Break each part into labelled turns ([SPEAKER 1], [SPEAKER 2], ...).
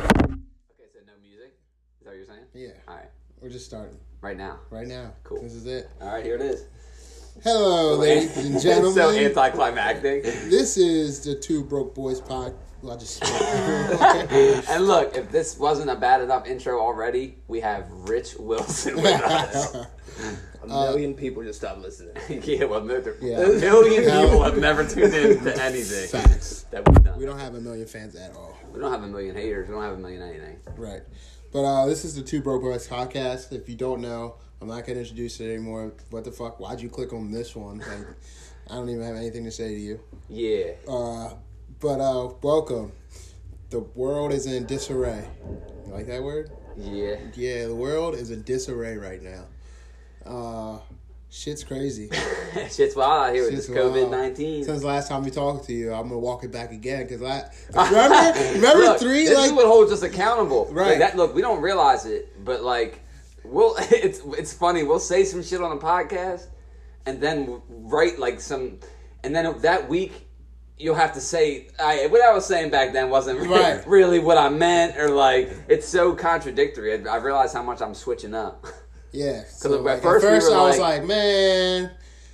[SPEAKER 1] Okay, so no music? Is that what you're saying?
[SPEAKER 2] Yeah,
[SPEAKER 1] All right.
[SPEAKER 2] we're just starting
[SPEAKER 1] Right now.
[SPEAKER 2] right now.
[SPEAKER 1] Cool.
[SPEAKER 2] This is it.
[SPEAKER 1] All right, here it is.
[SPEAKER 2] Hello, ladies and gentlemen.
[SPEAKER 1] so anticlimactic.
[SPEAKER 2] this is the Two Broke Boys pod. Well, I just
[SPEAKER 1] and look, if this wasn't a bad enough intro already, we have Rich Wilson with us.
[SPEAKER 3] A million people just stopped listening.
[SPEAKER 1] yeah, well, no, there-
[SPEAKER 2] Yeah.
[SPEAKER 1] a million
[SPEAKER 2] No.
[SPEAKER 1] people have never tuned in to anything
[SPEAKER 2] facts.
[SPEAKER 1] that we've done.
[SPEAKER 2] We don't have a million fans at all.
[SPEAKER 1] we don't have a million haters. We don't have a million anything.
[SPEAKER 2] Right. But uh, this is the Two Broke Boys podcast. If you don't know, I'm not going to introduce it anymore. What the fuck? Why'd you click on this one? Like, I don't even have anything to say to you.
[SPEAKER 1] Yeah.
[SPEAKER 2] Uh, but uh, welcome. The world is in disarray. You like that word?
[SPEAKER 1] Yeah.
[SPEAKER 2] Yeah, the world is in disarray right now. Uh, shit's crazy.
[SPEAKER 1] Shit's wild out here with
[SPEAKER 2] Since
[SPEAKER 1] this
[SPEAKER 2] while-
[SPEAKER 1] COVID 19.
[SPEAKER 2] Since last time we talked to you, I'm gonna walk it back again because I remember remember
[SPEAKER 1] Look,
[SPEAKER 2] three
[SPEAKER 1] This
[SPEAKER 2] like
[SPEAKER 1] is what holds us accountable, right?
[SPEAKER 2] Right.
[SPEAKER 1] that look, we don't realize it, but like, we'll it's it's funny. We'll say some shit on a podcast, and then write like some, and then that week. You'll have to say, I, what I was saying back then wasn't
[SPEAKER 2] Right.
[SPEAKER 1] really what I meant, or like, it's so contradictory. I, I realize how much I'm switching up.
[SPEAKER 2] yeah. So
[SPEAKER 1] look, at
[SPEAKER 2] like, at
[SPEAKER 1] first
[SPEAKER 2] first,
[SPEAKER 1] we were
[SPEAKER 2] I was
[SPEAKER 1] like-
[SPEAKER 2] like, man,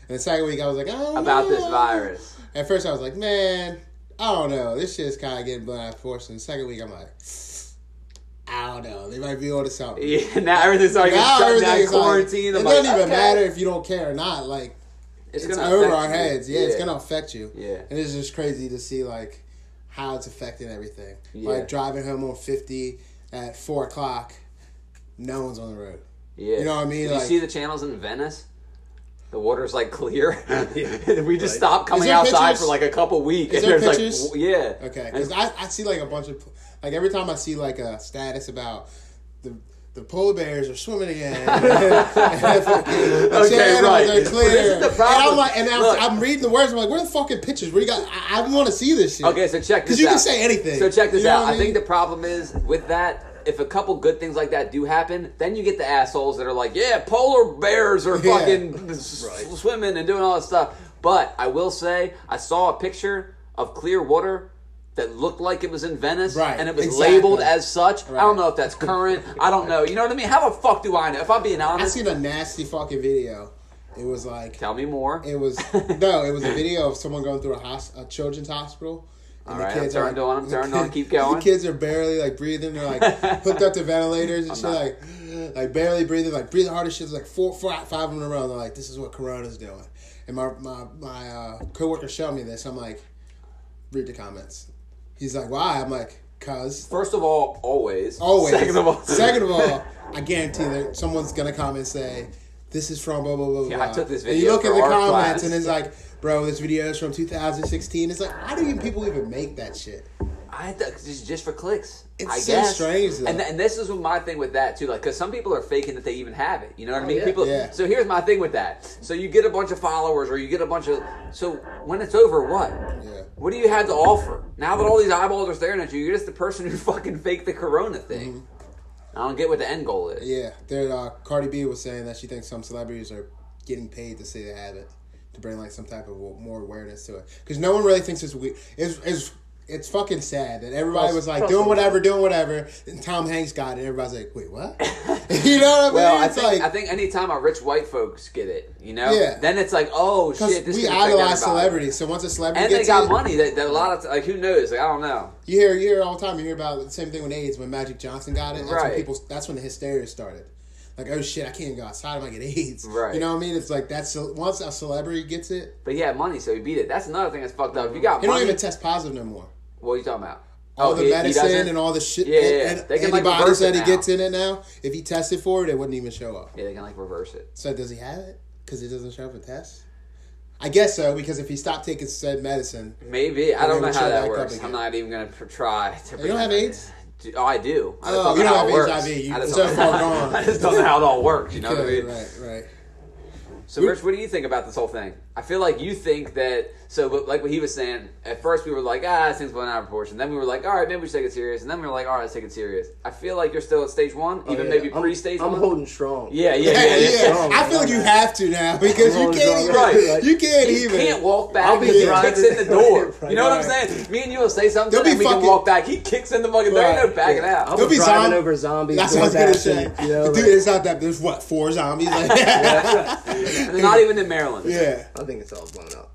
[SPEAKER 2] and the second week I was like, I don't
[SPEAKER 1] About this
[SPEAKER 2] know.
[SPEAKER 1] virus.
[SPEAKER 2] At first I was like, man, I don't know. This shit's kind of getting blown out of proportion. The second week I'm like, I don't know. They might be on to something.
[SPEAKER 1] Yeah, now everything's already
[SPEAKER 2] Now
[SPEAKER 1] shut
[SPEAKER 2] everything
[SPEAKER 1] down,
[SPEAKER 2] is like-
[SPEAKER 1] quarantine.
[SPEAKER 2] it
[SPEAKER 1] I'm
[SPEAKER 2] doesn't
[SPEAKER 1] like,
[SPEAKER 2] even
[SPEAKER 1] okay.
[SPEAKER 2] matter if you don't care or not. Like
[SPEAKER 1] It's,
[SPEAKER 2] it's
[SPEAKER 1] gonna
[SPEAKER 2] over
[SPEAKER 1] affect
[SPEAKER 2] our
[SPEAKER 1] you.
[SPEAKER 2] heads. Yeah, it's gonna affect you.
[SPEAKER 1] Yeah.
[SPEAKER 2] and it's just crazy to see like how it's affecting everything.
[SPEAKER 1] Yeah.
[SPEAKER 2] Like driving home on fifty at four o'clock, no one's on the road.
[SPEAKER 1] Yeah.
[SPEAKER 2] You know what I mean?
[SPEAKER 1] Did
[SPEAKER 2] Like-
[SPEAKER 1] you see the channels in Venice? The water's like clear.
[SPEAKER 3] Yeah.
[SPEAKER 1] we just
[SPEAKER 3] Right.
[SPEAKER 1] stopped coming
[SPEAKER 2] there
[SPEAKER 1] outside
[SPEAKER 2] pictures?
[SPEAKER 1] for like a couple weeks.
[SPEAKER 2] Is there
[SPEAKER 1] and there's,
[SPEAKER 2] pictures?
[SPEAKER 1] Like, w- yeah.
[SPEAKER 2] Okay,
[SPEAKER 1] And
[SPEAKER 2] because I, I see like a bunch of like every time I see like a status about the. The polar bears are swimming again. okay,
[SPEAKER 1] right.
[SPEAKER 2] They're clear.
[SPEAKER 1] This is the
[SPEAKER 2] And
[SPEAKER 1] problem.
[SPEAKER 2] I'm like, and I'm,
[SPEAKER 1] Look.
[SPEAKER 2] I'm reading the words. I'm like, where the fucking pictures? Where you got? I, I want to see this shit.
[SPEAKER 1] Okay, so check this
[SPEAKER 2] Because you
[SPEAKER 1] out.
[SPEAKER 2] can say anything.
[SPEAKER 1] So check this
[SPEAKER 2] You know
[SPEAKER 1] out.
[SPEAKER 2] what
[SPEAKER 1] I,
[SPEAKER 2] I
[SPEAKER 1] think
[SPEAKER 2] mean?
[SPEAKER 1] the problem is with that. If a couple good things like that do happen, then you get the assholes that are like, "Yeah, polar bears are
[SPEAKER 2] Yeah.
[SPEAKER 1] fucking s-
[SPEAKER 3] Right.
[SPEAKER 1] swimming and doing all that stuff." But I will say, I saw a picture of clear water that looked like it was in Venice,
[SPEAKER 2] Right,
[SPEAKER 1] and it was
[SPEAKER 2] exactly.
[SPEAKER 1] labeled as such. I don't
[SPEAKER 2] Right.
[SPEAKER 1] know if that's current. I don't know. You know what I mean? How the fuck do I know? If I'm being
[SPEAKER 2] I
[SPEAKER 1] honest,
[SPEAKER 2] seen a nasty fucking video. It was like
[SPEAKER 1] tell me more.
[SPEAKER 2] it was no, it was a video of someone going through a, hos- a children's hospital. And
[SPEAKER 1] All right, I'm turned on, I'm turned on, keep going.
[SPEAKER 2] The kids are barely like breathing. They're like hooked up to ventilators and shit, like like barely breathing, like breathing hard as shit. Like four, four, five of them in a row. They're like, this is what Corona's doing. And my my my uh, coworker showed me this. I'm like, read the comments. He's like, why? I'm like, cause
[SPEAKER 1] First of all, always.
[SPEAKER 2] Always.
[SPEAKER 1] Second of all,
[SPEAKER 2] Second of all, I guarantee that someone's gonna come and say, "This is from blah blah blah."
[SPEAKER 1] Yeah,
[SPEAKER 2] blah.
[SPEAKER 1] I took this
[SPEAKER 2] And you
[SPEAKER 1] video
[SPEAKER 2] look
[SPEAKER 1] for
[SPEAKER 2] at the
[SPEAKER 1] our class.
[SPEAKER 2] comments, and it's like, "Bro, this video is from 2016." It's like, how do even people even make that shit?
[SPEAKER 1] I had to, just just for clicks.
[SPEAKER 2] It's
[SPEAKER 1] I
[SPEAKER 2] so
[SPEAKER 1] guess.
[SPEAKER 2] strange, though.
[SPEAKER 1] And, th- and this is my thing with that too, like because some people are faking that they even have it. You know what I mean?
[SPEAKER 3] yeah.
[SPEAKER 1] People.
[SPEAKER 2] Oh, Yeah.
[SPEAKER 1] So here's my thing with that. So you get a bunch of followers, or you get a bunch of. So when it's over, what?
[SPEAKER 2] Yeah.
[SPEAKER 1] What do you have to offer? Now that all these eyeballs are staring at you, you're just the person who fucking faked the corona thing. I don't get what the end goal is.
[SPEAKER 2] Mm-hmm. Yeah, there. Uh, Cardi B was saying that she thinks some celebrities are getting paid to say they have it to bring like some type of w- more awareness to it because no one really thinks it's weird. It's, it's it's fucking sad that everybody was like
[SPEAKER 3] plus
[SPEAKER 2] doing
[SPEAKER 3] the-
[SPEAKER 2] whatever, doing whatever, and Tom Hanks got it. Everybody's like, "Wait, what?" you know what I mean?
[SPEAKER 1] Well, I
[SPEAKER 2] It's
[SPEAKER 1] think
[SPEAKER 2] like-
[SPEAKER 1] I think anytime our rich white folks get it, you know,
[SPEAKER 2] Yeah.
[SPEAKER 1] then it's like, oh
[SPEAKER 2] Because
[SPEAKER 1] shit, this
[SPEAKER 2] we
[SPEAKER 1] can affect
[SPEAKER 2] idolize
[SPEAKER 1] everybody.
[SPEAKER 2] celebrities, so once a celebrity
[SPEAKER 1] and they
[SPEAKER 2] gets
[SPEAKER 1] got
[SPEAKER 2] it,
[SPEAKER 1] money. That, that a lot of t- like who knows? Like I don't know.
[SPEAKER 2] you hear you hear all the time. You hear about the same thing with AIDS when Magic Johnson got it. That's
[SPEAKER 1] Right.
[SPEAKER 2] when people. That's when the hysteria started. Like, oh shit, I can't go outside. I might get AIDS.
[SPEAKER 1] Right.
[SPEAKER 2] You know what I mean? It's like that's once a celebrity gets it,
[SPEAKER 1] But yeah, money, so he beat it. That's another thing that's fucked up. If you got
[SPEAKER 2] they don't
[SPEAKER 1] money,
[SPEAKER 2] even test positive no more.
[SPEAKER 1] what are you talking about? Oh,
[SPEAKER 2] All the
[SPEAKER 1] he- he
[SPEAKER 2] medicine
[SPEAKER 1] doesn't?
[SPEAKER 2] and all the shit,
[SPEAKER 1] Yeah, yeah, yeah.
[SPEAKER 2] and, and
[SPEAKER 1] They can, like, reverse
[SPEAKER 2] antibodies
[SPEAKER 1] it
[SPEAKER 2] that he
[SPEAKER 1] now.
[SPEAKER 2] gets in it now. If he tested for it, it wouldn't even show up.
[SPEAKER 1] Yeah, they can like reverse it.
[SPEAKER 2] So does he have it? Because it doesn't show up in tests. I guess so. Because if he stopped taking said medicine,
[SPEAKER 1] Maybe I don't
[SPEAKER 2] And they
[SPEAKER 1] know
[SPEAKER 2] would
[SPEAKER 1] how
[SPEAKER 2] show
[SPEAKER 1] that
[SPEAKER 2] back up
[SPEAKER 1] works.
[SPEAKER 2] again.
[SPEAKER 1] I'm not even gonna pr- try to.
[SPEAKER 2] You don't have AIDS?
[SPEAKER 1] Do- Oh, I do. I
[SPEAKER 2] Oh, you
[SPEAKER 1] know
[SPEAKER 2] don't
[SPEAKER 1] how
[SPEAKER 2] have
[SPEAKER 1] it works.
[SPEAKER 2] HIV. You-
[SPEAKER 1] I just
[SPEAKER 2] so
[SPEAKER 1] don't
[SPEAKER 2] far gone.
[SPEAKER 1] I just don't know how it all works. You know what I
[SPEAKER 2] Okay,
[SPEAKER 1] mean?
[SPEAKER 2] right, right.
[SPEAKER 1] So, Rich, what do you think about this whole thing? I feel like you think that. So, but like what he was saying, at first we were like, ah, this thing's blown out of proportion. Then we were like, all right, maybe we should take it serious. And then we were like, all right, let's take it serious. I feel like you're still at stage one,
[SPEAKER 2] Oh,
[SPEAKER 1] even
[SPEAKER 3] Oh, Yeah,
[SPEAKER 1] maybe
[SPEAKER 3] I'm-
[SPEAKER 1] pre stage
[SPEAKER 3] I'm
[SPEAKER 1] one.
[SPEAKER 3] holding strong.
[SPEAKER 1] yeah, yeah, yeah.
[SPEAKER 2] Yeah,
[SPEAKER 1] yeah.
[SPEAKER 2] yeah.
[SPEAKER 3] wrong,
[SPEAKER 2] I feel like you have to now because you
[SPEAKER 3] Wrong,
[SPEAKER 2] can't
[SPEAKER 3] wrong,
[SPEAKER 2] even.
[SPEAKER 1] right.
[SPEAKER 2] You can't
[SPEAKER 1] You
[SPEAKER 2] even.
[SPEAKER 1] can't walk back.
[SPEAKER 3] I'll be
[SPEAKER 1] he
[SPEAKER 3] driving.
[SPEAKER 1] kicks in the door.
[SPEAKER 3] Right,
[SPEAKER 1] you know what I'm
[SPEAKER 2] right.
[SPEAKER 1] saying? Me and you will say something,
[SPEAKER 2] There'll be
[SPEAKER 1] and we can
[SPEAKER 2] fucking-
[SPEAKER 1] walk back. He kicks in the fucking door. Ain't no
[SPEAKER 2] Right.
[SPEAKER 1] backing
[SPEAKER 3] Yeah, I
[SPEAKER 1] out.
[SPEAKER 2] There'll
[SPEAKER 3] was
[SPEAKER 2] be
[SPEAKER 3] driving
[SPEAKER 2] zom-
[SPEAKER 3] over zombies.
[SPEAKER 2] That's what I
[SPEAKER 3] going
[SPEAKER 2] was gonna
[SPEAKER 3] fast
[SPEAKER 2] say.
[SPEAKER 3] and, You know,
[SPEAKER 2] Dude,
[SPEAKER 3] like-
[SPEAKER 2] it's not that. There's what four zombies. Like,
[SPEAKER 1] And they're not even in Maryland.
[SPEAKER 2] yeah.
[SPEAKER 3] I think it's all blown up.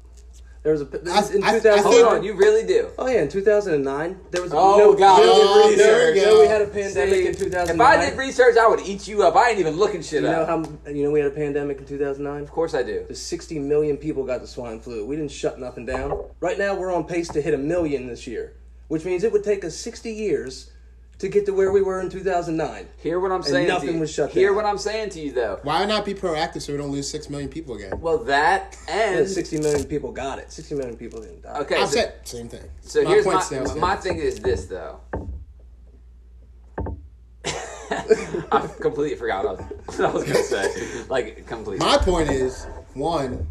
[SPEAKER 3] There was a this
[SPEAKER 2] I-
[SPEAKER 3] is in
[SPEAKER 2] I- I
[SPEAKER 3] 2000.
[SPEAKER 1] Hold on, you really do.
[SPEAKER 3] Oh yeah, in 2009 there was.
[SPEAKER 1] Oh,
[SPEAKER 3] no,
[SPEAKER 1] God.
[SPEAKER 3] no,
[SPEAKER 1] Oh,
[SPEAKER 2] there we
[SPEAKER 3] no,
[SPEAKER 2] go.
[SPEAKER 3] we had a pandemic
[SPEAKER 1] See,
[SPEAKER 3] in 2009.
[SPEAKER 1] if I did research, I would eat you up. I ain't even looking shit
[SPEAKER 3] you know
[SPEAKER 1] up.
[SPEAKER 3] how you know we had a pandemic in 2009.
[SPEAKER 1] of course I do.
[SPEAKER 3] There's 60 million people got the swine flu. We didn't shut nothing down. Right now, we're on pace to hit a million this year, which means it would take us 60 years to get to where we were in 2009.
[SPEAKER 1] Hear what I'm saying. to
[SPEAKER 3] nothing
[SPEAKER 1] you.
[SPEAKER 3] was shut
[SPEAKER 1] Hear
[SPEAKER 3] down.
[SPEAKER 1] what I'm saying to you though.
[SPEAKER 2] Why not be proactive so we don't lose six million people again?
[SPEAKER 1] Well, that
[SPEAKER 3] Yeah,
[SPEAKER 1] and
[SPEAKER 3] 60 million people got it. 60 million people didn't die.
[SPEAKER 1] okay.
[SPEAKER 2] I
[SPEAKER 1] So,
[SPEAKER 2] said same thing.
[SPEAKER 1] so here's
[SPEAKER 2] point's
[SPEAKER 1] my
[SPEAKER 2] still-
[SPEAKER 1] my thing is this though. I completely forgot what I was- what I was gonna say. Like completely.
[SPEAKER 2] My point is one.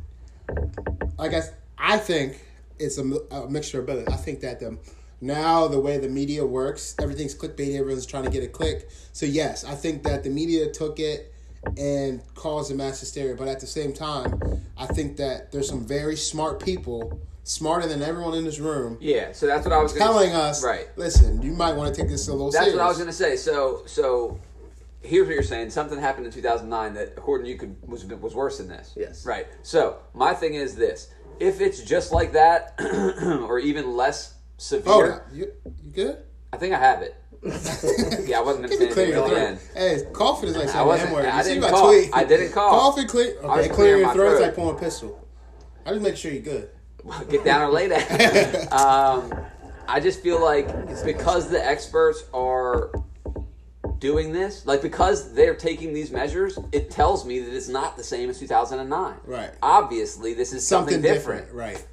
[SPEAKER 2] Like I, I think it's a, mi- a mixture of both. I think that the now the way the media works, everything's clickbait. Everyone's trying to get a click. So yes, I think that the media took it and caused a mass hysteria. But at the same time, I think that there's some very smart people, smarter than everyone in this room,
[SPEAKER 1] yeah. So that's what I was gonna
[SPEAKER 2] telling us,
[SPEAKER 1] Right.
[SPEAKER 2] Listen, you might want to take this a little.
[SPEAKER 1] That's
[SPEAKER 2] serious.
[SPEAKER 1] what I was gonna say. So so here's what you're saying. Something happened in 2009 that according to you could was was worse than this.
[SPEAKER 3] Yes.
[SPEAKER 1] Right. So my thing is this: if it's just like that, or even less severe,
[SPEAKER 2] Oh, you, you good?
[SPEAKER 1] I think I have it. yeah, I wasn't gonna
[SPEAKER 2] Keep
[SPEAKER 1] say anything
[SPEAKER 2] it
[SPEAKER 1] until
[SPEAKER 2] clear. Your
[SPEAKER 1] the
[SPEAKER 2] throat.
[SPEAKER 1] end.
[SPEAKER 2] Hey, coughing is like saying
[SPEAKER 1] wasn't-
[SPEAKER 2] the M-word.
[SPEAKER 1] I
[SPEAKER 2] You see
[SPEAKER 1] didn't
[SPEAKER 2] my
[SPEAKER 1] cough.
[SPEAKER 2] tweet?
[SPEAKER 1] I didn't cough.
[SPEAKER 2] Cough and clear.
[SPEAKER 1] was
[SPEAKER 2] Okay,
[SPEAKER 1] clearing
[SPEAKER 2] clear
[SPEAKER 1] my
[SPEAKER 2] your throat is
[SPEAKER 1] throat.
[SPEAKER 2] like pulling a pistol. I just make sure you're good.
[SPEAKER 1] get down or lay down. um, I just feel like because the experts are doing this, like because they're taking these measures, it tells me that it's not the same as 2009.
[SPEAKER 2] Right.
[SPEAKER 1] Obviously, this is something, different.
[SPEAKER 2] right?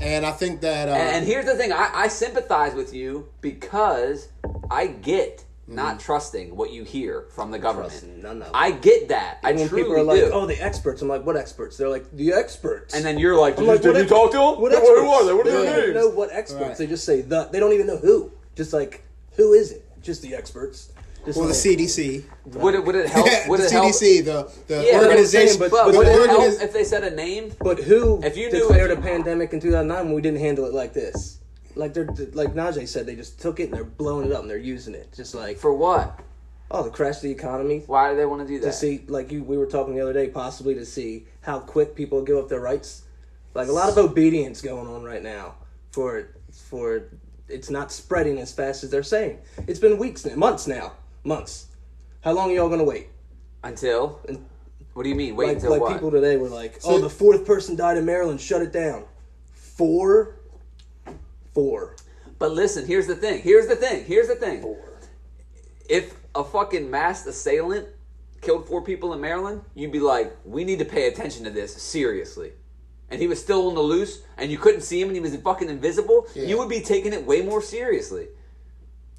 [SPEAKER 2] And I think that. Uh,
[SPEAKER 1] And, and here's the thing: I, I sympathize with you because I get not trusting what you hear from the
[SPEAKER 3] Trust
[SPEAKER 1] government.
[SPEAKER 3] none of it.
[SPEAKER 1] I get that. I
[SPEAKER 3] And when
[SPEAKER 1] truly
[SPEAKER 3] people are like,
[SPEAKER 1] do.
[SPEAKER 3] "Oh, the experts," I'm like, "What experts?" They're like, "The experts."
[SPEAKER 1] and then you're like, did,
[SPEAKER 3] I'm like,
[SPEAKER 1] you,
[SPEAKER 3] "What
[SPEAKER 1] did you
[SPEAKER 3] ex-
[SPEAKER 1] talk to them?
[SPEAKER 3] What
[SPEAKER 1] Yeah,
[SPEAKER 3] experts?
[SPEAKER 1] who are they? What are
[SPEAKER 3] they
[SPEAKER 1] their
[SPEAKER 3] don't even
[SPEAKER 1] names?
[SPEAKER 3] know what experts.
[SPEAKER 2] Right.
[SPEAKER 3] They just say the. They don't even know who. Just like, who is it? Just the experts. Just
[SPEAKER 2] well, the
[SPEAKER 3] like-
[SPEAKER 2] CDC,
[SPEAKER 1] Would it would it help? Would
[SPEAKER 2] the
[SPEAKER 1] it help?
[SPEAKER 2] CDC, the the
[SPEAKER 1] Yeah,
[SPEAKER 2] organization,
[SPEAKER 1] But,
[SPEAKER 3] but-
[SPEAKER 1] but
[SPEAKER 2] the
[SPEAKER 1] would it
[SPEAKER 2] organis-
[SPEAKER 1] help if they said a name?
[SPEAKER 3] But who
[SPEAKER 1] If you knew-
[SPEAKER 3] declared
[SPEAKER 1] if
[SPEAKER 3] a
[SPEAKER 1] you-
[SPEAKER 3] pandemic in 2009 when we didn't handle it like this? Like they're like Najee said, they just took it and they're blowing it up and they're using it. Just like
[SPEAKER 1] For what?
[SPEAKER 3] oh, the crash of the economy.
[SPEAKER 1] Why do they want to do that?
[SPEAKER 3] To see, like you, we were talking the other day, possibly to see how quick people give up their rights. Like a lot of obedience going on right now for for it's not spreading as fast as they're saying. It's been weeks, now, months now, months. How long are y'all gonna wait?
[SPEAKER 1] until?
[SPEAKER 3] And-
[SPEAKER 1] What do you mean? Wait
[SPEAKER 3] Like,
[SPEAKER 1] until
[SPEAKER 3] like
[SPEAKER 1] what?
[SPEAKER 3] people today were like,
[SPEAKER 2] So-
[SPEAKER 3] "Oh, the fourth person died in Maryland. Shut it down." Four, four.
[SPEAKER 1] But listen, here's the thing. Here's the thing. Here's the thing. If a fucking masked assailant killed four people in Maryland, you'd be like, we need to pay attention to this seriously. And he was still on the loose, and you couldn't see him, and he was fucking invisible. You would be taking it way more seriously.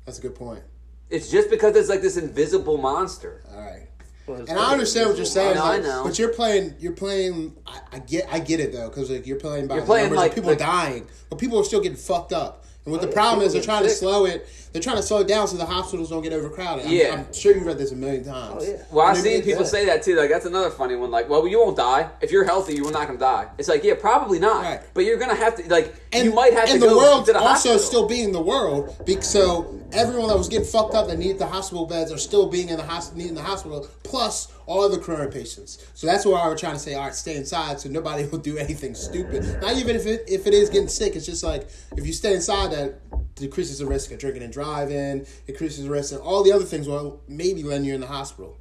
[SPEAKER 2] That's a good point.
[SPEAKER 1] It's just because it's like this invisible monster.
[SPEAKER 2] All right.
[SPEAKER 3] Well, it's
[SPEAKER 2] And
[SPEAKER 3] like-
[SPEAKER 2] I understand what you're saying,
[SPEAKER 1] I know, I
[SPEAKER 2] like,
[SPEAKER 1] know.
[SPEAKER 2] but you're playing. You're playing. I, I get. I get it though, because like you're playing by
[SPEAKER 1] You're
[SPEAKER 2] the
[SPEAKER 1] playing,
[SPEAKER 2] numbers,
[SPEAKER 1] like,
[SPEAKER 2] of people
[SPEAKER 1] the-
[SPEAKER 2] dying, but people are still getting fucked up. And what the
[SPEAKER 3] Oh, yeah,
[SPEAKER 2] problem
[SPEAKER 3] people
[SPEAKER 2] is, they're
[SPEAKER 3] get
[SPEAKER 2] trying to
[SPEAKER 3] sick.
[SPEAKER 2] slow it. They're trying to slow it down so the hospitals don't get overcrowded. I'm-
[SPEAKER 1] Yeah.
[SPEAKER 2] I'm, sure you've read this a million times.
[SPEAKER 3] Oh, yeah.
[SPEAKER 1] Well, I've
[SPEAKER 2] Maybe
[SPEAKER 1] seen
[SPEAKER 2] it's
[SPEAKER 1] people
[SPEAKER 2] that.
[SPEAKER 1] say that too. Like that's another funny one. Like, well, you won't die if you're healthy. You're not gonna die. It's like, yeah, probably not.
[SPEAKER 2] Right.
[SPEAKER 1] But you're gonna have to like. you might have
[SPEAKER 2] and
[SPEAKER 1] to
[SPEAKER 2] the
[SPEAKER 1] go
[SPEAKER 2] world
[SPEAKER 1] to the
[SPEAKER 2] also
[SPEAKER 1] hospital.
[SPEAKER 2] still being the world. be- So everyone that was getting fucked up that needed the hospital beds are still being in the hospital, needing the hospital. Plus all the corona patients. So that's why we're trying to say, all right, stay inside, so nobody will do anything stupid. Not even if it if it is getting sick, it's just like if you stay inside, that decreases the risk of drinking and driving, increases the risk of all the other things. Well, maybe land you in the hospital.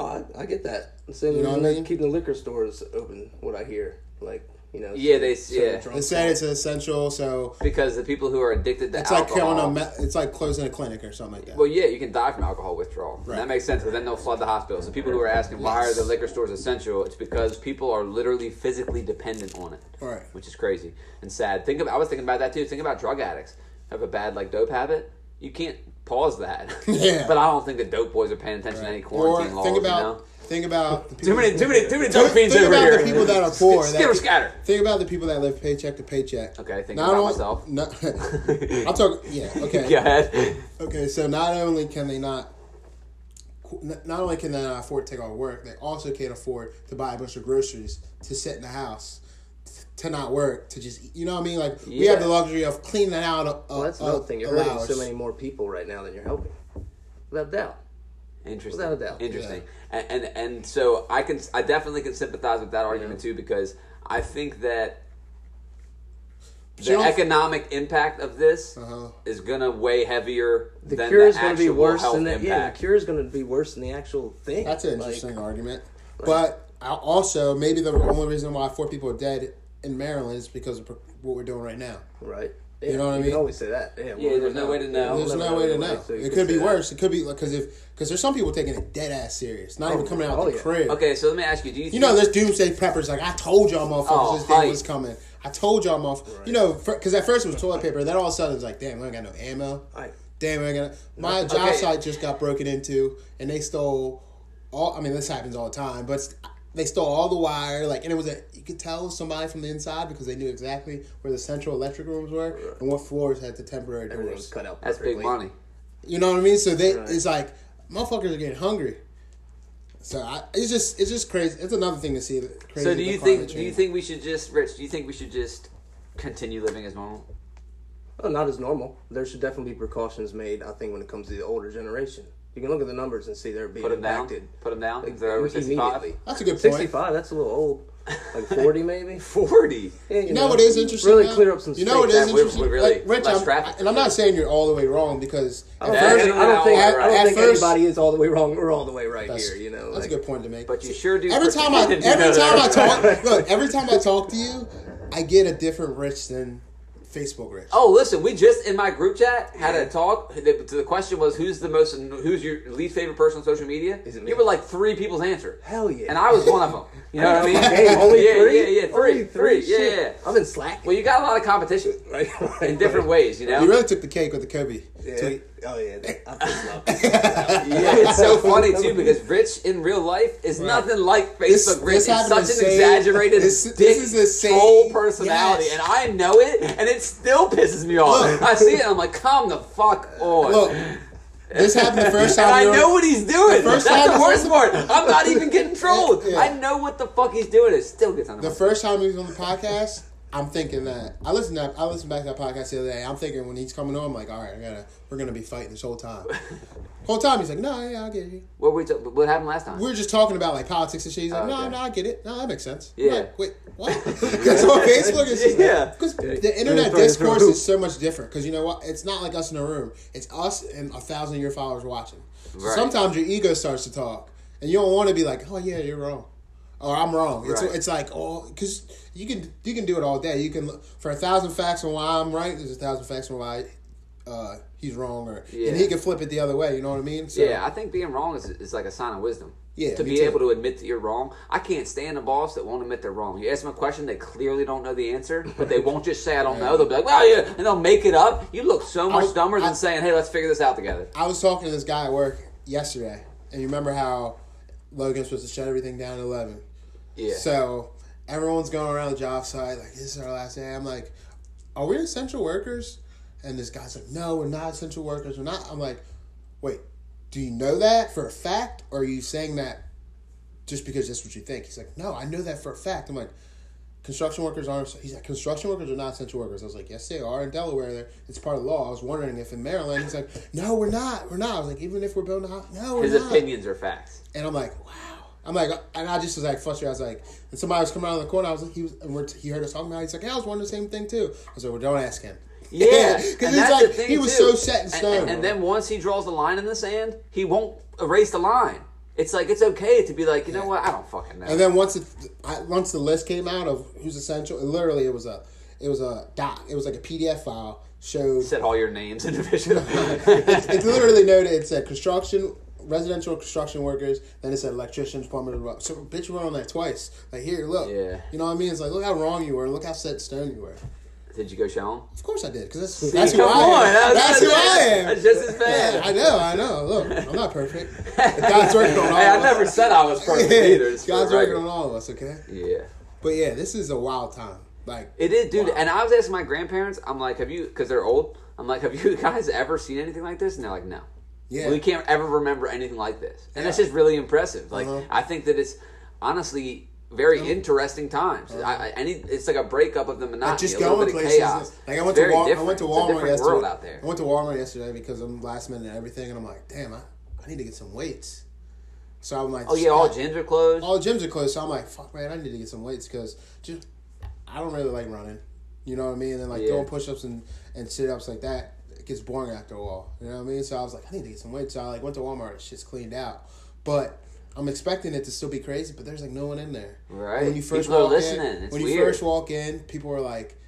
[SPEAKER 3] Oh, I, I get that. I'm saying
[SPEAKER 2] You know what I mean?
[SPEAKER 3] keeping the liquor stores open. What I hear, like you know,
[SPEAKER 1] Yeah, they-
[SPEAKER 3] certain
[SPEAKER 1] yeah.
[SPEAKER 3] drunk
[SPEAKER 2] They said it's essential, so
[SPEAKER 1] because the people who are addicted to
[SPEAKER 2] it's like
[SPEAKER 1] alcohol.
[SPEAKER 2] killing a, me- it's like closing a clinic or something like that.
[SPEAKER 1] well, yeah, you can die from alcohol withdrawal. And that
[SPEAKER 2] Right.
[SPEAKER 1] makes sense because then they'll flood the hospitals. The people who are asking why are the liquor stores essential, it's because people are literally physically dependent on it,
[SPEAKER 2] Right.
[SPEAKER 1] which is crazy and sad. Think of I was thinking about that too. Think about drug addicts who have a bad like dope habit. You can't pause that.
[SPEAKER 2] Yeah.
[SPEAKER 1] but I don't think the dope boys are paying attention to any
[SPEAKER 2] Or
[SPEAKER 1] quarantine laws.
[SPEAKER 2] think
[SPEAKER 1] you
[SPEAKER 2] about
[SPEAKER 1] know?
[SPEAKER 2] Think about the
[SPEAKER 1] Too
[SPEAKER 2] people,
[SPEAKER 1] many, too many, too many
[SPEAKER 2] Think-
[SPEAKER 1] dope fiends
[SPEAKER 2] think
[SPEAKER 1] over
[SPEAKER 2] about
[SPEAKER 1] here.
[SPEAKER 2] the people that are poor, that-
[SPEAKER 1] Skitter scatter.
[SPEAKER 2] think about the people that live paycheck to paycheck.
[SPEAKER 1] Okay, thinking
[SPEAKER 2] Not
[SPEAKER 1] about
[SPEAKER 2] on-
[SPEAKER 1] myself.
[SPEAKER 2] not- I'll talk. Yeah. Okay.
[SPEAKER 1] Go ahead.
[SPEAKER 2] Okay. So not only can they not, not only can they not afford to take off work, they also can't afford to buy a bunch of groceries to sit in the house. To not work, to just eat. you know what I mean. Like we
[SPEAKER 1] Yeah.
[SPEAKER 2] have the luxury of cleaning out. A, a,
[SPEAKER 3] Well, that's another
[SPEAKER 2] a-
[SPEAKER 3] thing. You're
[SPEAKER 2] a
[SPEAKER 3] hurting
[SPEAKER 2] lounge.
[SPEAKER 3] so many more people right now than you're helping, without doubt.
[SPEAKER 1] Interesting.
[SPEAKER 3] Without a doubt.
[SPEAKER 1] Interesting. And, and and so I can I definitely can sympathize with that argument too because I think that
[SPEAKER 2] But
[SPEAKER 1] the
[SPEAKER 2] you don't-
[SPEAKER 1] economic impact of this
[SPEAKER 2] Uh-huh.
[SPEAKER 1] is gonna weigh heavier
[SPEAKER 3] The
[SPEAKER 1] than
[SPEAKER 3] cure
[SPEAKER 1] the
[SPEAKER 3] is going to be
[SPEAKER 1] actual
[SPEAKER 3] worse
[SPEAKER 1] health
[SPEAKER 3] than that. Yeah, the
[SPEAKER 1] impact.
[SPEAKER 3] cure is going to be worse than the actual thing.
[SPEAKER 2] That's an
[SPEAKER 3] Like,
[SPEAKER 2] interesting argument. but I also, maybe the only reason why four people are dead in Maryland is because of what we're doing right now.
[SPEAKER 3] right? Yeah,
[SPEAKER 2] know what I
[SPEAKER 3] you
[SPEAKER 2] mean?
[SPEAKER 3] Can always say that. Yeah.
[SPEAKER 1] Yeah, there's no way to know.
[SPEAKER 2] There's
[SPEAKER 1] I'll
[SPEAKER 2] no way to know. it could be worse. It could be because if because there's some people taking it dead ass serious, not even coming out
[SPEAKER 3] oh,
[SPEAKER 2] the
[SPEAKER 3] yeah.
[SPEAKER 2] crib.
[SPEAKER 1] okay, so let me ask you: Do you,
[SPEAKER 2] You
[SPEAKER 1] think,
[SPEAKER 2] know, there's doomsday preppers like I told y'all motherfuckers
[SPEAKER 1] Oh,
[SPEAKER 2] this thing
[SPEAKER 1] hype.
[SPEAKER 2] was coming. I told y'all motherfuckers. You know, because at first it was toilet paper. Then all of a sudden it's like, damn, we ain't got no ammo. Damn, I got my job
[SPEAKER 1] Okay.
[SPEAKER 2] site just got broken into, and they stole all. I mean, this happens all the time, but it's- they stole all the wire. Like, and it was a you could tell somebody from the inside because they knew exactly where the central electric rooms were and what floors had the temporary
[SPEAKER 3] Everything was
[SPEAKER 2] doors.
[SPEAKER 3] cut out.
[SPEAKER 1] that's big
[SPEAKER 3] perfectly.
[SPEAKER 1] money.
[SPEAKER 2] You know what I mean? So they it's like motherfuckers are getting hungry. So I, it's just it's just crazy. It's another thing to see. that- Crazy
[SPEAKER 1] So do
[SPEAKER 2] with
[SPEAKER 1] you
[SPEAKER 2] climate
[SPEAKER 1] think do you
[SPEAKER 2] change.
[SPEAKER 1] think we should just Rich? Do you think we should just continue living as normal?
[SPEAKER 3] Well, not as normal. There should definitely be precautions made. I think when it comes to the older generation, you can look at the numbers and see they're being
[SPEAKER 1] Put them down.
[SPEAKER 3] impacted.
[SPEAKER 1] Put them down.
[SPEAKER 3] Like,
[SPEAKER 1] If they're over sixty-five.
[SPEAKER 3] immediately.
[SPEAKER 2] that's a good point?
[SPEAKER 3] Sixty-five. That's a little old. Like forty, maybe.
[SPEAKER 1] Forty.
[SPEAKER 3] Yeah,
[SPEAKER 2] You know what is interesting?
[SPEAKER 3] Really
[SPEAKER 2] now?
[SPEAKER 3] clear up some.
[SPEAKER 2] You know what
[SPEAKER 3] space.
[SPEAKER 2] is
[SPEAKER 1] Yeah, we-
[SPEAKER 2] interesting?
[SPEAKER 1] we really-
[SPEAKER 2] like, Rich,
[SPEAKER 1] less
[SPEAKER 2] I'm,
[SPEAKER 1] traffic.
[SPEAKER 2] and I'm not saying you're all the way wrong because at
[SPEAKER 3] I
[SPEAKER 1] Yeah,
[SPEAKER 3] don't
[SPEAKER 2] first,
[SPEAKER 3] think, I don't think,
[SPEAKER 2] at-
[SPEAKER 3] I don't
[SPEAKER 2] at
[SPEAKER 3] think
[SPEAKER 2] first-
[SPEAKER 3] anybody is all the way wrong or all the way right
[SPEAKER 2] That's-
[SPEAKER 3] here. You know,
[SPEAKER 2] that's
[SPEAKER 3] like,
[SPEAKER 2] a good point to make.
[SPEAKER 1] But you sure do.
[SPEAKER 2] every time I
[SPEAKER 1] pretend you
[SPEAKER 2] every
[SPEAKER 1] know
[SPEAKER 2] time I
[SPEAKER 1] that.
[SPEAKER 2] talk look every time I talk to you, I get a different Rich than Facebook Rich.
[SPEAKER 1] Oh, listen, we just in my group chat had a talk. The, the question was, who's the most, who's your least favorite person on social media?
[SPEAKER 3] Is it me?
[SPEAKER 1] You were like three people's answer.
[SPEAKER 3] Hell yeah.
[SPEAKER 1] And I was one of them. You know what I mean?
[SPEAKER 3] Hey, only
[SPEAKER 1] yeah,
[SPEAKER 3] three?
[SPEAKER 1] Yeah, yeah, three,
[SPEAKER 3] Only
[SPEAKER 1] three,
[SPEAKER 3] Shit.
[SPEAKER 1] yeah, yeah.
[SPEAKER 3] I've been slacking.
[SPEAKER 1] Well, you got a lot of competition
[SPEAKER 3] right, right,
[SPEAKER 1] in different ways, you know.
[SPEAKER 2] You really took the cake with the Kobe
[SPEAKER 3] Yeah.
[SPEAKER 2] tweet.
[SPEAKER 3] Oh yeah, that- I just love it.
[SPEAKER 1] Yeah, it's so funny too because Rich in real life is nothing like Facebook. Rich is
[SPEAKER 2] happened
[SPEAKER 1] such
[SPEAKER 2] to
[SPEAKER 1] an
[SPEAKER 2] say-
[SPEAKER 1] exaggerated
[SPEAKER 2] this-
[SPEAKER 1] dick
[SPEAKER 2] this is the same-
[SPEAKER 1] troll personality,
[SPEAKER 2] Yes.
[SPEAKER 1] and I know it, and it still pisses me off.
[SPEAKER 2] Look.
[SPEAKER 1] I see it, and I'm like, come the fuck on.
[SPEAKER 2] Look, this happened the first time.
[SPEAKER 1] And I
[SPEAKER 2] you're on-
[SPEAKER 1] know what he's doing.
[SPEAKER 2] The first
[SPEAKER 1] That's
[SPEAKER 2] time-
[SPEAKER 1] the worst part. I'm not even getting trolled.
[SPEAKER 2] Yeah.
[SPEAKER 1] I know what the fuck he's doing. It still gets on the
[SPEAKER 2] The first time he was on the podcast, I'm thinking that I listened to I listened back to that podcast the other day. I'm thinking when he's coming on, I'm like, all right, I gotta we're gonna be fighting this whole time. whole time he's like, no, yeah, I get you.
[SPEAKER 1] What we ta- what happened last time?
[SPEAKER 2] We were just talking about like politics and shit. He's like,
[SPEAKER 1] Oh,
[SPEAKER 2] no,
[SPEAKER 1] okay.
[SPEAKER 2] no, I get it. No, that makes sense. I'm
[SPEAKER 1] Yeah.
[SPEAKER 2] Like, Wait, what? Because on Facebook, it's
[SPEAKER 1] Yeah.
[SPEAKER 2] Because
[SPEAKER 3] Yeah.
[SPEAKER 2] the internet
[SPEAKER 3] Throw it through a
[SPEAKER 2] discourse
[SPEAKER 3] hoop.
[SPEAKER 2] is so much different. Because you know what? It's not like us in a room. It's us and a thousand of your followers watching. So
[SPEAKER 1] Right.
[SPEAKER 2] sometimes your ego starts to talk, and you don't want to be like, oh yeah, you're wrong. Or I'm wrong. It's,
[SPEAKER 1] Right.
[SPEAKER 2] it's like oh, because you can you can do it all day. You can look for a thousand facts on why I'm right. There's a thousand facts on why uh, he's wrong, or
[SPEAKER 1] Yeah.
[SPEAKER 2] and he can flip it the other way. You know what I mean? So,
[SPEAKER 1] yeah, I think being wrong is, is like a sign of wisdom.
[SPEAKER 2] Yeah,
[SPEAKER 1] to
[SPEAKER 2] me
[SPEAKER 1] be
[SPEAKER 2] too.
[SPEAKER 1] able to admit that you're wrong. I can't stand a boss that won't admit they're wrong. You ask them a question, they clearly don't know the answer, but they won't just say I don't know. They'll be like, well, yeah, and they'll make it up. You look so much
[SPEAKER 2] was-
[SPEAKER 1] dumber
[SPEAKER 2] I-
[SPEAKER 1] than saying, hey, let's figure this out together.
[SPEAKER 2] I was talking to this guy at work yesterday, and you remember how Logan's supposed to shut everything down at eleven.
[SPEAKER 1] Yeah.
[SPEAKER 2] So everyone's going around the job site like this is our last day. I'm like, are we essential workers? And this guy's like, no, we're not essential workers. We're not. I'm like, wait, do you know that for a fact, or are you saying that just because that's what you think? He's like, no, I know that for a fact. I'm like. Construction workers aren't. He's like, construction workers are not essential workers. I was like, yes, they are in Delaware. They're, it's part of the law. I was wondering if in Maryland. He's like, no, we're not. We're not. I was like, even if we're building a house, no, we're
[SPEAKER 1] His
[SPEAKER 2] not.
[SPEAKER 1] opinions are facts.
[SPEAKER 2] And I'm like, wow. I'm like, and I just was like frustrated. I was like, and somebody was coming around the corner. I was like, he was, and we're, he heard us talking about. it. He's like, yeah, I was wondering the same thing too. I was like, well, don't ask him.
[SPEAKER 1] Yeah,
[SPEAKER 2] because
[SPEAKER 1] and
[SPEAKER 2] it's
[SPEAKER 1] that's
[SPEAKER 2] like
[SPEAKER 1] the thing,
[SPEAKER 2] he was
[SPEAKER 1] too.
[SPEAKER 2] so set in
[SPEAKER 1] And-
[SPEAKER 2] stone.
[SPEAKER 1] And, and then once he draws the line in the sand, he won't erase the line. It's like it's okay to be like, you know what? I don't fucking know.
[SPEAKER 2] And then once it, I, once the list came out of who's essential, and literally it was a, it was a doc. It was like a PDF file showed.
[SPEAKER 1] Said all your names individually.
[SPEAKER 2] it, it literally noted it said construction, residential construction workers. Then it said electricians, plumbers. blah- So bitch, you went on there twice. Like here, look.
[SPEAKER 1] Yeah.
[SPEAKER 2] You know what I mean? It's like look how wrong you were. Look how set in stone you were.
[SPEAKER 1] Did you go show him?
[SPEAKER 2] Of course I did, because that's, that's who
[SPEAKER 1] Come
[SPEAKER 2] I
[SPEAKER 1] on,
[SPEAKER 2] am.
[SPEAKER 1] that's-
[SPEAKER 2] That's who I
[SPEAKER 1] that's-
[SPEAKER 2] am.
[SPEAKER 1] that's just as bad.
[SPEAKER 2] Yeah, I know, I know. Look, I'm not perfect. God's working on all
[SPEAKER 1] Hey, I
[SPEAKER 2] of us.
[SPEAKER 1] never said I was perfect
[SPEAKER 2] Yeah,
[SPEAKER 1] either. It's for
[SPEAKER 2] God's
[SPEAKER 1] the
[SPEAKER 2] working on
[SPEAKER 1] record.
[SPEAKER 2] all of us, okay?
[SPEAKER 1] Yeah.
[SPEAKER 2] But yeah, this is a wild time. Like,
[SPEAKER 1] It is, dude. And I was asking my grandparents, I'm like, have you, because they're old, I'm like, have you guys ever seen anything like this? And they're like, no.
[SPEAKER 2] Yeah.
[SPEAKER 1] We can't ever remember anything like this. And that's
[SPEAKER 2] Yeah.
[SPEAKER 1] just really impressive. Like,
[SPEAKER 2] Uh-huh.
[SPEAKER 1] I think that it's honestly very interesting times. I, I, any, it's like a breakup of the monotony,
[SPEAKER 2] Uh-huh. just
[SPEAKER 1] a little
[SPEAKER 2] going
[SPEAKER 1] bit of
[SPEAKER 2] places.
[SPEAKER 1] chaos.
[SPEAKER 2] Like I
[SPEAKER 1] It's
[SPEAKER 2] went to
[SPEAKER 1] very
[SPEAKER 2] Wal- I
[SPEAKER 1] different.
[SPEAKER 2] went to
[SPEAKER 1] It's a
[SPEAKER 2] Walmart
[SPEAKER 1] different
[SPEAKER 2] yesterday.
[SPEAKER 1] world out there.
[SPEAKER 2] I went to Walmart yesterday because I'm last minute and everything, and I'm like, damn, I, I need to get some weights. So I'm like,
[SPEAKER 1] Oh yeah, all
[SPEAKER 2] I-
[SPEAKER 1] gyms are closed.
[SPEAKER 2] all gyms are closed. So I'm like, fuck, man, I need to get some weights because just I don't really like running. You know what I mean? And like
[SPEAKER 1] Yeah.
[SPEAKER 2] doing push ups and, and sit ups like that, it gets boring after a while. You know what I mean? So I was like, I need to get some weights. So I like went to Walmart. Shit's cleaned out, but. I'm expecting it to still be crazy, but there's like no one in there.
[SPEAKER 1] Right.
[SPEAKER 2] When you first
[SPEAKER 1] People are
[SPEAKER 2] walk
[SPEAKER 1] listening.
[SPEAKER 2] in,
[SPEAKER 1] It's
[SPEAKER 2] when you
[SPEAKER 1] weird.
[SPEAKER 2] first walk in, people are like,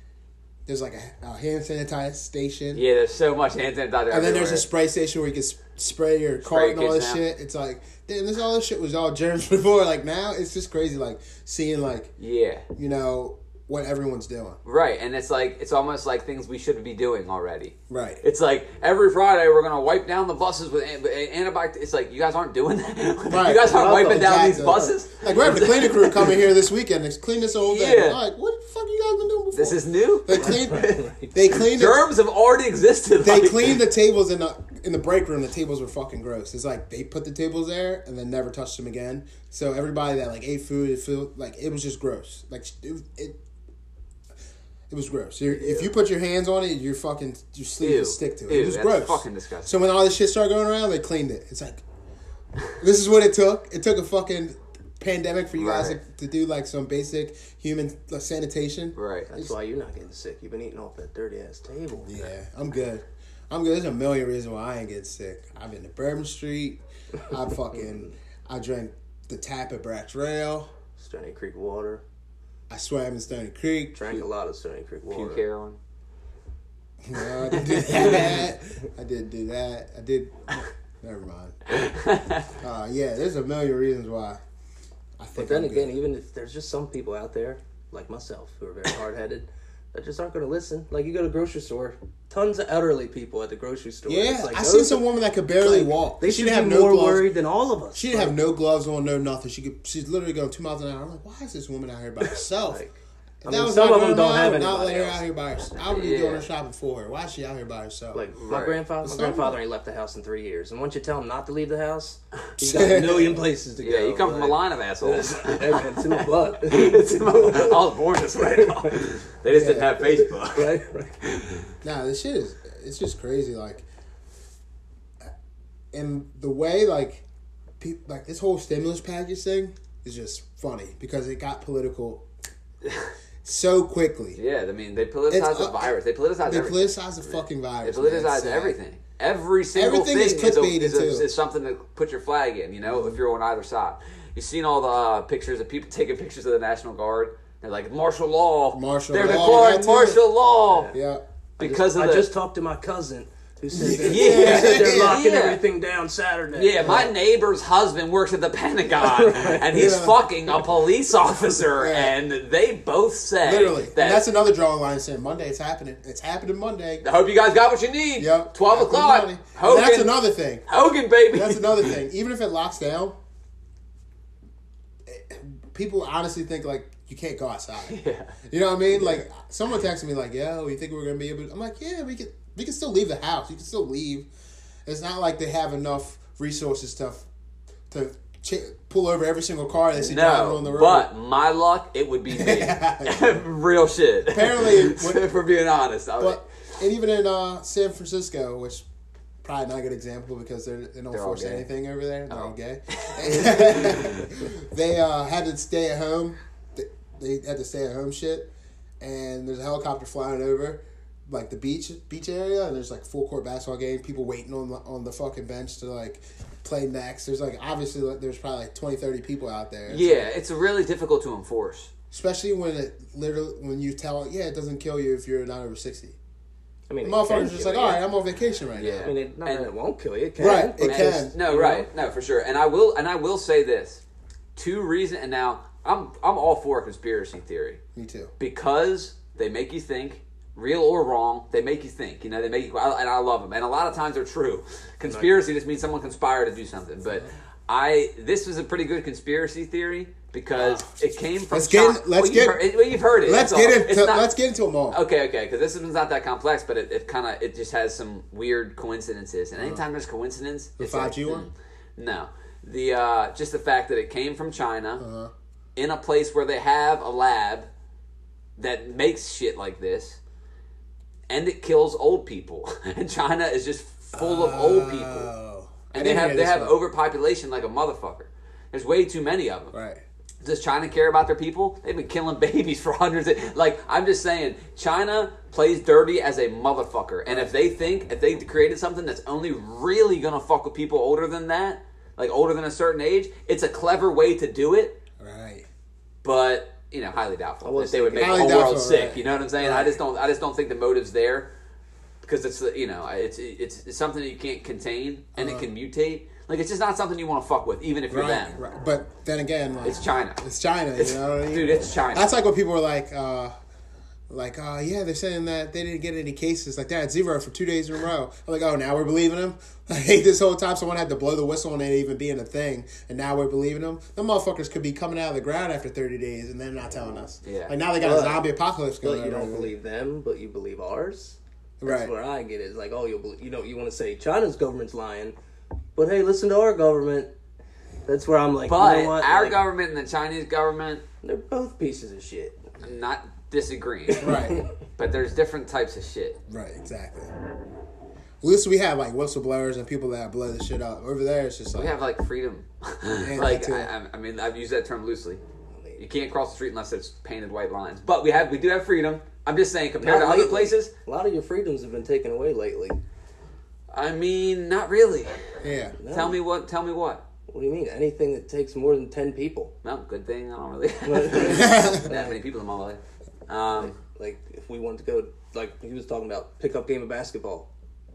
[SPEAKER 2] "There's like a, a hand sanitizer station."
[SPEAKER 1] Yeah, there's so much hand sanitizer.
[SPEAKER 2] And then there's a spray station where you can sp- spray your cart and all
[SPEAKER 1] kids
[SPEAKER 2] this
[SPEAKER 1] now.
[SPEAKER 2] shit. It's like, damn, this all this shit was all germs before. Like now, it's just crazy. Like seeing like
[SPEAKER 1] yeah,
[SPEAKER 2] you know what everyone's doing.
[SPEAKER 1] right. And it's like it's almost like things we should be doing already.
[SPEAKER 2] Right.
[SPEAKER 1] It's like every Friday we're gonna wipe down the buses with an- antibiotic. It's like you guys aren't doing that.
[SPEAKER 2] Right.
[SPEAKER 1] You guys aren't
[SPEAKER 3] Well,
[SPEAKER 1] wiping down these
[SPEAKER 2] Exactly.
[SPEAKER 1] buses.
[SPEAKER 2] Like we're having the cleaning crew coming here this weekend and clean this whole thing.
[SPEAKER 1] Yeah.
[SPEAKER 2] I'm like, what the fuck you guys been doing before?
[SPEAKER 1] This is new.
[SPEAKER 2] they clean. They clean. The,
[SPEAKER 1] Germs have already existed.
[SPEAKER 2] they
[SPEAKER 1] like-
[SPEAKER 2] cleaned the tables in the in the break room. The tables were fucking gross. It's like they put the tables there and then never touched them again. So everybody that like ate food, it felt like it was just gross. Like it, it It was gross. You're, If you put your hands on it, your fucking your sleeve
[SPEAKER 1] Ew.
[SPEAKER 2] would stick to it.
[SPEAKER 1] Ew,
[SPEAKER 2] it was
[SPEAKER 1] that's
[SPEAKER 2] gross.
[SPEAKER 1] fucking disgusting.
[SPEAKER 2] So when all this shit started going around, they cleaned it. It's like this is what it took. It took a fucking pandemic for you guys to,
[SPEAKER 1] Right.
[SPEAKER 2] to do like some basic human like, sanitation.
[SPEAKER 1] Right.
[SPEAKER 3] That's why you're not getting sick. You've been eating off that dirty ass table.
[SPEAKER 2] Yeah, I'm good. I'm good. There's a million reasons why I ain't getting sick. I've been to Bourbon Street. I fucking I drank the tap at Brax Rail.
[SPEAKER 3] Stony Creek water.
[SPEAKER 2] I swam in Stony Creek.
[SPEAKER 3] Drank a lot of Stony Creek
[SPEAKER 1] You
[SPEAKER 3] water.
[SPEAKER 1] care on?
[SPEAKER 2] You know, I did do that. I did do that. I did. Never mind. Uh, yeah, there's a million reasons why. I think.
[SPEAKER 3] But then
[SPEAKER 2] I'm
[SPEAKER 3] again,
[SPEAKER 2] good.
[SPEAKER 3] even if there's just some people out there, like myself, who are very hard headed, that just aren't going to listen. Like you go to grocery store, tons of elderly people at the grocery store.
[SPEAKER 2] yeah,
[SPEAKER 3] It's like
[SPEAKER 2] I
[SPEAKER 3] those-
[SPEAKER 2] seen some woman that could barely
[SPEAKER 3] like,
[SPEAKER 2] walk.
[SPEAKER 3] They
[SPEAKER 2] she
[SPEAKER 3] should
[SPEAKER 2] didn't
[SPEAKER 3] have
[SPEAKER 2] have
[SPEAKER 3] be
[SPEAKER 2] no
[SPEAKER 3] more
[SPEAKER 2] gloves.
[SPEAKER 3] worried than all of us.
[SPEAKER 2] She didn't have no gloves on, no nothing. She could. She's literally going two miles an hour. I'm like, why is this woman out here by herself?
[SPEAKER 3] Like,
[SPEAKER 2] If
[SPEAKER 3] I
[SPEAKER 2] that
[SPEAKER 3] mean,
[SPEAKER 2] was
[SPEAKER 3] some
[SPEAKER 2] my
[SPEAKER 3] of them
[SPEAKER 2] grandma,
[SPEAKER 3] don't have
[SPEAKER 2] I would not let
[SPEAKER 3] anybody
[SPEAKER 2] her
[SPEAKER 3] else.
[SPEAKER 2] out here by herself. I would be
[SPEAKER 1] Yeah.
[SPEAKER 2] doing her shopping for her. Why is she out here by herself?
[SPEAKER 3] Like my
[SPEAKER 1] Right.
[SPEAKER 3] grandfather, my
[SPEAKER 2] Some-
[SPEAKER 3] grandfather ain't left the house in three years, and once you tell him not to leave the house, he's got a million places to go.
[SPEAKER 1] Yeah, you come from a
[SPEAKER 3] like-
[SPEAKER 1] line of assholes.
[SPEAKER 3] Hey, man, it's in the blood.
[SPEAKER 1] It's in my- I was born this way. They just didn't have Facebook.
[SPEAKER 3] right, right.
[SPEAKER 2] Nah, this shit is it's just crazy. Like, and the way like, peop like this whole stimulus package thing is just funny because it got political so quickly.
[SPEAKER 1] Yeah, I mean, they politicize
[SPEAKER 2] It's- uh,
[SPEAKER 1] the virus. They politicize
[SPEAKER 2] They
[SPEAKER 1] everything.
[SPEAKER 2] politicized the fucking
[SPEAKER 1] They
[SPEAKER 2] virus. man. It's
[SPEAKER 1] politicize
[SPEAKER 2] sad.
[SPEAKER 1] everything. Every single
[SPEAKER 2] Everything
[SPEAKER 1] thing
[SPEAKER 2] is
[SPEAKER 1] is, a,
[SPEAKER 2] clickbaited,
[SPEAKER 1] is, a,
[SPEAKER 2] too.
[SPEAKER 1] is something to put your flag in. You know, if you're on either side, you've seen all the uh, pictures of people taking pictures of the National Guard. They're like martial law.
[SPEAKER 2] Martial
[SPEAKER 1] They're
[SPEAKER 2] law,
[SPEAKER 1] declaring
[SPEAKER 2] that too.
[SPEAKER 1] martial law
[SPEAKER 2] Yeah.
[SPEAKER 1] because
[SPEAKER 3] I
[SPEAKER 1] of the.
[SPEAKER 3] just talked to my cousin who said they're,
[SPEAKER 1] Yeah.
[SPEAKER 3] who said they're
[SPEAKER 1] Yeah.
[SPEAKER 3] locking
[SPEAKER 1] Yeah.
[SPEAKER 3] everything down Saturday.
[SPEAKER 1] yeah, my neighbor's husband works at the Pentagon, and he's
[SPEAKER 2] Yeah.
[SPEAKER 1] fucking a police officer,
[SPEAKER 2] Yeah.
[SPEAKER 1] and they both say
[SPEAKER 2] Literally,
[SPEAKER 1] that
[SPEAKER 2] and that's another drawing line saying Monday. It's happening. It's happening Monday.
[SPEAKER 1] I hope you guys got what you need.
[SPEAKER 2] Yep.
[SPEAKER 1] 12
[SPEAKER 2] Happening
[SPEAKER 1] o'clock.
[SPEAKER 2] Monday. And
[SPEAKER 1] Hogan,
[SPEAKER 2] That's another thing.
[SPEAKER 1] Hogan, baby.
[SPEAKER 2] That's another thing. Even if it locks down, eh, people honestly think like you can't go outside.
[SPEAKER 1] Yeah.
[SPEAKER 2] You know what I mean? Like someone texted me like, "Yo, you think we're gonna be able?" to-" I'm like, "Yeah, we could. We can still leave the house. You can still leave. It's not like they have enough resources stuff to ch- pull over every single car they see driving
[SPEAKER 1] No,
[SPEAKER 2] on the road."
[SPEAKER 1] but my luck, it would be me. Real shit.
[SPEAKER 2] Apparently, when-
[SPEAKER 1] if we're being honest, I
[SPEAKER 2] But and even in uh, San Francisco, which probably not a good example because they're, they don't
[SPEAKER 1] all
[SPEAKER 2] force
[SPEAKER 1] gay. Oh.
[SPEAKER 2] anything over there. They're all gay. they uh, had to stay at home. They, they had to stay at home shit. And there's a helicopter flying over, like the beach beach area. And there's like full court basketball game. People waiting on the, on the fucking bench to like play next. There's like obviously like, there's probably like 20, 30 people out there.
[SPEAKER 1] yeah, it's really difficult to enforce.
[SPEAKER 2] Especially when it literally when you tell yeah it doesn't kill you if you're not over sixty.
[SPEAKER 3] I
[SPEAKER 2] The
[SPEAKER 3] mean, it
[SPEAKER 2] motherfucker's
[SPEAKER 3] can
[SPEAKER 2] just
[SPEAKER 3] kill
[SPEAKER 2] like
[SPEAKER 3] you.
[SPEAKER 2] all right, I'm on vacation right now.
[SPEAKER 1] Yeah,
[SPEAKER 3] I mean, it, not
[SPEAKER 1] And-
[SPEAKER 3] that it won't kill you. It can.
[SPEAKER 2] Right,
[SPEAKER 3] but
[SPEAKER 2] it
[SPEAKER 3] it's-
[SPEAKER 2] can.
[SPEAKER 1] No,
[SPEAKER 3] you
[SPEAKER 1] right, no, for sure. And I will, and I will say this: two reason. And now I'm, I'm all for a conspiracy theory
[SPEAKER 2] Me too.
[SPEAKER 1] because they make you think real or wrong. They make you think. You know, they make you, I- and I love them. And a lot of times they're true. Conspiracy just means someone conspired to do something. But I, this was a pretty good conspiracy theory because it came from.
[SPEAKER 2] Let's get in-
[SPEAKER 1] Chi-
[SPEAKER 2] let's
[SPEAKER 1] well, you've
[SPEAKER 2] get-
[SPEAKER 1] heard, it- well, you've heard it.
[SPEAKER 2] Let's
[SPEAKER 1] that's
[SPEAKER 2] get
[SPEAKER 1] all. It's
[SPEAKER 2] into
[SPEAKER 1] not-
[SPEAKER 2] let's get into them all.
[SPEAKER 1] Okay, okay, because this one's not that complex, but it, it kind of it just has some weird coincidences.
[SPEAKER 2] Uh-huh.
[SPEAKER 1] And anytime there's coincidence, the
[SPEAKER 2] 5G one?
[SPEAKER 1] No, the uh, just the fact that it came from China
[SPEAKER 2] Uh-huh.
[SPEAKER 1] in a place where they have a lab that makes shit like this, and it kills old people. and China is just full of old people,
[SPEAKER 2] Oh, I
[SPEAKER 1] and they
[SPEAKER 2] didn't
[SPEAKER 1] have
[SPEAKER 2] hear
[SPEAKER 1] they
[SPEAKER 2] this
[SPEAKER 1] have
[SPEAKER 2] one.
[SPEAKER 1] overpopulation like a motherfucker. There's way too many of them.
[SPEAKER 2] right.
[SPEAKER 1] Does China care about their people? They've been killing babies for hundreds. Of, like I'm just saying, China plays dirty as a motherfucker. And if they think if they created something that's only really gonna fuck with people older than that, like older than a certain age, it's a clever way to do it.
[SPEAKER 2] Right.
[SPEAKER 1] But you know, highly doubtful.
[SPEAKER 3] was
[SPEAKER 1] If they would make the
[SPEAKER 2] Highly
[SPEAKER 1] whole world
[SPEAKER 2] doubtful,
[SPEAKER 1] sick,
[SPEAKER 2] right.
[SPEAKER 1] you know what I'm saying? I
[SPEAKER 2] Right.
[SPEAKER 1] just don't. I just don't think the motive's there because it's you know it's it's, it's something that you can't contain and it can mutate. Like it's just not something you want to fuck with, even if you're
[SPEAKER 2] Uh-huh. Right.
[SPEAKER 1] them.
[SPEAKER 2] right. But then again, like,
[SPEAKER 1] It's China.
[SPEAKER 2] It's China.
[SPEAKER 1] It's-
[SPEAKER 2] you know what I mean?
[SPEAKER 1] dude, it's China.
[SPEAKER 2] That's like what people were like, uh, like, oh yeah, they're saying that they didn't get any cases. Like, they had zero for two days in a row. I'm like, oh, now we're believing them. I hate this whole time someone had to blow the whistle on it even being a thing, and now we're believing them. Them motherfuckers could be coming out of the ground after 30 days, and they're not telling us.
[SPEAKER 1] Yeah.
[SPEAKER 2] Like now they got a
[SPEAKER 3] But-
[SPEAKER 2] zombie apocalypse going.
[SPEAKER 3] But
[SPEAKER 2] on
[SPEAKER 3] you
[SPEAKER 2] right
[SPEAKER 3] don't
[SPEAKER 2] now.
[SPEAKER 3] believe them, but you believe ours. That's
[SPEAKER 2] Right.
[SPEAKER 3] where I get it. It's like, oh, you'll believe, you know, you want to say China's government's lying, but hey, listen to our government. That's where I'm like,
[SPEAKER 1] But
[SPEAKER 3] you know what?
[SPEAKER 1] our
[SPEAKER 3] Like,
[SPEAKER 1] government and the Chinese government
[SPEAKER 3] they're both pieces of shit.
[SPEAKER 1] not disagreeing,
[SPEAKER 2] Right.
[SPEAKER 1] but there's different types of shit.
[SPEAKER 2] Right, exactly. At least we have like whistleblowers and people that blow the shit up. Over there, it's just like
[SPEAKER 1] We have like freedom.
[SPEAKER 2] that
[SPEAKER 1] like
[SPEAKER 2] too.
[SPEAKER 1] I, I'm- I mean, I've used that term loosely. You can't cross the street unless it's painted white lines. But we have, we do have freedom. I'm just saying, compared to
[SPEAKER 3] Not
[SPEAKER 1] other
[SPEAKER 3] lately.
[SPEAKER 1] places,
[SPEAKER 3] A lot of your freedoms have been taken away lately.
[SPEAKER 1] I mean, not really.
[SPEAKER 2] yeah.
[SPEAKER 1] Tell me what. Tell me what.
[SPEAKER 3] What do you mean? Anything that takes more than ten people?
[SPEAKER 1] No, good thing I don't really.
[SPEAKER 3] But-
[SPEAKER 1] that many people in my life. Um,
[SPEAKER 3] like if we want to go like he was talking about pick up game of basketball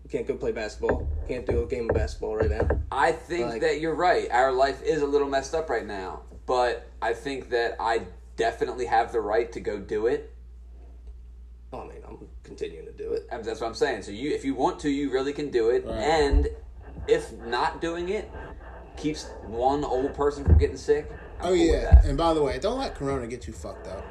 [SPEAKER 3] you can't go play basketball can't do a game of basketball right now
[SPEAKER 1] I think
[SPEAKER 3] Like-
[SPEAKER 1] that you're right. Our life is a little messed up right now, but I think that I definitely have the right to go do it.
[SPEAKER 3] i mean Oh, i'm continuing to do it
[SPEAKER 1] And That's what I'm saying. So you, if you want to, you really can do it.
[SPEAKER 2] Right.
[SPEAKER 1] And if not doing it keeps one old person from getting sick, I'm
[SPEAKER 2] Oh
[SPEAKER 1] cool with
[SPEAKER 2] yeah.
[SPEAKER 1] that.
[SPEAKER 2] And by the way, don't let Corona get you fucked up.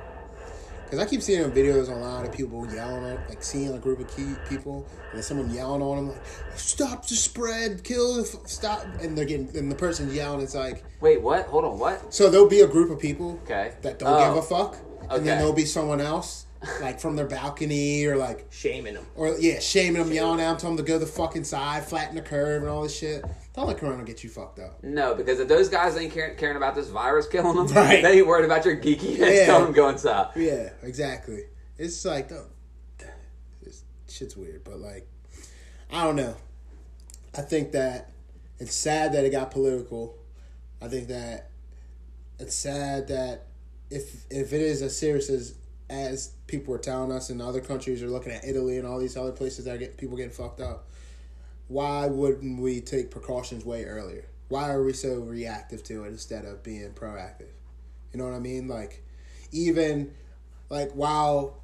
[SPEAKER 2] Cause I keep seeing videos online of people yelling, at, like seeing a group of key people, and then someone yelling on them, like "Stop the spread, kill, the f- stop!" And they're getting, and the person's yelling. It's like,
[SPEAKER 1] Wait, what? Hold on, what?
[SPEAKER 2] so there'll be a group of people
[SPEAKER 1] Okay.
[SPEAKER 2] that don't
[SPEAKER 1] Oh.
[SPEAKER 2] give a fuck, and
[SPEAKER 1] Okay.
[SPEAKER 2] then there'll be someone else, like from their balcony or like
[SPEAKER 3] shaming them
[SPEAKER 2] Or yeah, shaming them, yelling at them, telling them to go the fuck inside, flatten the curve, and all this shit. Don't let Corona get you fucked up.
[SPEAKER 1] No, because if those guys ain't caring, caring about this virus killing them,
[SPEAKER 2] Right.
[SPEAKER 1] they ain't worried about your geeky ass
[SPEAKER 2] Yeah.
[SPEAKER 1] telling them go inside.
[SPEAKER 2] Yeah, exactly. It's like, don't, this shit's weird, but like, I don't know. I think that it's sad that it got political. I think that it's sad that if if it is as serious as as people are telling us in other countries are looking at Italy and all these other places that get people getting fucked up, why wouldn't we take precautions way earlier? Why are we so reactive to it instead of being proactive? You know what I mean? Like even like while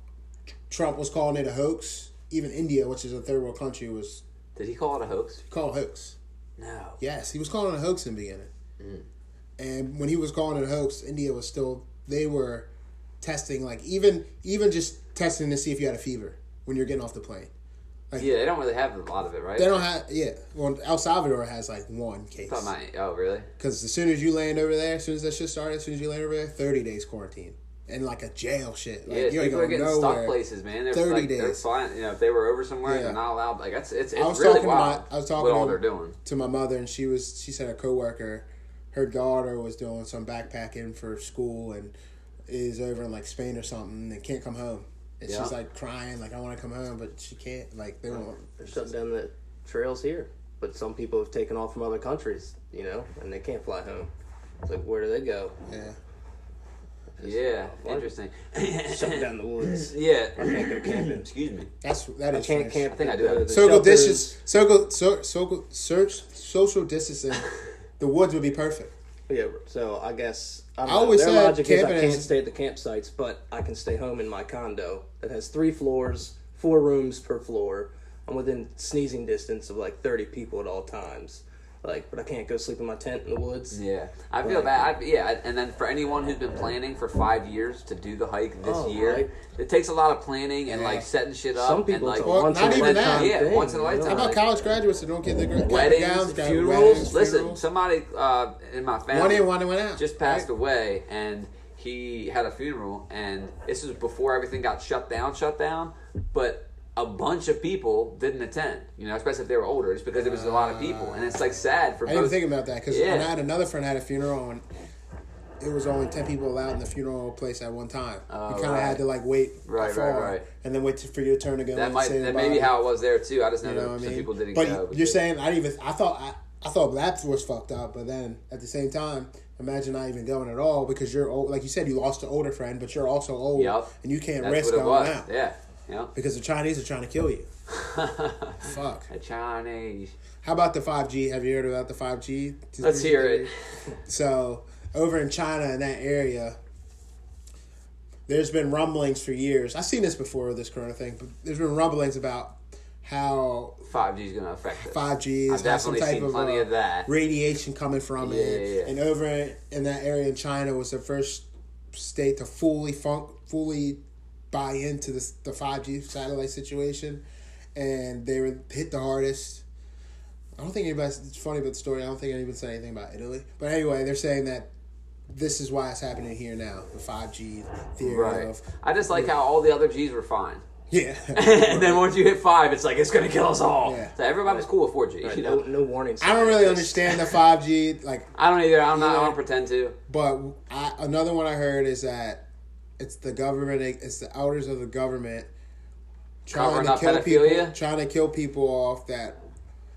[SPEAKER 2] Trump was calling it a hoax, even India, which is a third world country, was
[SPEAKER 1] Did he call it a hoax?
[SPEAKER 2] called a hoax.
[SPEAKER 1] No.
[SPEAKER 2] Yes, he was calling it a hoax in the beginning.
[SPEAKER 1] Mm.
[SPEAKER 2] And when he was calling it a hoax, India was still they were testing like even even just testing to see if you had a fever when you're getting off the plane.
[SPEAKER 1] Yeah, they don't really have a lot of it, right?
[SPEAKER 2] They don't have yeah. Well, El Salvador has like one case
[SPEAKER 1] Thought my- oh, really?
[SPEAKER 2] because as soon as you land over there, as soon as that shit started, as soon as you land over there, thirty days quarantine and like a jail shit. Like
[SPEAKER 1] Yeah,
[SPEAKER 2] you ain't
[SPEAKER 1] people are
[SPEAKER 2] going
[SPEAKER 1] getting
[SPEAKER 2] nowhere.
[SPEAKER 1] stuck places, man. They're
[SPEAKER 2] 30
[SPEAKER 1] like, They're
[SPEAKER 2] days.
[SPEAKER 1] flying, you know, if they were over somewhere,
[SPEAKER 2] Yeah.
[SPEAKER 1] they're not allowed. Like that's it's, it's
[SPEAKER 2] was
[SPEAKER 1] really
[SPEAKER 2] talking
[SPEAKER 1] wild.
[SPEAKER 2] about- I was talking
[SPEAKER 1] what all
[SPEAKER 2] to-
[SPEAKER 1] they're doing.
[SPEAKER 2] to my mother, and she was she said a coworker, her daughter was doing some backpacking for school and is over in like Spain or something and can't come home. And
[SPEAKER 1] Yeah.
[SPEAKER 2] she's like crying, like I want to come home, but she can't. Like they won't.
[SPEAKER 3] they're shutting down the trails here but some people have taken off from other countries you know and they can't fly home it's like where do they go
[SPEAKER 2] Yeah,
[SPEAKER 1] Yeah,
[SPEAKER 3] Why-
[SPEAKER 1] interesting.
[SPEAKER 3] shutting down the woods
[SPEAKER 1] yeah,
[SPEAKER 3] can't go camping.
[SPEAKER 1] Excuse me.
[SPEAKER 2] that's that
[SPEAKER 3] i
[SPEAKER 2] is.
[SPEAKER 3] can't
[SPEAKER 2] French.
[SPEAKER 3] camp
[SPEAKER 1] think I do have it.
[SPEAKER 2] Social distance, social, so, social, search, social distancing. the woods would be perfect.
[SPEAKER 3] yeah so i guess I, don't
[SPEAKER 2] I
[SPEAKER 3] know.
[SPEAKER 2] always
[SPEAKER 3] their
[SPEAKER 2] said
[SPEAKER 3] logic is i
[SPEAKER 2] camping
[SPEAKER 3] can't
[SPEAKER 2] is-
[SPEAKER 3] stay at the campsites but i can stay home in my condo that has three floors four rooms per floor. I'm within sneezing distance of like 30 people at all times. Like, but I can't go sleep in my tent in the woods.
[SPEAKER 1] Yeah, I feel
[SPEAKER 3] Like-
[SPEAKER 1] bad. I, yeah, and then for anyone who's been planning for five years to do the hike this
[SPEAKER 3] Oh,
[SPEAKER 1] year,
[SPEAKER 3] right.
[SPEAKER 1] it takes a lot of planning and like
[SPEAKER 2] Yeah.
[SPEAKER 1] setting shit up.
[SPEAKER 3] Some people
[SPEAKER 1] and, like,
[SPEAKER 3] it's a
[SPEAKER 2] Well,
[SPEAKER 3] once
[SPEAKER 2] not
[SPEAKER 3] in a
[SPEAKER 2] even
[SPEAKER 3] lifetime
[SPEAKER 2] that.
[SPEAKER 1] Yeah,
[SPEAKER 3] thing,
[SPEAKER 1] once in a
[SPEAKER 3] you know?
[SPEAKER 1] lifetime.
[SPEAKER 2] How about
[SPEAKER 1] like-
[SPEAKER 2] college graduates that don't get their gra-
[SPEAKER 1] weddings,
[SPEAKER 2] gowns, got
[SPEAKER 1] funerals.
[SPEAKER 2] weddings,
[SPEAKER 1] Listen,
[SPEAKER 2] funerals?
[SPEAKER 1] somebody uh, in my family
[SPEAKER 2] one in, one in, one out.
[SPEAKER 1] just passed away, and he had a funeral, and this was before everything got shut down, shut down. But a bunch of people didn't attend, you know, especially if they were older, just because it was a lot of people, and it's like sad for
[SPEAKER 2] I didn't
[SPEAKER 1] both.
[SPEAKER 2] think about that because
[SPEAKER 1] Yeah.
[SPEAKER 2] when I had another friend had a funeral and it was only ten people allowed in the funeral place at one time.
[SPEAKER 1] Oh,
[SPEAKER 2] you kind of
[SPEAKER 1] right.
[SPEAKER 2] had to like wait,
[SPEAKER 1] Right,
[SPEAKER 2] afar
[SPEAKER 1] right, right.
[SPEAKER 2] and then wait t- for your turn to go.
[SPEAKER 1] that
[SPEAKER 2] in
[SPEAKER 1] might
[SPEAKER 2] and say
[SPEAKER 1] that
[SPEAKER 2] goodbye.
[SPEAKER 1] may be how it was there too. I just know,
[SPEAKER 2] you
[SPEAKER 1] that
[SPEAKER 2] know what I
[SPEAKER 1] some
[SPEAKER 2] mean.
[SPEAKER 1] people didn't
[SPEAKER 2] but
[SPEAKER 1] go.
[SPEAKER 2] you're
[SPEAKER 1] because-
[SPEAKER 2] saying I didn't even I thought I, I thought Blaps was fucked up, but then at the same time, imagine not even going at all because you're old. Like you said, you lost an older friend, but you're also old,
[SPEAKER 1] Yup.
[SPEAKER 2] and you can't
[SPEAKER 1] that's
[SPEAKER 2] risk
[SPEAKER 1] what it
[SPEAKER 2] going
[SPEAKER 1] was.
[SPEAKER 2] out
[SPEAKER 1] Yeah, yeah.
[SPEAKER 2] because the Chinese are trying to kill you. Fuck.
[SPEAKER 1] A Chinese.
[SPEAKER 2] How about the 5G? Have you heard about the 5G?
[SPEAKER 1] Let's hear it.
[SPEAKER 2] So over in China in that area, there's been rumblings for years. I've seen this before this Corona thing, but there's been rumblings about how
[SPEAKER 1] Five G is going to affect us.
[SPEAKER 2] 5G
[SPEAKER 1] I've
[SPEAKER 2] is has some
[SPEAKER 1] definitely
[SPEAKER 2] type
[SPEAKER 1] seen
[SPEAKER 2] of,
[SPEAKER 1] plenty
[SPEAKER 2] uh,
[SPEAKER 1] of that.
[SPEAKER 2] radiation coming from it.
[SPEAKER 1] Yeah, yeah, yeah.
[SPEAKER 2] And over in, in that area in China was the first state to fully funk, fully buy into this, the 5G satellite situation, and they were hit the hardest. I don't think anybody's. It's funny about the story. I don't think anyone said anything about Italy. But anyway, they're saying that this is why it's happening here now. The 5G theory
[SPEAKER 1] Right.
[SPEAKER 2] of
[SPEAKER 1] I just like how all the other G's were fine.
[SPEAKER 2] yeah.
[SPEAKER 1] and then once you hit five, it's like it's gonna kill us all.
[SPEAKER 2] Yeah.
[SPEAKER 1] So everybody's cool with four G. You
[SPEAKER 3] No,
[SPEAKER 1] know,
[SPEAKER 3] no warning.
[SPEAKER 2] I don't really understand the 5G like
[SPEAKER 1] I don't either. I'm not. I don't pretend to.
[SPEAKER 2] But I, another one I heard is that it's the government, it's the elders of the government trying
[SPEAKER 1] Covering
[SPEAKER 2] to
[SPEAKER 1] up
[SPEAKER 2] kill people,
[SPEAKER 1] pedophilia?
[SPEAKER 2] trying to kill people off that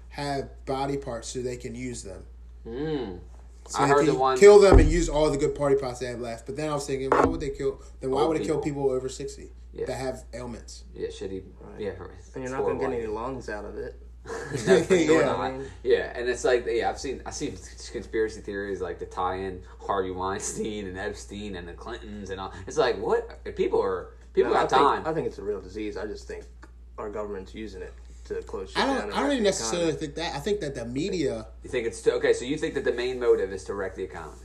[SPEAKER 2] have body parts so they can use them.
[SPEAKER 1] Mm.
[SPEAKER 2] So
[SPEAKER 1] I
[SPEAKER 2] they
[SPEAKER 1] heard
[SPEAKER 2] can
[SPEAKER 1] the one.
[SPEAKER 2] kill them and use all the good party parts they have left. But then I was thinking, why would they kill? Then why
[SPEAKER 1] Old
[SPEAKER 2] would it kill
[SPEAKER 1] people.
[SPEAKER 2] people over sixty
[SPEAKER 1] Yeah.
[SPEAKER 2] that have ailments?
[SPEAKER 1] yeah, shitty. Yeah, it's
[SPEAKER 3] And you're not going to get any
[SPEAKER 1] horrible.
[SPEAKER 3] lungs out of it.
[SPEAKER 1] No, for sure
[SPEAKER 2] Yeah.
[SPEAKER 1] not. Yeah, and it's like yeah, I've seen I see conspiracy theories like the tie-in Harvey Weinstein and Epstein and the Clintons and all. It's like what people are people
[SPEAKER 3] No, I
[SPEAKER 1] got
[SPEAKER 3] think,
[SPEAKER 1] time.
[SPEAKER 3] I think it's a real disease. I just think our government's using it to close shit
[SPEAKER 2] I
[SPEAKER 3] down.
[SPEAKER 2] don't.
[SPEAKER 3] and
[SPEAKER 2] I don't
[SPEAKER 3] wreck
[SPEAKER 2] even
[SPEAKER 3] the
[SPEAKER 2] necessarily think that. I think that the media.
[SPEAKER 1] you think it's okay? So you think that the main motive is to wreck the economy?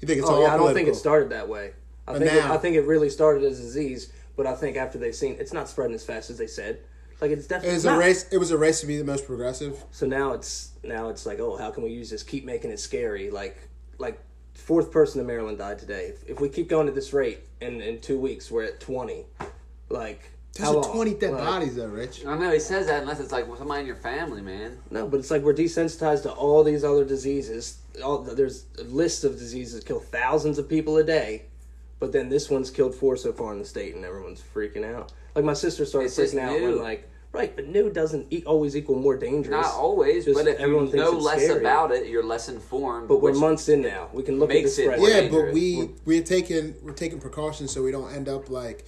[SPEAKER 2] You think it's
[SPEAKER 3] economy.
[SPEAKER 2] all
[SPEAKER 3] Oh, yeah, I don't
[SPEAKER 2] political.
[SPEAKER 3] think it started that way. I
[SPEAKER 2] But
[SPEAKER 3] think it,
[SPEAKER 2] now-
[SPEAKER 3] I think it really started as a disease, but I think after they seen it's not spreading as fast as they said. Like it's
[SPEAKER 2] It
[SPEAKER 3] definitely
[SPEAKER 2] was a race. It was a race to be the most progressive.
[SPEAKER 3] So now it's now it's like, oh, how can we use this? Keep making it scary. Like like fourth person in Maryland died today. If, if we keep going at this rate, in in two weeks we're at twenty. Like
[SPEAKER 2] There's
[SPEAKER 3] how long?
[SPEAKER 2] twenty dead
[SPEAKER 3] Like,
[SPEAKER 2] bodies though, Rich.
[SPEAKER 1] I don't know. He says that unless it's like well, somebody in your family, man.
[SPEAKER 3] No, but it's like we're desensitized to all these other diseases. All there's a list of diseases that kill thousands of people a day, but then this one's killed four so far in the state, and everyone's freaking out. Like my sister started
[SPEAKER 1] It's just
[SPEAKER 3] freaking out
[SPEAKER 1] new.
[SPEAKER 3] when like right, but new doesn't e- always equal more dangerous.
[SPEAKER 1] Not always,
[SPEAKER 3] Just
[SPEAKER 1] but if
[SPEAKER 3] everyone
[SPEAKER 1] you
[SPEAKER 3] thinks
[SPEAKER 1] know
[SPEAKER 3] it's
[SPEAKER 1] less
[SPEAKER 3] scary.
[SPEAKER 1] about it, you're less informed.
[SPEAKER 3] But we're
[SPEAKER 1] which-
[SPEAKER 3] months in now. We can look at the
[SPEAKER 1] makes it
[SPEAKER 3] spread.
[SPEAKER 1] more
[SPEAKER 2] Yeah,
[SPEAKER 1] dangerous.
[SPEAKER 2] but we we're taking we're taking precautions so we don't end up like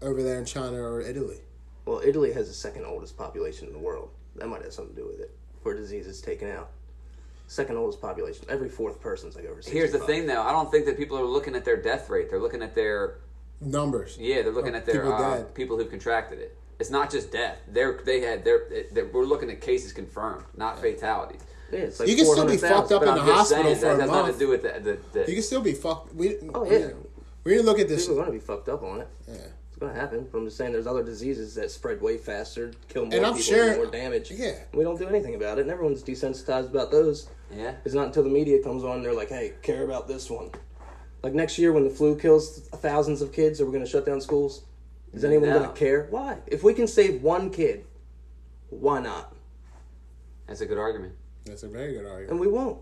[SPEAKER 2] over there in China or Italy.
[SPEAKER 3] Well, Italy has the second oldest population in the world. That might have something to do with it. Where disease is taken out. Second oldest population. Every fourth person's like over. 65.
[SPEAKER 1] Here's the thing, though. I don't think that people are looking at their death rate. They're looking at their
[SPEAKER 2] Numbers.
[SPEAKER 1] yeah. They're looking
[SPEAKER 2] Oh,
[SPEAKER 1] at their
[SPEAKER 2] people
[SPEAKER 1] people, uh,
[SPEAKER 2] dead.
[SPEAKER 1] people who've contracted it. It's not just death. They're they had their. they we're looking at cases confirmed, not fatalities.
[SPEAKER 3] Yeah, it's like
[SPEAKER 2] You can still be
[SPEAKER 3] 400,000.
[SPEAKER 2] fucked up
[SPEAKER 1] But
[SPEAKER 2] in
[SPEAKER 1] I'm
[SPEAKER 2] the
[SPEAKER 1] just
[SPEAKER 2] hospital
[SPEAKER 1] saying
[SPEAKER 2] for
[SPEAKER 1] that
[SPEAKER 2] a
[SPEAKER 1] has nothing
[SPEAKER 2] month.
[SPEAKER 1] to do with the. the, the
[SPEAKER 2] You can still be fucked. We
[SPEAKER 3] Oh,
[SPEAKER 2] oh,
[SPEAKER 3] yeah.
[SPEAKER 2] yeah. we didn't look at this.
[SPEAKER 3] People are gonna be fucked up on it.
[SPEAKER 2] Yeah.
[SPEAKER 3] It's gonna happen. But I'm just saying, there's other diseases that spread way faster, kill more
[SPEAKER 2] And I'm
[SPEAKER 3] people,
[SPEAKER 2] sure-
[SPEAKER 3] do more damage.
[SPEAKER 2] Yeah.
[SPEAKER 3] we don't do anything about it, and everyone's desensitized about those.
[SPEAKER 1] yeah.
[SPEAKER 3] It's not until the media comes on they're like, "Hey, care about this one." Like next year, when the flu kills thousands of kids, are we going to shut down schools? Is anyone
[SPEAKER 1] No.
[SPEAKER 3] going to care? Why? If we can save one kid, why not?
[SPEAKER 1] That's a good argument.
[SPEAKER 2] That's a very good argument.
[SPEAKER 3] And we won't.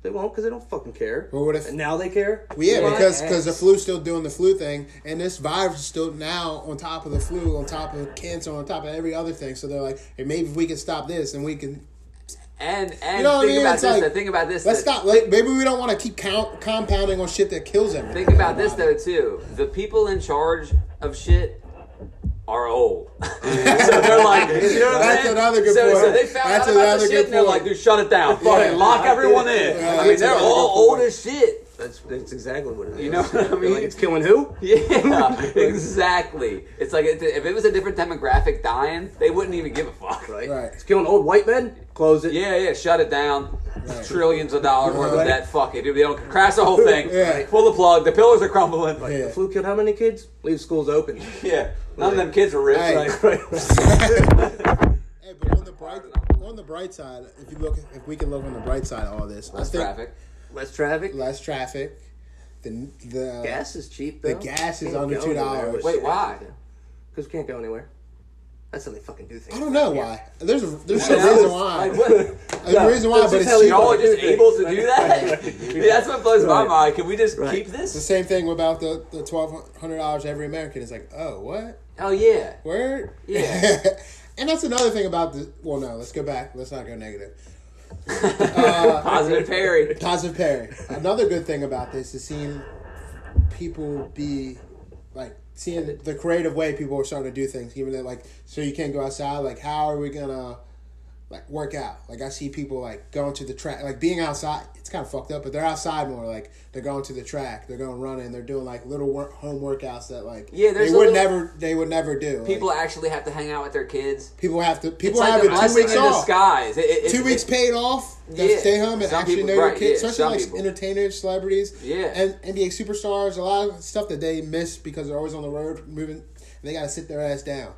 [SPEAKER 3] They won't because they don't fucking care.
[SPEAKER 2] Well, what if-
[SPEAKER 3] And now they care?
[SPEAKER 2] Well, yeah,
[SPEAKER 3] My
[SPEAKER 2] because because the
[SPEAKER 3] ass.
[SPEAKER 2] flu's still doing the flu thing, and this virus is still now on top of the flu, on top of cancer, on top of every other thing. So they're like, hey, maybe if we can stop this, and we can
[SPEAKER 1] And and
[SPEAKER 2] You know what I
[SPEAKER 1] think
[SPEAKER 2] mean?
[SPEAKER 1] about
[SPEAKER 2] It's
[SPEAKER 1] this.
[SPEAKER 2] like,
[SPEAKER 1] though, think about this.
[SPEAKER 2] let's
[SPEAKER 1] that-
[SPEAKER 2] stop. Like, maybe we don't want to keep count, compounding on shit that kills everything.
[SPEAKER 1] Think about this though too. The people in charge of shit are old, so they're like, you know what I'm
[SPEAKER 2] That's
[SPEAKER 1] saying?
[SPEAKER 2] another good
[SPEAKER 1] so, So
[SPEAKER 2] point.
[SPEAKER 1] they found
[SPEAKER 2] That's
[SPEAKER 1] out about
[SPEAKER 2] another
[SPEAKER 1] the
[SPEAKER 2] good
[SPEAKER 1] shit and they're
[SPEAKER 2] point.
[SPEAKER 1] like, dude, shut it down,
[SPEAKER 2] Yeah.
[SPEAKER 1] fucking lock everyone in.
[SPEAKER 2] Yeah,
[SPEAKER 1] I mean,
[SPEAKER 2] that's
[SPEAKER 1] they're
[SPEAKER 2] another
[SPEAKER 1] all
[SPEAKER 2] good
[SPEAKER 1] old
[SPEAKER 2] point.
[SPEAKER 1] as shit.
[SPEAKER 3] That's that's exactly what it is.
[SPEAKER 1] You know what I
[SPEAKER 3] They're
[SPEAKER 1] mean?
[SPEAKER 3] Like, it's killing who?
[SPEAKER 1] Yeah, exactly. It's like it- if it was a different demographic dying, they wouldn't even give a fuck.
[SPEAKER 3] Right.
[SPEAKER 2] Right.
[SPEAKER 3] It's killing old white men. Close it.
[SPEAKER 1] Yeah, yeah, shut it down.
[SPEAKER 2] Right.
[SPEAKER 1] Trillions of dollars worth of
[SPEAKER 2] Right.
[SPEAKER 1] debt. Fuck it, dude. They don't crash the whole thing.
[SPEAKER 2] Yeah.
[SPEAKER 1] Pull the plug. The pillars are crumbling. Like,
[SPEAKER 2] Yeah.
[SPEAKER 3] The flu killed how many kids? Leave schools open.
[SPEAKER 1] yeah. None of them kids are rich.
[SPEAKER 2] Hey.
[SPEAKER 1] Like,
[SPEAKER 3] right.
[SPEAKER 2] Hey, but on the bright on the bright side, if you look, if we can look on the bright side of all this,
[SPEAKER 1] less traffic.
[SPEAKER 3] Less traffic.
[SPEAKER 2] less traffic. The the
[SPEAKER 3] Gas is cheap though.
[SPEAKER 2] The gas is under $2.
[SPEAKER 1] Wait, why?
[SPEAKER 3] Because we can't go anywhere. That's how they fucking do things.
[SPEAKER 2] I don't know why. There's a, there's
[SPEAKER 1] Yeah,
[SPEAKER 2] a reason
[SPEAKER 1] it's-
[SPEAKER 2] why.
[SPEAKER 1] like, what-
[SPEAKER 2] There's a reason why,
[SPEAKER 3] that's
[SPEAKER 2] but
[SPEAKER 3] just
[SPEAKER 2] it's
[SPEAKER 3] how they
[SPEAKER 2] cheaper.
[SPEAKER 1] Y'all are just
[SPEAKER 3] Right.
[SPEAKER 1] able to do that. Yeah, that's what blows my
[SPEAKER 3] Right.
[SPEAKER 1] mind. Can we just
[SPEAKER 3] Right.
[SPEAKER 1] keep
[SPEAKER 2] The
[SPEAKER 1] this?
[SPEAKER 2] same thing about the the twelve hundred dollars every American is like, oh, what?
[SPEAKER 1] Oh yeah.
[SPEAKER 2] Where?
[SPEAKER 1] Yeah.
[SPEAKER 2] and that's another thing about the. Well, no, let's go back. Let's not go negative.
[SPEAKER 1] Positive Perry.
[SPEAKER 2] Positive Perry. Another good thing about this is seeing people be like seeing the creative way people are starting to do things, even though like so you can't go outside. Like, how are we gonna like work out? Like, I see people like going to the track, like being outside. It's kind of fucked up, but they're outside more. Like, they're going to the track, they're going running, they're doing like little work, home workouts that like
[SPEAKER 1] Yeah, there's
[SPEAKER 2] they
[SPEAKER 1] a
[SPEAKER 2] would
[SPEAKER 1] little-
[SPEAKER 2] never they would never do. Like,
[SPEAKER 1] People actually have to hang out with their kids.
[SPEAKER 2] people have to people
[SPEAKER 1] It's like
[SPEAKER 2] have
[SPEAKER 1] a
[SPEAKER 2] it two
[SPEAKER 1] blessing in
[SPEAKER 2] weeks off
[SPEAKER 1] disguise. It- it-
[SPEAKER 2] two
[SPEAKER 1] it-
[SPEAKER 2] weeks paid off. They
[SPEAKER 1] Yeah.
[SPEAKER 2] stay home and
[SPEAKER 1] Some
[SPEAKER 2] actually
[SPEAKER 1] people-
[SPEAKER 2] know
[SPEAKER 1] right,
[SPEAKER 2] their kids,
[SPEAKER 1] yeah, some
[SPEAKER 2] especially like
[SPEAKER 1] people.
[SPEAKER 2] entertainers, celebrities,
[SPEAKER 1] Yeah.
[SPEAKER 2] and NBA superstars. A lot of stuff that they miss because they're always on the road moving. They got to sit their ass down.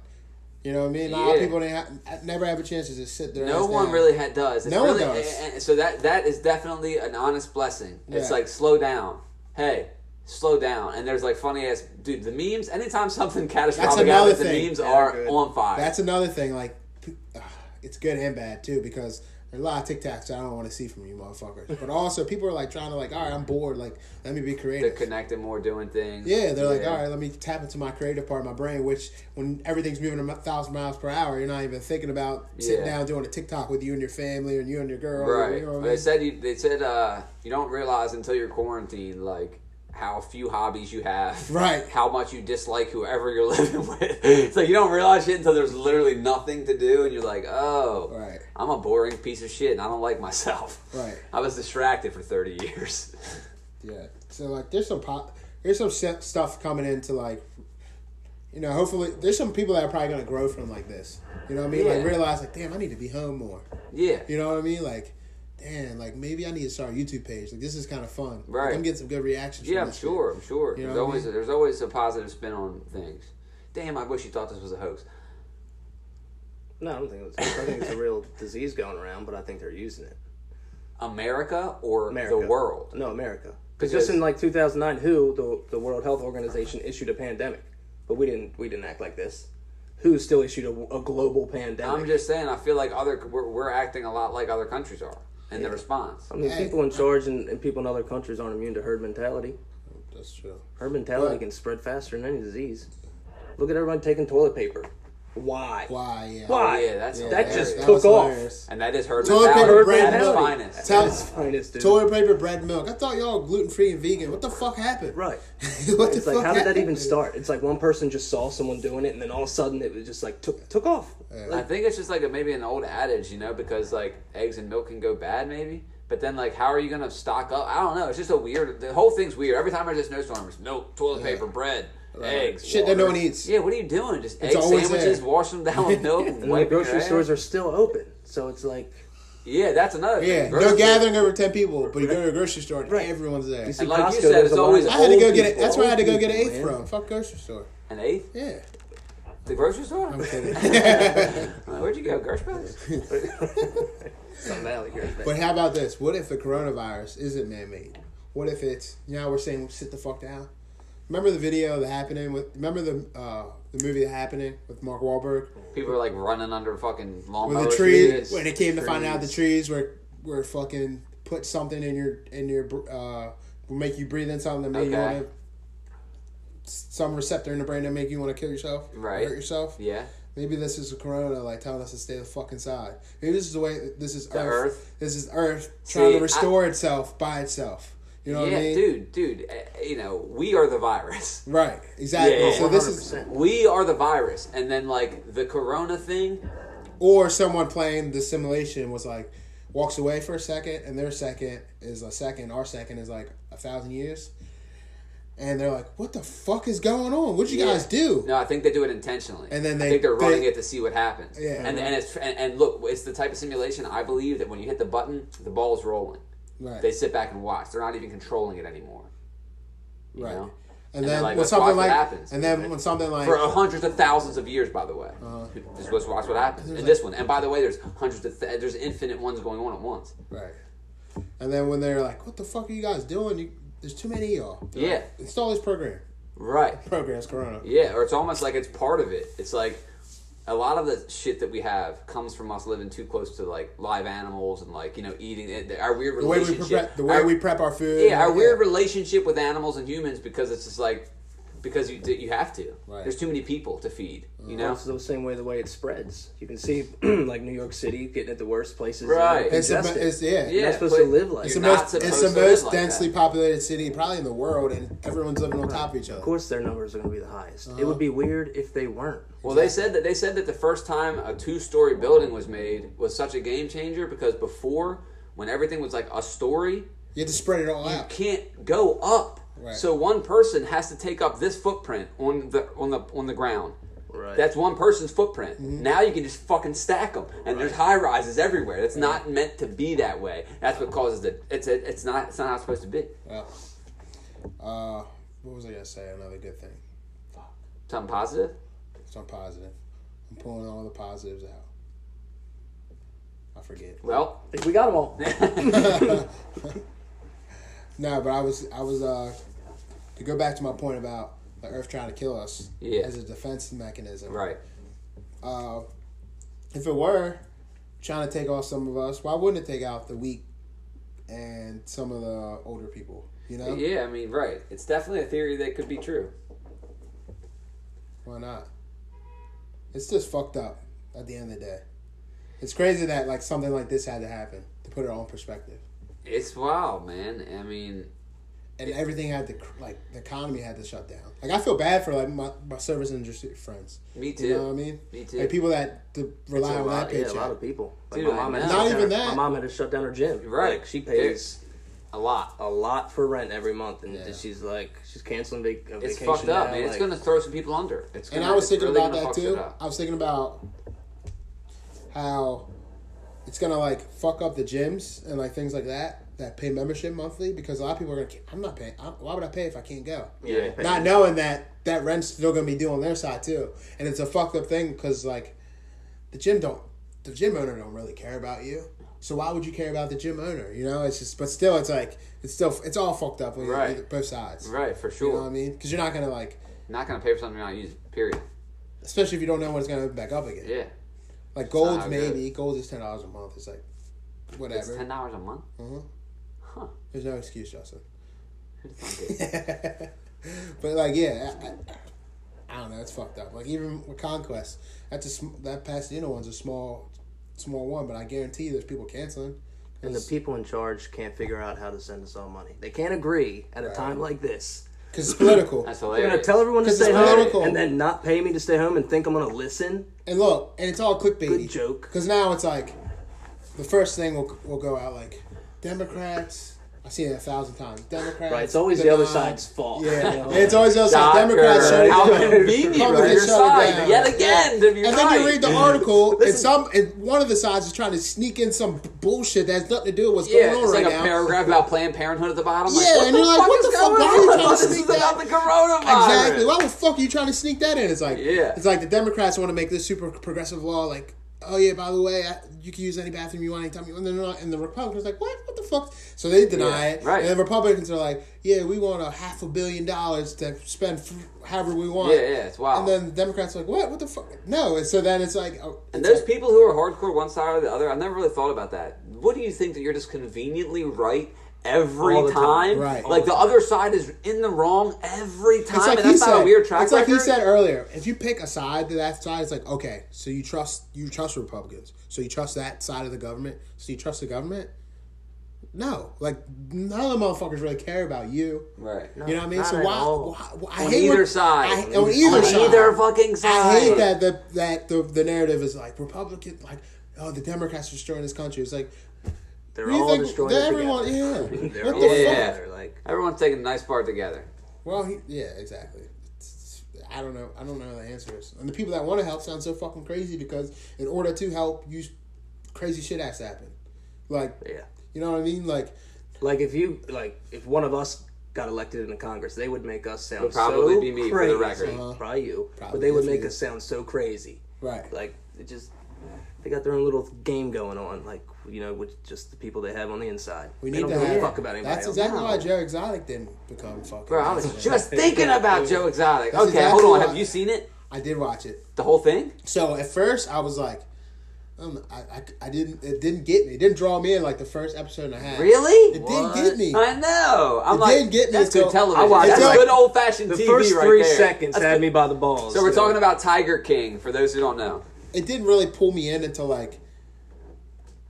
[SPEAKER 2] You know what I mean? A lot of
[SPEAKER 1] Yeah.
[SPEAKER 2] people didn't ha- never have a chance to just sit their ass
[SPEAKER 1] No
[SPEAKER 2] down.
[SPEAKER 1] one really ha- does. It's
[SPEAKER 2] No one
[SPEAKER 1] really,
[SPEAKER 2] does.
[SPEAKER 1] and- and so that that is definitely an honest blessing. It's
[SPEAKER 2] Yeah.
[SPEAKER 1] like slow down. Hey, slow down. And there's like funny ass dude. The memes. Anytime something catastrophic
[SPEAKER 2] another
[SPEAKER 1] happens, the
[SPEAKER 2] thing.
[SPEAKER 1] memes
[SPEAKER 3] Yeah,
[SPEAKER 1] are
[SPEAKER 3] good.
[SPEAKER 1] on fire.
[SPEAKER 2] That's another thing. Like, ugh, it's good and bad too because there are a lot of TikToks I don't want to see from you motherfuckers. But also, people are like trying to like, all right, I'm bored. Like, let me be
[SPEAKER 1] they're
[SPEAKER 2] creative.
[SPEAKER 1] connecting more, doing things.
[SPEAKER 2] Yeah, they're like, all right, let me tap into my creative part of my brain, which when everything's moving a mi- thousand miles per hour, you're not even thinking about sitting
[SPEAKER 1] Yeah.
[SPEAKER 2] down doing a TikTok with you and your family and you and your girl.
[SPEAKER 1] Right.
[SPEAKER 2] You know what I
[SPEAKER 1] they
[SPEAKER 2] mean?
[SPEAKER 1] said you. They said uh, you don't realize until you're quarantined, like how few hobbies you have.
[SPEAKER 2] Right.
[SPEAKER 1] How much you dislike whoever you're living with. It's like you don't realize shit until there's literally nothing to do, and you're like, oh,
[SPEAKER 2] Right.
[SPEAKER 1] I'm a boring piece of shit, and I don't like myself.
[SPEAKER 2] Right.
[SPEAKER 1] I was distracted for 30 years.
[SPEAKER 2] Yeah. So like, there's some pop, there's some se- stuff coming into like, you know, hopefully there's some people that are probably gonna grow from like this. You know what I mean?
[SPEAKER 1] Yeah.
[SPEAKER 2] Like realize like, damn, I need to be home more.
[SPEAKER 1] yeah.
[SPEAKER 2] You know what I mean? Like, damn, like maybe I need to start a YouTube page. Like this is kind of fun.
[SPEAKER 1] Right.
[SPEAKER 2] Like, I'm getting some good reactions.
[SPEAKER 1] Yeah,
[SPEAKER 2] from
[SPEAKER 1] I'm
[SPEAKER 2] this shit.
[SPEAKER 1] sure. I'm sure.
[SPEAKER 2] You know
[SPEAKER 1] there's
[SPEAKER 2] what I
[SPEAKER 1] always
[SPEAKER 2] mean?
[SPEAKER 1] there's always a positive spin on things. Damn, I wish you thought this was a hoax.
[SPEAKER 3] No, I don't think it's. I think it's a real disease going around, but I think they're using it.
[SPEAKER 1] America or
[SPEAKER 3] America.
[SPEAKER 1] the world?
[SPEAKER 3] No, America.
[SPEAKER 1] Because-
[SPEAKER 3] Because just in like 2009, WHO, the, the World Health Organization, issued a pandemic, but we didn't we didn't act like this. WHO still issued a, a global pandemic.
[SPEAKER 1] I'm just saying. I feel like other we're, we're acting a lot like other countries are in the response.
[SPEAKER 3] I mean,
[SPEAKER 2] Hey.
[SPEAKER 3] people in charge and, and people in other countries aren't immune to herd mentality.
[SPEAKER 2] That's true.
[SPEAKER 3] Herd mentality
[SPEAKER 2] Right.
[SPEAKER 3] can spread faster than any disease. Look at everyone taking toilet paper. Why?
[SPEAKER 2] Why? Oh, Yeah.
[SPEAKER 3] Why?
[SPEAKER 1] Yeah, that's
[SPEAKER 3] that
[SPEAKER 1] hilarious.
[SPEAKER 3] just
[SPEAKER 1] That
[SPEAKER 3] took
[SPEAKER 2] was
[SPEAKER 3] off.
[SPEAKER 2] hilarious.
[SPEAKER 1] And that is her
[SPEAKER 2] Toilet
[SPEAKER 1] mentality.
[SPEAKER 2] paper
[SPEAKER 3] Herd
[SPEAKER 2] brand
[SPEAKER 1] At its
[SPEAKER 2] milk.
[SPEAKER 1] finest.
[SPEAKER 2] Tell-
[SPEAKER 3] It's finest, dude.
[SPEAKER 2] Toilet paper, bread, milk. I thought y'all gluten free and vegan. What the fuck happened?
[SPEAKER 3] Right.
[SPEAKER 2] what
[SPEAKER 3] It's
[SPEAKER 2] the
[SPEAKER 3] like
[SPEAKER 2] fuck
[SPEAKER 3] how did that
[SPEAKER 2] happened?
[SPEAKER 3] even start? It's like one person just saw someone doing it, and then all of a sudden it was just like took took off.
[SPEAKER 1] I think it's just like a, maybe an old adage, you know, because like eggs and milk can go bad, maybe. But then, like, how are you gonna stock up? I don't know. It's just a weird. The whole thing's weird. Every time I just snowstorm, it's milk, toilet paper, bread, eggs,
[SPEAKER 2] Shit that no one eats.
[SPEAKER 1] Yeah, what are you doing? Just egg
[SPEAKER 2] always
[SPEAKER 1] sandwiches,
[SPEAKER 2] there.
[SPEAKER 1] wash them down with milk.
[SPEAKER 3] And the grocery stores are still open, so it's like
[SPEAKER 1] Yeah, that's another. thing.
[SPEAKER 2] Yeah, no
[SPEAKER 1] Grocery-
[SPEAKER 2] gathering over ten people, but you go to a grocery store and
[SPEAKER 3] Right.
[SPEAKER 2] everyone's there.
[SPEAKER 3] you see
[SPEAKER 1] And like you
[SPEAKER 3] Costco.
[SPEAKER 1] said,
[SPEAKER 3] there's
[SPEAKER 1] it's
[SPEAKER 3] a
[SPEAKER 1] always
[SPEAKER 3] line
[SPEAKER 2] I
[SPEAKER 3] of
[SPEAKER 2] had to
[SPEAKER 3] old
[SPEAKER 2] go get it.
[SPEAKER 3] people.
[SPEAKER 2] That's where I had to go
[SPEAKER 3] Old
[SPEAKER 2] get an
[SPEAKER 3] people,
[SPEAKER 2] eighth
[SPEAKER 3] man.
[SPEAKER 2] from. Fuck grocery store.
[SPEAKER 1] An eighth?
[SPEAKER 2] Yeah.
[SPEAKER 1] The grocery store? Uh, Where'd you go, Gershba's?
[SPEAKER 3] Some valley here, man.
[SPEAKER 2] But how about this? What if the coronavirus isn't man made? What if it's you know how we're saying sit the fuck down? Remember the video that happening with remember the uh, the movie that happening with Mark Wahlberg?
[SPEAKER 1] People are like running under fucking lawnmower
[SPEAKER 2] With the
[SPEAKER 1] shit.
[SPEAKER 2] trees, when it came to find out the trees were were fucking put something in your in your br- uh will make you breathe in something that made you
[SPEAKER 1] Okay.
[SPEAKER 2] want to some receptor in the brain that make you want to kill yourself, or
[SPEAKER 1] Right.
[SPEAKER 2] Hurt yourself.
[SPEAKER 1] Yeah.
[SPEAKER 2] Maybe this is Corona, like telling us to stay the fuck inside. Maybe this is the way. This is Earth.
[SPEAKER 1] Earth.
[SPEAKER 2] This is Earth trying
[SPEAKER 1] See,
[SPEAKER 2] to restore itself by itself. You know
[SPEAKER 1] yeah,
[SPEAKER 2] what I mean?
[SPEAKER 1] dude, dude. uh, You know, we are the virus.
[SPEAKER 2] Right. Exactly.
[SPEAKER 1] Yeah, yeah,
[SPEAKER 2] so this is,
[SPEAKER 3] 100%.
[SPEAKER 1] We are the virus, and then like the corona thing.
[SPEAKER 2] or someone playing the simulation was like, walks away for a second, and their second is a second. Our second is like a thousand years. And they're like, "What the fuck is going on? What'd you
[SPEAKER 1] Yeah.
[SPEAKER 2] guys do?"
[SPEAKER 1] No, I think they do it intentionally.
[SPEAKER 2] And then
[SPEAKER 1] I
[SPEAKER 2] they-
[SPEAKER 1] think they're
[SPEAKER 2] they-
[SPEAKER 1] running it to see what happens.
[SPEAKER 2] Yeah.
[SPEAKER 1] and and it's and, and look, it's the type of simulation I believe that when you hit the button, the ball's rolling.
[SPEAKER 2] Right.
[SPEAKER 1] They sit back and watch. They're not even controlling it anymore. You
[SPEAKER 2] right.
[SPEAKER 1] know?
[SPEAKER 2] And,
[SPEAKER 1] they're
[SPEAKER 2] then
[SPEAKER 1] like,
[SPEAKER 2] when
[SPEAKER 1] "Let's watch
[SPEAKER 2] something
[SPEAKER 1] what
[SPEAKER 2] like,
[SPEAKER 1] happens."
[SPEAKER 2] and then when something like,
[SPEAKER 1] For hundreds of thousands of years, by the way,
[SPEAKER 2] Uh,
[SPEAKER 1] just let's watch what happens. And this one, and by the way, there's hundreds of th- there's infinite ones going on at once.
[SPEAKER 2] right. And then when they're like, "What the fuck are you guys doing? You, there's too many of y'all." They're like, Install this program.
[SPEAKER 1] Right.
[SPEAKER 2] Programs Corona.
[SPEAKER 1] Yeah, or it's almost like it's part of it. It's like a lot of the shit that we have comes from us living too close to like live animals and like you know eating it. Our weird
[SPEAKER 2] The way we
[SPEAKER 1] relationship,
[SPEAKER 2] prep, the way
[SPEAKER 1] our,
[SPEAKER 2] we prep our food.
[SPEAKER 1] yeah, our weird relationship with animals and humans because it's just like because you you have to.
[SPEAKER 2] Right. Uh-huh.
[SPEAKER 1] There's too many people to feed. You know.
[SPEAKER 3] It's the same way the way it spreads. You can see like New York City getting at the worst places.
[SPEAKER 1] Right.
[SPEAKER 3] and
[SPEAKER 2] It's, the
[SPEAKER 3] congested.
[SPEAKER 2] mo- it's yeah.
[SPEAKER 1] Yeah,
[SPEAKER 3] supposed
[SPEAKER 1] but
[SPEAKER 3] to live like
[SPEAKER 1] you're
[SPEAKER 2] It's the
[SPEAKER 3] that.
[SPEAKER 1] not
[SPEAKER 2] most, it's
[SPEAKER 1] supposed
[SPEAKER 2] the
[SPEAKER 1] to live
[SPEAKER 2] most
[SPEAKER 1] like that.
[SPEAKER 2] densely populated city probably in the world, and everyone's living on top of each other.
[SPEAKER 3] of course, their numbers are going to be the highest.
[SPEAKER 2] Uh-huh.
[SPEAKER 3] It would be weird if they weren't.
[SPEAKER 1] Well, they said that they said that the first time a two-story building was made was such a game changer because before, when everything was like a story,
[SPEAKER 2] You have to spread it all out.
[SPEAKER 1] can't go up.
[SPEAKER 2] Right.
[SPEAKER 1] So one person has to take up this footprint on the on the on the ground.
[SPEAKER 3] Right.
[SPEAKER 1] That's one person's footprint. Now you can just fucking stack them, and there's high rises everywhere. That's not meant to be that way. That's what causes it. It's a, it's not it's not how it's supposed to be.
[SPEAKER 2] Well, uh, what was I gonna say? Another good thing.
[SPEAKER 1] Something positive.
[SPEAKER 2] So I'm positive. I'm pulling all the positives out. I forget.
[SPEAKER 1] Well,
[SPEAKER 3] Like, we got them all.
[SPEAKER 2] No, but I was I was uh to go back to my point about the Earth trying to kill us
[SPEAKER 1] Yeah.
[SPEAKER 2] as a defense mechanism.
[SPEAKER 1] right.
[SPEAKER 2] Uh, if it were trying to take off some of us, why wouldn't it take out the weak and some of the older people? You know,
[SPEAKER 1] Yeah, I mean, right. It's definitely a theory that could be true.
[SPEAKER 2] why not? It's just fucked up. At the end of the day, it's crazy that like something like this had to happen to put it all in perspective.
[SPEAKER 1] It's wild, man. I mean,
[SPEAKER 2] and everything had to cr- like the economy had to shut down. Like I feel bad for like my, my service industry friends.
[SPEAKER 1] me too.
[SPEAKER 2] You know what I mean?
[SPEAKER 1] Me too.
[SPEAKER 2] Like people that de- rely
[SPEAKER 3] a
[SPEAKER 2] on
[SPEAKER 3] lot,
[SPEAKER 2] that
[SPEAKER 3] yeah,
[SPEAKER 2] paycheck.
[SPEAKER 3] a lot of people. Like,
[SPEAKER 1] Dude,
[SPEAKER 3] my, mom
[SPEAKER 1] I know.
[SPEAKER 3] had to
[SPEAKER 2] Not
[SPEAKER 3] shut
[SPEAKER 2] even
[SPEAKER 3] down-
[SPEAKER 2] that.
[SPEAKER 3] my mom had to shut down her gym.
[SPEAKER 1] Right.
[SPEAKER 3] Like, she pays
[SPEAKER 1] a lot.
[SPEAKER 3] a lot for rent every month, and
[SPEAKER 2] Yeah.
[SPEAKER 3] she's like, she's canceling vac- a
[SPEAKER 1] It's
[SPEAKER 3] vacation.
[SPEAKER 1] fucked up,
[SPEAKER 3] now,
[SPEAKER 1] man. it's
[SPEAKER 3] like-
[SPEAKER 1] gonna throw some people under. It's
[SPEAKER 2] and
[SPEAKER 1] gonna,
[SPEAKER 2] I was
[SPEAKER 1] it's
[SPEAKER 2] thinking
[SPEAKER 1] really
[SPEAKER 2] about
[SPEAKER 1] gonna fuck
[SPEAKER 2] that
[SPEAKER 1] shit
[SPEAKER 2] too.
[SPEAKER 1] up.
[SPEAKER 2] I was thinking about how it's gonna like fuck up the gyms and like things like that that pay membership monthly because a lot of people are gonna. I'm not paying. I'm, why would I pay if I can't go?
[SPEAKER 3] Yeah.
[SPEAKER 2] Not knowing that that rent's still gonna be due on their side too, and it's a fucked up thing because like the gym don't the gym owner don't really care about you. So why would you care about the gym owner? You know, it's just but still it's like it's still it's all fucked up on
[SPEAKER 1] Right.
[SPEAKER 2] both sides.
[SPEAKER 1] Right, for
[SPEAKER 2] You
[SPEAKER 1] sure.
[SPEAKER 2] know what I mean? Because you're not gonna like,
[SPEAKER 1] Not gonna pay for something you're not using. Period.
[SPEAKER 2] especially if you don't know when it's gonna open back up again.
[SPEAKER 1] Yeah,
[SPEAKER 2] Like
[SPEAKER 1] how
[SPEAKER 2] gold,
[SPEAKER 1] it
[SPEAKER 2] maybe gold is ten dollars a month. It's like
[SPEAKER 1] it's
[SPEAKER 2] whatever. Mm-hmm.
[SPEAKER 1] ten dollars a month. Huh?
[SPEAKER 2] There's no excuse, Justin.
[SPEAKER 1] It's not good.
[SPEAKER 2] but like, yeah, I, I, I don't know. It's fucked up. Like even with Conquest, that's a sm- that Pasadena one's a small, small one. But I guarantee you, there's people canceling.
[SPEAKER 3] And the people in charge can't figure out how to send us all money. They can't agree at a time like this.
[SPEAKER 2] Because it's political.
[SPEAKER 1] That's
[SPEAKER 3] They're
[SPEAKER 1] hilarious.
[SPEAKER 3] gonna tell everyone to
[SPEAKER 2] 'Cause
[SPEAKER 3] stay
[SPEAKER 2] it's
[SPEAKER 3] home
[SPEAKER 2] political.
[SPEAKER 3] and then not pay me to stay home and think I'm gonna listen.
[SPEAKER 2] And look, and it's all clickbaity.
[SPEAKER 3] Good joke.
[SPEAKER 2] Because now it's like, the first thing will will go out like, Democrats. I've seen it a thousand times. Democrats.
[SPEAKER 3] Right, it's always the other
[SPEAKER 2] denied-
[SPEAKER 3] side's fault.
[SPEAKER 2] Yeah,
[SPEAKER 3] You know?
[SPEAKER 2] and it's always the other side.
[SPEAKER 1] Shocker.
[SPEAKER 2] Democrats shut it
[SPEAKER 1] How
[SPEAKER 2] down.
[SPEAKER 1] convenient
[SPEAKER 2] Republicans
[SPEAKER 1] for your
[SPEAKER 2] shut it
[SPEAKER 1] side
[SPEAKER 2] down.
[SPEAKER 1] yet again. to be
[SPEAKER 2] And then
[SPEAKER 1] right.
[SPEAKER 2] you read the article, and some and one of the sides is trying to sneak in some bullshit that has nothing to do with what's
[SPEAKER 1] Yeah,
[SPEAKER 2] going on
[SPEAKER 1] it's like
[SPEAKER 2] right
[SPEAKER 1] a
[SPEAKER 2] now.
[SPEAKER 1] paragraph about Planned Parenthood at the bottom. Like,
[SPEAKER 2] Yeah,
[SPEAKER 1] what
[SPEAKER 2] and
[SPEAKER 1] the
[SPEAKER 2] you're like,
[SPEAKER 1] fuck
[SPEAKER 2] what
[SPEAKER 1] is
[SPEAKER 2] the fuck?
[SPEAKER 1] going
[SPEAKER 2] Why are you
[SPEAKER 1] on?
[SPEAKER 2] trying to
[SPEAKER 1] This is
[SPEAKER 2] sneak
[SPEAKER 1] about the
[SPEAKER 2] that?
[SPEAKER 1] coronavirus.
[SPEAKER 2] Exactly. Why the fuck are you trying to sneak that in? It's like
[SPEAKER 1] Yeah.
[SPEAKER 2] it's like the Democrats want to make this super progressive law like. Oh yeah! By the way, I, you can use any bathroom you want anytime you want. And, they're not, and the Republicans are like, what? What the fuck? So they deny
[SPEAKER 1] Yeah,
[SPEAKER 2] it.
[SPEAKER 1] right.
[SPEAKER 2] And the Republicans are like, yeah, we want a half a billion dollars to spend f- however we want.
[SPEAKER 1] Yeah, yeah, it's wild.
[SPEAKER 2] And then the Democrats are like, what? What the fuck? No. And so then it's like, oh,
[SPEAKER 1] And
[SPEAKER 2] it's
[SPEAKER 1] those people who are hardcore one side or the other, I've never really thought about that. What do you think that you're just conveniently right every
[SPEAKER 3] All the
[SPEAKER 1] time?
[SPEAKER 3] time.
[SPEAKER 2] Right.
[SPEAKER 1] Like the other side is in the wrong every time.
[SPEAKER 2] It's like
[SPEAKER 1] and
[SPEAKER 2] he
[SPEAKER 1] that's
[SPEAKER 2] said.
[SPEAKER 1] not a weird track
[SPEAKER 2] it's like he
[SPEAKER 1] record.
[SPEAKER 2] said earlier. If you pick a side to that side, it's like okay, so you trust you trust Republicans, so you trust that side of the government, so you trust the government. No, like none of the motherfuckers really care about you.
[SPEAKER 1] Right.
[SPEAKER 2] you know what I mean?
[SPEAKER 3] not
[SPEAKER 2] So
[SPEAKER 3] at
[SPEAKER 2] why?
[SPEAKER 3] all.
[SPEAKER 2] why, why I
[SPEAKER 1] On
[SPEAKER 2] hate when-
[SPEAKER 1] either side.
[SPEAKER 2] I, on either
[SPEAKER 1] On
[SPEAKER 2] side.
[SPEAKER 1] either fucking side.
[SPEAKER 2] I hate that the that the, the narrative is like Republican like oh the Democrats are destroying this country. It's like
[SPEAKER 3] They're
[SPEAKER 2] What do you
[SPEAKER 3] all
[SPEAKER 2] think-
[SPEAKER 3] destroying
[SPEAKER 2] they're
[SPEAKER 3] it
[SPEAKER 2] everyone-
[SPEAKER 3] together.
[SPEAKER 2] yeah.
[SPEAKER 3] They're
[SPEAKER 2] What
[SPEAKER 3] all
[SPEAKER 2] the
[SPEAKER 1] fuck?
[SPEAKER 3] together. Like
[SPEAKER 1] Everyone's taking a nice part together.
[SPEAKER 2] Well, he, yeah, exactly. It's- I don't know. I don't know the answers. And the people that want to help sound so fucking crazy because in order to help, you crazy shit has to happen. Like,
[SPEAKER 3] yeah,
[SPEAKER 2] you know what I mean? Like,
[SPEAKER 3] like if you like if one of us got elected into Congress, they would make us sound
[SPEAKER 1] Would probably
[SPEAKER 3] so
[SPEAKER 1] be me, for
[SPEAKER 3] crazy.
[SPEAKER 1] the record.
[SPEAKER 2] Uh-huh.
[SPEAKER 3] Probably you,
[SPEAKER 2] Probably
[SPEAKER 3] but they would
[SPEAKER 2] it's
[SPEAKER 3] make
[SPEAKER 2] me.
[SPEAKER 3] us sound so crazy.
[SPEAKER 2] right?
[SPEAKER 3] Like it just they got their own little game going on. Like you know with just the people they have on the inside.
[SPEAKER 2] we
[SPEAKER 3] They
[SPEAKER 2] need
[SPEAKER 3] don't
[SPEAKER 2] to
[SPEAKER 3] give a
[SPEAKER 2] have.
[SPEAKER 3] fuck about anybody.
[SPEAKER 2] that's
[SPEAKER 3] else.
[SPEAKER 2] exactly why
[SPEAKER 1] No.
[SPEAKER 2] Joe Exotic didn't become fucking.
[SPEAKER 1] Bro, I was
[SPEAKER 2] president.
[SPEAKER 1] just thinking about Joe Exotic.
[SPEAKER 2] That's
[SPEAKER 1] Okay,
[SPEAKER 2] exactly
[SPEAKER 1] hold on.
[SPEAKER 2] why-
[SPEAKER 1] Have you seen it?
[SPEAKER 2] I did watch it.
[SPEAKER 1] The whole thing?
[SPEAKER 2] So at first I was like, um, I, I, I didn't it didn't get me. It didn't draw me in like the first episode and a half.
[SPEAKER 1] Really?
[SPEAKER 2] It didn't get me.
[SPEAKER 1] I know. I'm
[SPEAKER 2] It
[SPEAKER 1] like,
[SPEAKER 2] didn't get me
[SPEAKER 1] that's
[SPEAKER 2] until-
[SPEAKER 1] good television.
[SPEAKER 3] I watched
[SPEAKER 1] that's
[SPEAKER 2] it.
[SPEAKER 1] good old fashioned
[SPEAKER 3] The
[SPEAKER 1] TV
[SPEAKER 3] first
[SPEAKER 1] right
[SPEAKER 3] three
[SPEAKER 1] there.
[SPEAKER 3] seconds
[SPEAKER 1] That's
[SPEAKER 3] had
[SPEAKER 1] good-
[SPEAKER 3] me by the balls.
[SPEAKER 1] So we're
[SPEAKER 3] too.
[SPEAKER 1] talking about Tiger King for those who don't know.
[SPEAKER 2] It didn't really pull me in until like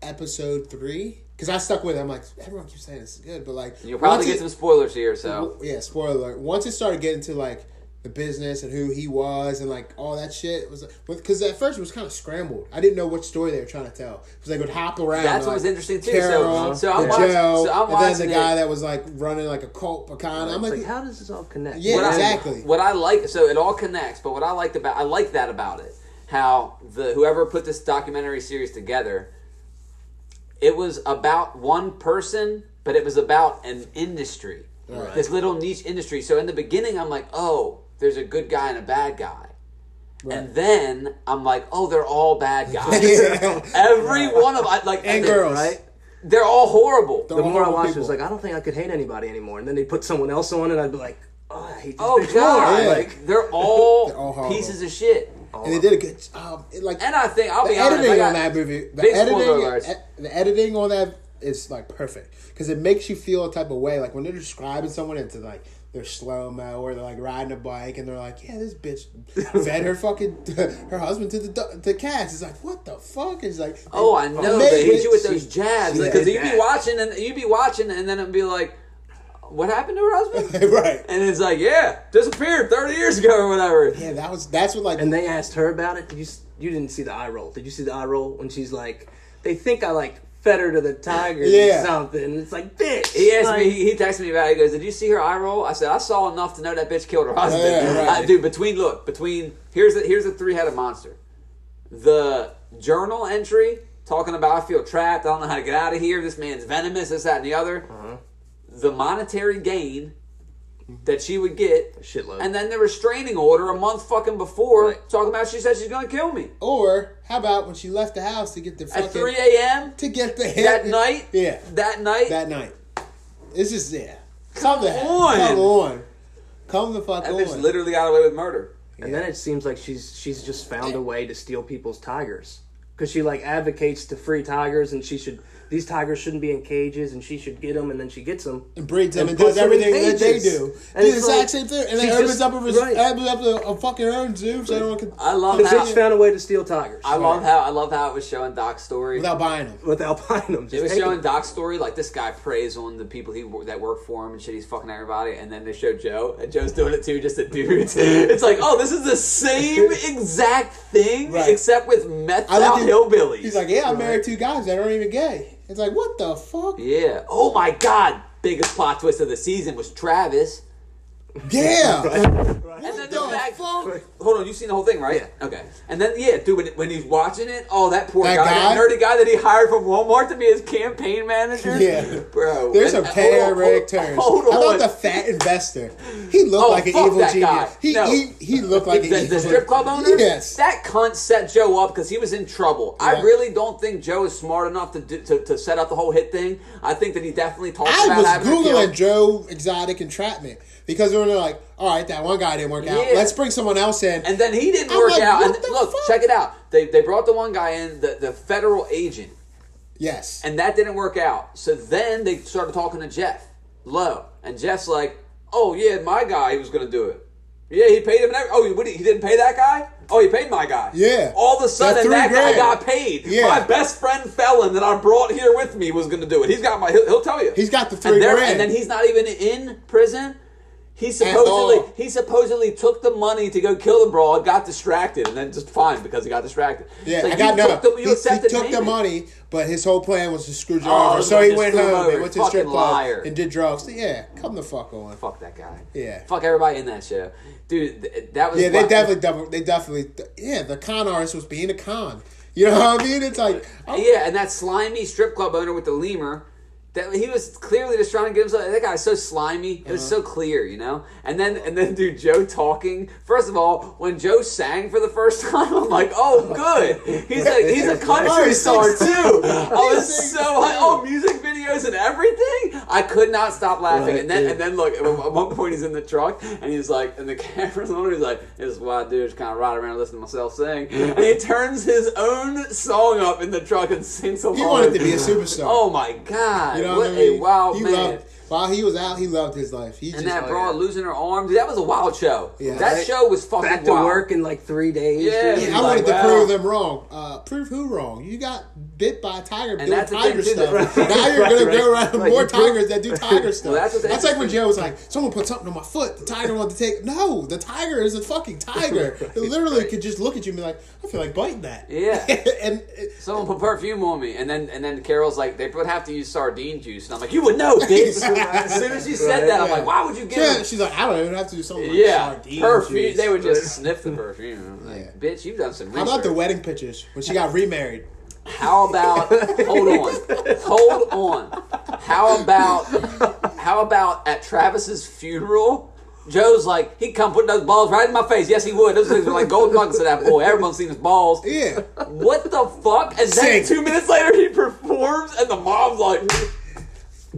[SPEAKER 2] episode three because I stuck with. it. I'm like everyone keeps saying this is good, but like
[SPEAKER 1] You'll probably
[SPEAKER 2] once
[SPEAKER 1] get
[SPEAKER 2] it-
[SPEAKER 1] some spoilers here, so
[SPEAKER 2] w- yeah. Spoiler alert. Once it started getting to like the business and who he was and like all that shit it was because at first it was kind of scrambled. I didn't know what story they were trying to tell because they would hop around.
[SPEAKER 1] That's what
[SPEAKER 2] like,
[SPEAKER 1] was interesting, too. So-
[SPEAKER 2] Carol,
[SPEAKER 1] so I'm
[SPEAKER 2] the
[SPEAKER 1] watching-
[SPEAKER 2] Joe,
[SPEAKER 1] so I'm
[SPEAKER 2] and then the
[SPEAKER 1] watching
[SPEAKER 2] guy
[SPEAKER 1] it.
[SPEAKER 2] that was like running like a cult, a con. I'm
[SPEAKER 3] It's
[SPEAKER 2] like,
[SPEAKER 3] like, how does this all connect?
[SPEAKER 2] Yeah,
[SPEAKER 1] what
[SPEAKER 2] exactly.
[SPEAKER 1] I, what I like, so it all connects. But what I liked about, I like that about it, how the whoever put this documentary series together, it was about one person, but it was about an industry,
[SPEAKER 2] Right.
[SPEAKER 1] this little niche industry. So in the beginning, I'm like, oh, there's a good guy and a bad guy. And then I'm like, oh, they're all bad guys.
[SPEAKER 2] Yeah.
[SPEAKER 1] Every one of I like
[SPEAKER 2] and
[SPEAKER 1] they-
[SPEAKER 2] girls,
[SPEAKER 3] right?
[SPEAKER 1] They're all horrible.
[SPEAKER 2] They're
[SPEAKER 3] The more I
[SPEAKER 2] horrible
[SPEAKER 3] watched, it
[SPEAKER 2] people.
[SPEAKER 3] was like, I don't think I could hate anybody anymore. And then they put someone else on, and I'd be like, Oh, I hate this
[SPEAKER 1] oh
[SPEAKER 3] bitch more.
[SPEAKER 1] god,
[SPEAKER 2] Yeah.
[SPEAKER 1] like they're all,
[SPEAKER 2] They're all horrible.
[SPEAKER 1] pieces of shit.
[SPEAKER 2] and they did a good job. It, like
[SPEAKER 1] Oh. And I think I'll
[SPEAKER 2] the
[SPEAKER 1] be honest,
[SPEAKER 2] editing
[SPEAKER 1] I got-
[SPEAKER 2] on that movie, the
[SPEAKER 1] big spoiler alerts.
[SPEAKER 2] editing, e- the editing on that is like perfect because it makes you feel a type of way. Like when they're describing someone into like they're slow mo or they're like riding a bike and they're like, yeah, this bitch fed her fucking her husband to the do- to cats. It's like what the fuck? It's like
[SPEAKER 1] Oh, I
[SPEAKER 2] they
[SPEAKER 1] know
[SPEAKER 2] made
[SPEAKER 1] they hit
[SPEAKER 2] it.
[SPEAKER 1] you with those
[SPEAKER 2] She-
[SPEAKER 1] jabs
[SPEAKER 2] she
[SPEAKER 1] because
[SPEAKER 3] did
[SPEAKER 1] you'd be
[SPEAKER 3] that.
[SPEAKER 1] watching and you'd be watching and then it'd be like, "What happened to her husband?"
[SPEAKER 2] right.
[SPEAKER 1] and it's like, "Yeah, disappeared thirty years ago or whatever."
[SPEAKER 2] Yeah, that was that's what like
[SPEAKER 3] And they asked her about it. Did you s- you didn't see the eye roll? Did you see the eye roll when she's like, They think I like fed her to the tiger
[SPEAKER 2] Yeah.
[SPEAKER 3] or something? And it's like, bitch.
[SPEAKER 1] He asked
[SPEAKER 3] like,
[SPEAKER 1] me. He texted me about it. He goes, "Did you see her eye roll?" I said, "I saw enough to know that bitch killed her husband."
[SPEAKER 2] Yeah, right.
[SPEAKER 1] I, dude, between look, between here's the here's a three headed monster. The journal entry talking about I feel trapped. I don't know how to get out of here. This man's venomous. This, that, and the other.
[SPEAKER 2] Uh-huh.
[SPEAKER 1] The monetary gain that she would get,
[SPEAKER 3] shitload.
[SPEAKER 1] and then the restraining order a month fucking before
[SPEAKER 3] Right.
[SPEAKER 1] talking about she said she's gonna kill me
[SPEAKER 2] or how about when she left the house to get the fucking
[SPEAKER 1] at three a.m.
[SPEAKER 2] to get the
[SPEAKER 1] that night.
[SPEAKER 2] Yeah,
[SPEAKER 1] that night.
[SPEAKER 2] that night. It's just yeah. Come, the
[SPEAKER 1] on.
[SPEAKER 2] come on, come the fuck
[SPEAKER 1] that bitch
[SPEAKER 2] on.
[SPEAKER 1] literally got away with murder.
[SPEAKER 3] And then it seems like she's she's just found a way to steal people's tigers because she like advocates to free tigers and she should these tigers shouldn't be in cages and she should get them and then she gets them.
[SPEAKER 2] and breeds them
[SPEAKER 3] And
[SPEAKER 2] and
[SPEAKER 3] puts
[SPEAKER 2] does
[SPEAKER 3] them in
[SPEAKER 2] everything that they
[SPEAKER 3] cages.
[SPEAKER 2] do.
[SPEAKER 3] And
[SPEAKER 2] do the
[SPEAKER 3] it's
[SPEAKER 2] exact
[SPEAKER 3] like,
[SPEAKER 2] same thing, and then
[SPEAKER 3] she
[SPEAKER 2] opens
[SPEAKER 3] just-
[SPEAKER 2] up a, res-
[SPEAKER 3] right.
[SPEAKER 2] opens up a, a fucking her own zoo so everyone can
[SPEAKER 1] I love
[SPEAKER 3] Because
[SPEAKER 1] how
[SPEAKER 3] she's found a way to steal tigers
[SPEAKER 1] I love how I love how it was showing Doc's story.
[SPEAKER 2] without buying them.
[SPEAKER 3] with albinos.
[SPEAKER 1] it was showing Doc's story like this guy preys on the people he wor- that work for him and shit. He's fucking everybody, and then they show Joe, and Joe's doing it too, just a dude. it's like, oh, this is the same exact thing,
[SPEAKER 2] Right.
[SPEAKER 1] except with meth
[SPEAKER 2] I
[SPEAKER 1] out
[SPEAKER 2] like
[SPEAKER 1] hillbillies.
[SPEAKER 2] He's like, yeah, I married two guys that aren't even gay. It's like, what the fuck?
[SPEAKER 1] yeah. Oh my god, biggest plot twist of the season was Travis.
[SPEAKER 2] Yeah.
[SPEAKER 1] And
[SPEAKER 2] What
[SPEAKER 1] then
[SPEAKER 2] the
[SPEAKER 1] the fact,
[SPEAKER 2] fuck?
[SPEAKER 1] hold on, you've seen the whole thing, right? Yeah. Okay. And then yeah, dude, when, when he's watching it, oh, that poor
[SPEAKER 2] That
[SPEAKER 1] guy, that
[SPEAKER 2] guy?
[SPEAKER 1] nerdy guy that he hired from Walmart to be his campaign manager.
[SPEAKER 2] Yeah.
[SPEAKER 1] bro.
[SPEAKER 2] There's some
[SPEAKER 1] and- and- hold on,
[SPEAKER 2] panoramic
[SPEAKER 1] hold on,
[SPEAKER 2] turns.
[SPEAKER 1] Hold
[SPEAKER 2] How
[SPEAKER 1] on,
[SPEAKER 2] about the fat investor? He looked
[SPEAKER 1] Oh,
[SPEAKER 2] like an
[SPEAKER 1] fuck
[SPEAKER 2] evil
[SPEAKER 1] that
[SPEAKER 2] genius.
[SPEAKER 1] guy.
[SPEAKER 2] He,
[SPEAKER 1] No.
[SPEAKER 2] he he looked like an
[SPEAKER 1] the,
[SPEAKER 2] evil
[SPEAKER 1] the strip club owner?
[SPEAKER 2] Yes.
[SPEAKER 1] That cunt set Joe up because he was in trouble. I
[SPEAKER 2] Yeah.
[SPEAKER 1] really don't think Joe is smart enough to, do, to to set up the whole hit thing. I think that he definitely talked
[SPEAKER 2] I
[SPEAKER 1] about
[SPEAKER 2] was
[SPEAKER 1] having a
[SPEAKER 2] googling
[SPEAKER 1] kill.
[SPEAKER 2] Joe Exotic entrapment because we were like, all right, that one guy didn't work out.
[SPEAKER 1] Yeah.
[SPEAKER 2] Let's bring someone else in.
[SPEAKER 1] And then he didn't
[SPEAKER 2] I'm
[SPEAKER 1] work
[SPEAKER 2] like,
[SPEAKER 1] out.
[SPEAKER 2] what
[SPEAKER 1] And
[SPEAKER 2] the
[SPEAKER 1] look,
[SPEAKER 2] fuck?
[SPEAKER 1] check it out. They they brought the one guy in, the, the federal agent,
[SPEAKER 2] yes,
[SPEAKER 1] and that didn't work out. So then they started talking to Jeff Lowe, and Jeff's like, "Oh yeah, my guy, he was going to do it. Yeah, he paid him. And every- oh, what, he didn't pay that guy. Oh, he paid my guy.
[SPEAKER 2] Yeah.
[SPEAKER 1] All of a
[SPEAKER 2] That
[SPEAKER 1] sudden,
[SPEAKER 2] three
[SPEAKER 1] that, guy
[SPEAKER 2] grand.
[SPEAKER 1] got paid.
[SPEAKER 2] Yeah.
[SPEAKER 1] My best friend Felon that I brought here with me was going to do it. He's got my. He'll, he'll tell you.
[SPEAKER 2] He's got the three
[SPEAKER 1] and there-
[SPEAKER 2] grand.
[SPEAKER 1] and then he's not even in prison. He
[SPEAKER 2] At
[SPEAKER 1] supposedly
[SPEAKER 2] all.
[SPEAKER 1] he supposedly took the money to go kill the brawl, got distracted, and then just fine because he got distracted.
[SPEAKER 2] Yeah,
[SPEAKER 1] It's like,
[SPEAKER 2] I got
[SPEAKER 1] you
[SPEAKER 2] no.
[SPEAKER 1] took the, you
[SPEAKER 2] he, he
[SPEAKER 1] accepted
[SPEAKER 2] took the
[SPEAKER 1] payment.
[SPEAKER 2] money, but his whole plan was to screw Joe
[SPEAKER 1] Oh,
[SPEAKER 2] over. So he
[SPEAKER 1] just
[SPEAKER 2] went
[SPEAKER 1] screw him
[SPEAKER 2] home
[SPEAKER 1] over.
[SPEAKER 2] and went to the strip
[SPEAKER 1] Fucking
[SPEAKER 2] club
[SPEAKER 1] liar.
[SPEAKER 2] and did drugs. Yeah, come the fuck on.
[SPEAKER 1] Fuck that guy.
[SPEAKER 2] Yeah.
[SPEAKER 1] Fuck everybody in that show, dude. Th- that was
[SPEAKER 2] Yeah, they
[SPEAKER 1] why-
[SPEAKER 2] definitely double. They definitely. Yeah, the con artist was being a con. You know what I mean? It's like I'm-
[SPEAKER 1] Yeah, and that slimy strip club owner with the lemur. That he was clearly just trying to get himself. That guy's so slimy. It was so
[SPEAKER 2] Uh-huh.
[SPEAKER 1] clear, you know. And then and then dude Joe talking. First of all, when Joe sang for the first time, I'm like, oh good. He's like he's a
[SPEAKER 2] Oh,
[SPEAKER 1] country
[SPEAKER 2] he
[SPEAKER 1] star
[SPEAKER 2] sings
[SPEAKER 1] too. I was
[SPEAKER 2] sings
[SPEAKER 1] so high. oh music videos and everything. I could not stop laughing.
[SPEAKER 3] Right,
[SPEAKER 1] and then
[SPEAKER 3] dude.
[SPEAKER 1] and then look at one- at one point he's in the truck and he's like and the camera's on. He's like this is why I do is kind of ride around and listen to myself sing. And he turns his own song up in the truck and sings along.
[SPEAKER 2] he wanted to be a superstar.
[SPEAKER 1] Oh my god!
[SPEAKER 2] you know
[SPEAKER 1] what
[SPEAKER 2] what I mean?
[SPEAKER 1] a wild
[SPEAKER 2] he
[SPEAKER 1] man!
[SPEAKER 2] Loved, while he was out, he loved his life. He
[SPEAKER 1] and
[SPEAKER 2] just
[SPEAKER 3] Oh,
[SPEAKER 1] that
[SPEAKER 2] like,
[SPEAKER 1] broad losing her arm, dude, that was a wild show.
[SPEAKER 2] Yeah.
[SPEAKER 1] that
[SPEAKER 2] Right.
[SPEAKER 1] show was fucking
[SPEAKER 3] Back to
[SPEAKER 1] wild.
[SPEAKER 3] work in like three days.
[SPEAKER 1] Yeah.
[SPEAKER 3] dude.
[SPEAKER 2] Yeah, I
[SPEAKER 1] Like,
[SPEAKER 2] wanted
[SPEAKER 1] wow.
[SPEAKER 2] to prove them wrong. Uh, prove who wrong? You got bit by a tiger doing
[SPEAKER 1] that's the thing,
[SPEAKER 2] tiger
[SPEAKER 1] too,
[SPEAKER 2] stuff.
[SPEAKER 1] that-
[SPEAKER 2] now you're
[SPEAKER 3] Right,
[SPEAKER 2] gonna
[SPEAKER 3] right.
[SPEAKER 2] go around
[SPEAKER 3] Like,
[SPEAKER 2] more
[SPEAKER 3] you prove-
[SPEAKER 2] tigers that do tiger stuff.
[SPEAKER 1] that's what's
[SPEAKER 2] that's like when Joe was like, "Someone put something on my foot." The tiger wanted to take. No, the tiger is a fucking tiger. it literally could just look at you and be like, "I feel like biting that."
[SPEAKER 1] Yeah.
[SPEAKER 2] and it,
[SPEAKER 1] Someone put perfume on me, and then and then Carol's like, they would have to use sardine juice, and I'm like, you would know, bitch. as soon as you said that, I'm
[SPEAKER 2] yeah.
[SPEAKER 1] like, why would you give?
[SPEAKER 2] yeah,
[SPEAKER 1] Yeah,
[SPEAKER 2] she's like, "I don't even have to do something." Like
[SPEAKER 1] yeah.
[SPEAKER 2] sardine
[SPEAKER 1] perfume.
[SPEAKER 2] juice."
[SPEAKER 1] They would just sniff the perfume. I'm like, bitch, you've done some
[SPEAKER 2] How
[SPEAKER 1] research.
[SPEAKER 2] about the wedding pictures when she got remarried?
[SPEAKER 1] How about hold on, hold on? How about how about at Travis's funeral? Joe's like he'd come put those balls right in my face. Yes, he would. Those things were like gold nuggets to that boy. Everyone's seen his balls.
[SPEAKER 2] Yeah.
[SPEAKER 1] What the fuck? And then
[SPEAKER 2] Sick.
[SPEAKER 1] two minutes later, he performs, and the mom's like,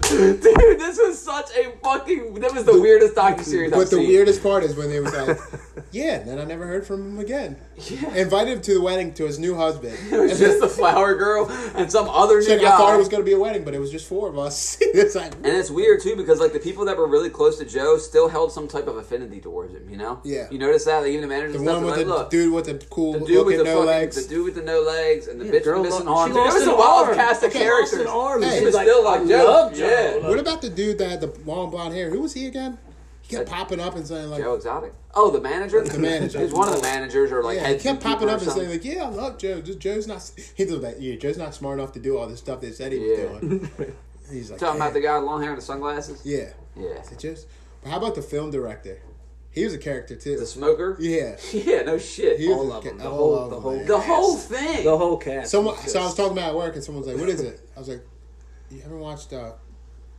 [SPEAKER 1] "Dude, this was such a fucking. That was the weirdest docu series I've
[SPEAKER 2] But the
[SPEAKER 1] seen."
[SPEAKER 2] weirdest part is when they was like, "Yeah," and then I never heard from him again. Invited him to the wedding to his new husband.
[SPEAKER 1] it was just the flower girl and some other new
[SPEAKER 2] Like,
[SPEAKER 1] guy.
[SPEAKER 2] I thought it was going to be a wedding, but it was just four of us. it's like,
[SPEAKER 1] And it's weird too because like the people that were really close to Joe still held some type of affinity towards him, you know?
[SPEAKER 2] Yeah.
[SPEAKER 1] You notice that? Like even the manager
[SPEAKER 2] the
[SPEAKER 1] and stuff
[SPEAKER 2] one
[SPEAKER 1] was
[SPEAKER 2] with
[SPEAKER 1] like,
[SPEAKER 2] the
[SPEAKER 1] look,
[SPEAKER 2] dude with the cool
[SPEAKER 1] the dude with
[SPEAKER 2] looking
[SPEAKER 1] the
[SPEAKER 2] no
[SPEAKER 1] fucking,
[SPEAKER 2] legs.
[SPEAKER 1] the dude with the no legs, and the
[SPEAKER 3] Yeah,
[SPEAKER 1] bitch
[SPEAKER 3] girl
[SPEAKER 1] with missing
[SPEAKER 3] lost-
[SPEAKER 1] arms.
[SPEAKER 3] she
[SPEAKER 1] Dude, It
[SPEAKER 3] lost
[SPEAKER 1] was a
[SPEAKER 3] an
[SPEAKER 1] wild
[SPEAKER 3] arm.
[SPEAKER 1] cast of
[SPEAKER 2] Okay.
[SPEAKER 1] characters.
[SPEAKER 3] Lost an arm.
[SPEAKER 1] She
[SPEAKER 2] Hey.
[SPEAKER 1] was
[SPEAKER 2] Like,
[SPEAKER 1] still
[SPEAKER 3] I
[SPEAKER 1] like Joe.
[SPEAKER 3] love Joe.
[SPEAKER 1] Yeah.
[SPEAKER 2] what about the dude that had the long blonde hair? Who was he again? He kept popping up and saying like,
[SPEAKER 1] Joe Exotic. Oh, the manager. The
[SPEAKER 2] manager.
[SPEAKER 1] He's one of the managers, or like
[SPEAKER 2] yeah, he
[SPEAKER 1] head.
[SPEAKER 2] kept popping
[SPEAKER 1] keeper or
[SPEAKER 2] up and
[SPEAKER 1] something.
[SPEAKER 2] saying like, yeah, I love Joe. Just Joe's not. He was like, yeah, Joe's not smart enough to do all this stuff they said he was
[SPEAKER 1] Yeah.
[SPEAKER 2] doing. He's like,
[SPEAKER 1] Talking about the
[SPEAKER 2] "Yeah."
[SPEAKER 1] guy with long hair and the sunglasses.
[SPEAKER 2] yeah,
[SPEAKER 1] Yeah.
[SPEAKER 2] It just. But how about the film director? He was a character too.
[SPEAKER 1] The smoker.
[SPEAKER 2] yeah,
[SPEAKER 1] Yeah. No shit.
[SPEAKER 2] he was
[SPEAKER 3] All
[SPEAKER 2] a
[SPEAKER 3] of
[SPEAKER 2] ca-
[SPEAKER 3] them. The
[SPEAKER 2] all
[SPEAKER 3] whole-
[SPEAKER 2] of
[SPEAKER 3] the
[SPEAKER 2] them,
[SPEAKER 3] whole-
[SPEAKER 2] man.
[SPEAKER 1] The whole thing.
[SPEAKER 3] The whole cast.
[SPEAKER 2] Someone,
[SPEAKER 3] was
[SPEAKER 2] so I was
[SPEAKER 3] just-
[SPEAKER 2] talking about at work, and someone was like, "What is it?" I was like, "You haven't watched uh,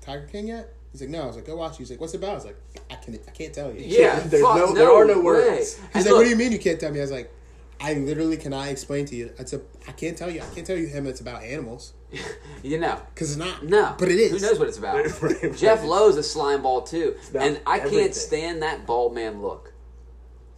[SPEAKER 2] Tiger King yet?" He's like, "No." I was like, "Go watch." it." He's like, "What's it about?" I was like, "I can, I can't tell you."
[SPEAKER 1] yeah.
[SPEAKER 3] There's
[SPEAKER 1] fuck,
[SPEAKER 3] no- there are no
[SPEAKER 1] way.
[SPEAKER 3] words.
[SPEAKER 1] And
[SPEAKER 2] He's like,
[SPEAKER 1] look,
[SPEAKER 2] "What do you mean you can't tell me?" I was like, "I literally cannot explain to you. It's a, I can't tell you. I can't tell you him. It's about animals
[SPEAKER 1] You know.
[SPEAKER 2] because it's not.
[SPEAKER 1] No,
[SPEAKER 2] but it is.
[SPEAKER 1] Who knows what it's about?
[SPEAKER 3] Right, right.
[SPEAKER 1] Jeff Lowe's a slime ball too,
[SPEAKER 3] about
[SPEAKER 1] and I
[SPEAKER 3] everything.
[SPEAKER 1] can't stand that bald man look.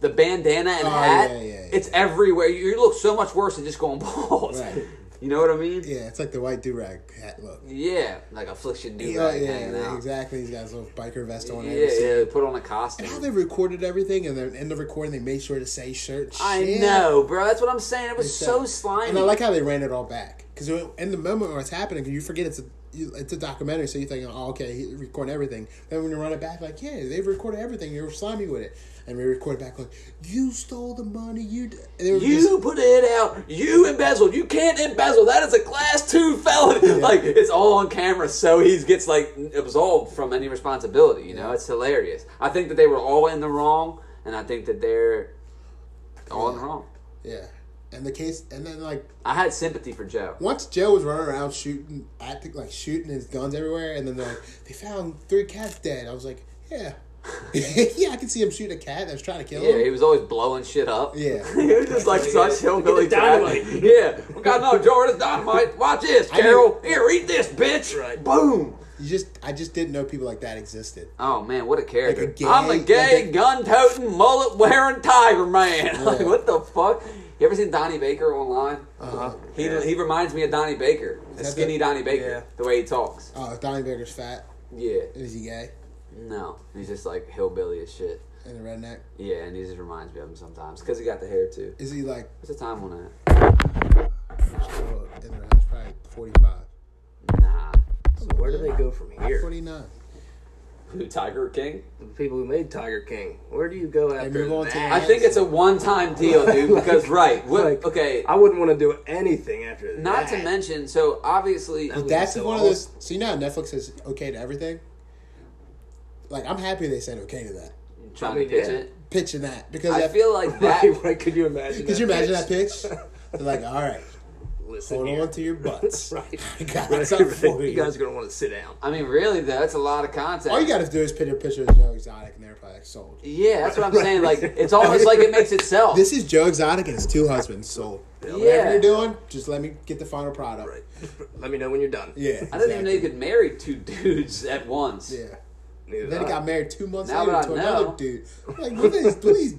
[SPEAKER 1] The bandana and
[SPEAKER 2] Oh,
[SPEAKER 1] hat,
[SPEAKER 2] yeah, yeah, yeah.
[SPEAKER 1] it's everywhere. You you look so much worse than just going bald.
[SPEAKER 2] Right.
[SPEAKER 1] You know what I mean?
[SPEAKER 2] Yeah, it's like the white do rag hat look.
[SPEAKER 1] Yeah, like affliction do
[SPEAKER 2] Yeah,
[SPEAKER 1] rag
[SPEAKER 2] yeah,
[SPEAKER 1] hanging out.
[SPEAKER 2] exactly. He's got his little biker vest on. and
[SPEAKER 1] Yeah,
[SPEAKER 2] everything.
[SPEAKER 1] yeah, put on a
[SPEAKER 2] And how
[SPEAKER 1] costume.
[SPEAKER 2] they recorded everything, and then in the recording they made sure to say shirt.
[SPEAKER 1] I
[SPEAKER 2] shit.
[SPEAKER 1] know, bro. That's what I'm saying. It was
[SPEAKER 2] So-
[SPEAKER 1] so slimy.
[SPEAKER 2] And I like how they ran it all back because in the moment where it's happening, you forget it's a you- it's a documentary, so you think, oh, okay, he recording everything. Then when you run it back, like, yeah, they've recorded everything. You're slimy with it, and we record back like, you stole the money. You d-" and they were
[SPEAKER 1] You
[SPEAKER 2] just-
[SPEAKER 1] put it out. You embezzled. You can't embezzle. That is a class two felony. Like it's all on camera, so he gets like absolved from any responsibility. You know, it's hilarious. I think that they were all in the wrong, and I think that they're all in the wrong.
[SPEAKER 2] yeah. And the case, and then like
[SPEAKER 1] I had sympathy for Joe.
[SPEAKER 2] once Joe was running around shooting at the, like shooting his guns everywhere, and then they're like, they found three cats dead. I was like, yeah, yeah, I can see him shoot a cat that was trying to kill
[SPEAKER 1] Yeah,
[SPEAKER 2] him.
[SPEAKER 1] he was always blowing shit up.
[SPEAKER 2] Yeah.
[SPEAKER 1] he was just like such hillbilly
[SPEAKER 3] the
[SPEAKER 1] crap.
[SPEAKER 3] dynamite.
[SPEAKER 1] Yeah, we got no Jordan dynamite. Watch this,
[SPEAKER 2] I knew-
[SPEAKER 1] Carol. Here, eat this, bitch.
[SPEAKER 3] Right.
[SPEAKER 1] Boom.
[SPEAKER 2] You just, I just didn't know people like that existed.
[SPEAKER 1] Oh man, what a character!
[SPEAKER 2] Like a gay-
[SPEAKER 1] I'm a gay,
[SPEAKER 2] like a-
[SPEAKER 1] gun-toting, mullet-wearing tiger man. like,
[SPEAKER 2] Yeah. Uh-huh.
[SPEAKER 1] what the fuck? You ever seen Donnie Baker online?
[SPEAKER 2] Um,
[SPEAKER 1] He
[SPEAKER 3] Yeah.
[SPEAKER 1] he reminds me of Donnie Baker,
[SPEAKER 2] that
[SPEAKER 1] skinny
[SPEAKER 2] the-
[SPEAKER 1] Donnie Baker,
[SPEAKER 3] Yeah.
[SPEAKER 1] the way he talks.
[SPEAKER 2] Oh, Donnie Baker's fat.
[SPEAKER 1] Yeah,
[SPEAKER 2] Is he gay?
[SPEAKER 1] no, he's just like hillbilly as shit.
[SPEAKER 2] And a redneck?
[SPEAKER 1] Yeah, and he just reminds me of him sometimes because he got the hair too.
[SPEAKER 2] Is he like
[SPEAKER 1] What's the time on
[SPEAKER 2] oh, in the house? Probably 45.
[SPEAKER 1] that? Nah,
[SPEAKER 3] So where do they go from here?
[SPEAKER 2] 49.
[SPEAKER 1] Who Tiger King?
[SPEAKER 3] The people who made Tiger King. Where do you go after
[SPEAKER 2] move on to
[SPEAKER 3] that?
[SPEAKER 1] I think it's a one-time deal, dude. Because right, what,
[SPEAKER 3] Like,
[SPEAKER 1] okay.
[SPEAKER 3] I wouldn't want to do anything after that.
[SPEAKER 1] Not to mention, so obviously,
[SPEAKER 3] That was
[SPEAKER 2] That's
[SPEAKER 3] so
[SPEAKER 2] one of
[SPEAKER 3] old.
[SPEAKER 2] those. So you know, how Netflix is okay to everything. Like I'm happy they said okay to that.
[SPEAKER 1] trying
[SPEAKER 3] I
[SPEAKER 1] to
[SPEAKER 3] mean,
[SPEAKER 1] pitch
[SPEAKER 3] yeah.
[SPEAKER 1] it.
[SPEAKER 2] Pitching that because
[SPEAKER 1] I
[SPEAKER 2] that,
[SPEAKER 1] feel like that.
[SPEAKER 3] Right, right, could you imagine?
[SPEAKER 2] could you
[SPEAKER 3] that
[SPEAKER 2] imagine
[SPEAKER 3] bitch?
[SPEAKER 2] that pitch? They're like, all right,
[SPEAKER 3] Listen
[SPEAKER 2] hold
[SPEAKER 3] here.
[SPEAKER 2] on to your butts.
[SPEAKER 3] Right.
[SPEAKER 2] I got
[SPEAKER 3] Right,
[SPEAKER 2] something
[SPEAKER 3] right.
[SPEAKER 2] for you.
[SPEAKER 3] You guys are gonna want to sit down.
[SPEAKER 1] I mean, really, though, that's a lot of content.
[SPEAKER 2] All you got to do is put your picture of Joe Exotic, and they're probably like sold.
[SPEAKER 1] yeah, that's what I'm saying. Like, it's almost like it makes itself.
[SPEAKER 2] This is Joe Exotic and his two husbands sold. Whatever
[SPEAKER 1] Yeah.
[SPEAKER 2] you're doing, just let me get the final product.
[SPEAKER 3] Right. Let me know when you're done.
[SPEAKER 2] Yeah,
[SPEAKER 1] I didn't even know you
[SPEAKER 2] exactly.
[SPEAKER 1] could marry two dudes at once.
[SPEAKER 2] Yeah.
[SPEAKER 3] Neither
[SPEAKER 2] Then
[SPEAKER 3] do
[SPEAKER 2] he
[SPEAKER 3] I.
[SPEAKER 2] got married two months
[SPEAKER 1] Now
[SPEAKER 2] later
[SPEAKER 1] that
[SPEAKER 2] to
[SPEAKER 1] I
[SPEAKER 2] another
[SPEAKER 1] know.
[SPEAKER 2] dude. I'm like, what are these, what are these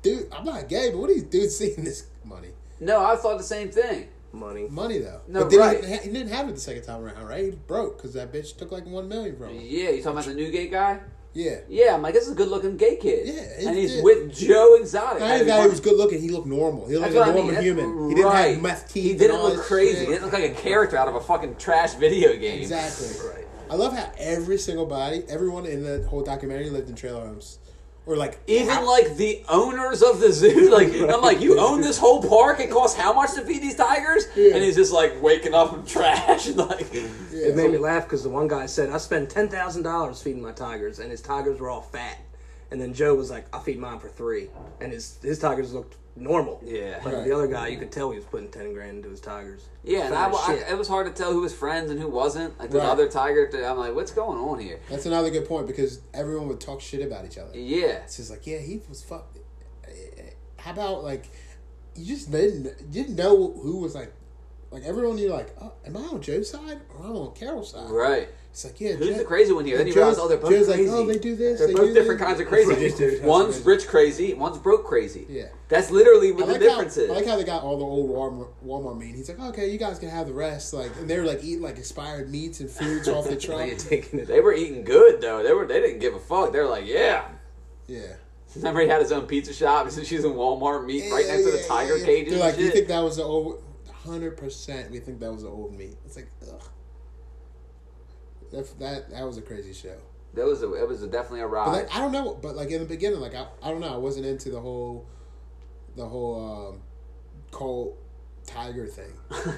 [SPEAKER 2] dude? I'm not gay, but what are these dudes seeing this money?
[SPEAKER 1] No, I thought the same thing.
[SPEAKER 3] money.
[SPEAKER 2] Money though.
[SPEAKER 1] No,
[SPEAKER 2] but then
[SPEAKER 1] right.
[SPEAKER 2] he, he didn't have it the second time around, right? He was broke because that bitch took like one million from him.
[SPEAKER 1] Yeah, you talking about the Newgate guy?
[SPEAKER 2] Yeah.
[SPEAKER 1] Yeah, I'm like, this is a good-looking gay kid.
[SPEAKER 2] Yeah, he
[SPEAKER 1] and he's
[SPEAKER 2] did.
[SPEAKER 1] with Joe Exotic.
[SPEAKER 2] I didn't
[SPEAKER 1] Having
[SPEAKER 2] that he
[SPEAKER 1] fun.
[SPEAKER 2] was good looking. He looked normal. He looked
[SPEAKER 1] That's
[SPEAKER 2] like
[SPEAKER 1] what I
[SPEAKER 2] a
[SPEAKER 1] mean.
[SPEAKER 2] normal
[SPEAKER 1] That's
[SPEAKER 2] human. He didn't
[SPEAKER 1] right.
[SPEAKER 2] have meth teeth.
[SPEAKER 1] He
[SPEAKER 2] and
[SPEAKER 1] didn't
[SPEAKER 2] all
[SPEAKER 1] look
[SPEAKER 2] this
[SPEAKER 1] crazy. He
[SPEAKER 2] shit.
[SPEAKER 1] didn't look like a character out of a fucking trash video game.
[SPEAKER 2] Exactly.
[SPEAKER 3] Right.
[SPEAKER 2] I love how every single body, everyone in the whole documentary lived in trailer homes, or like
[SPEAKER 1] Even
[SPEAKER 2] out-
[SPEAKER 1] like the owners of the zoo, like I'm like, you own this whole park. It costs how much to feed these tigers?
[SPEAKER 2] Yeah.
[SPEAKER 1] And he's just like waking up in trash, and like
[SPEAKER 2] Yeah.
[SPEAKER 3] It made me laugh because the one guy said, "I spend ten thousand dollars feeding my tigers, and his tigers were all fat." And then Joe was like, "I feed mine for three, and his his tigers looked normal."
[SPEAKER 1] Yeah.
[SPEAKER 3] But
[SPEAKER 2] Right.
[SPEAKER 3] the other guy, you could tell he was putting ten grand into his tigers.
[SPEAKER 1] yeah. And I,
[SPEAKER 3] Fat as
[SPEAKER 1] I-
[SPEAKER 3] shit.
[SPEAKER 1] it was hard to tell who was friends and who wasn't. Like the
[SPEAKER 2] Right.
[SPEAKER 1] other tiger, I'm like, what's going on here?
[SPEAKER 2] That's another good point because everyone would talk shit about each other.
[SPEAKER 1] Yeah,
[SPEAKER 2] It's just like, yeah, he was fucked. How about like, you just didn't you didn't know who was like, like everyone you're like, oh, am I on Joe's side or am I on Carol's side?
[SPEAKER 1] right.
[SPEAKER 2] It's like, yeah,
[SPEAKER 1] Who's
[SPEAKER 2] Joe-
[SPEAKER 1] the crazy one here? Then you
[SPEAKER 2] Joe's-
[SPEAKER 1] realize, oh, they're both
[SPEAKER 2] Joe's
[SPEAKER 1] crazy.
[SPEAKER 2] like, oh, they do this.
[SPEAKER 1] They're
[SPEAKER 2] they
[SPEAKER 1] both
[SPEAKER 2] do
[SPEAKER 1] different
[SPEAKER 2] this.
[SPEAKER 1] kinds of crazy.
[SPEAKER 3] Right, dude, that's
[SPEAKER 1] one's
[SPEAKER 2] crazy.
[SPEAKER 1] rich crazy, one's broke crazy.
[SPEAKER 2] Yeah.
[SPEAKER 1] that's literally what
[SPEAKER 2] I
[SPEAKER 1] the
[SPEAKER 2] like, how,
[SPEAKER 1] difference
[SPEAKER 2] I
[SPEAKER 1] is.
[SPEAKER 2] like how they got all the old Walmart, Walmart meat. He's like, okay, you guys can have the rest. Like, and they were like eating like expired meats and foods off the
[SPEAKER 3] Now
[SPEAKER 2] truck.
[SPEAKER 3] you're taking it.
[SPEAKER 1] they were eating good though. They were. They didn't give a fuck. They were like, yeah.
[SPEAKER 2] Yeah.
[SPEAKER 1] Remember he had his own pizza shop. She's in Walmart meat right next to the
[SPEAKER 2] Yeah,
[SPEAKER 1] tiger
[SPEAKER 2] yeah, yeah.
[SPEAKER 1] cages.
[SPEAKER 2] They're
[SPEAKER 1] and
[SPEAKER 2] like, you
[SPEAKER 1] shit.
[SPEAKER 2] think that was the old? Hundred percent, we think that was the old meat. It's like, ugh. That that, that was a crazy show.
[SPEAKER 1] that was a, it was a, definitely a
[SPEAKER 2] But
[SPEAKER 1] ride.
[SPEAKER 2] like, I don't know. But like in the beginning, like I, I don't know. I wasn't into the whole, the whole um, cold tiger thing.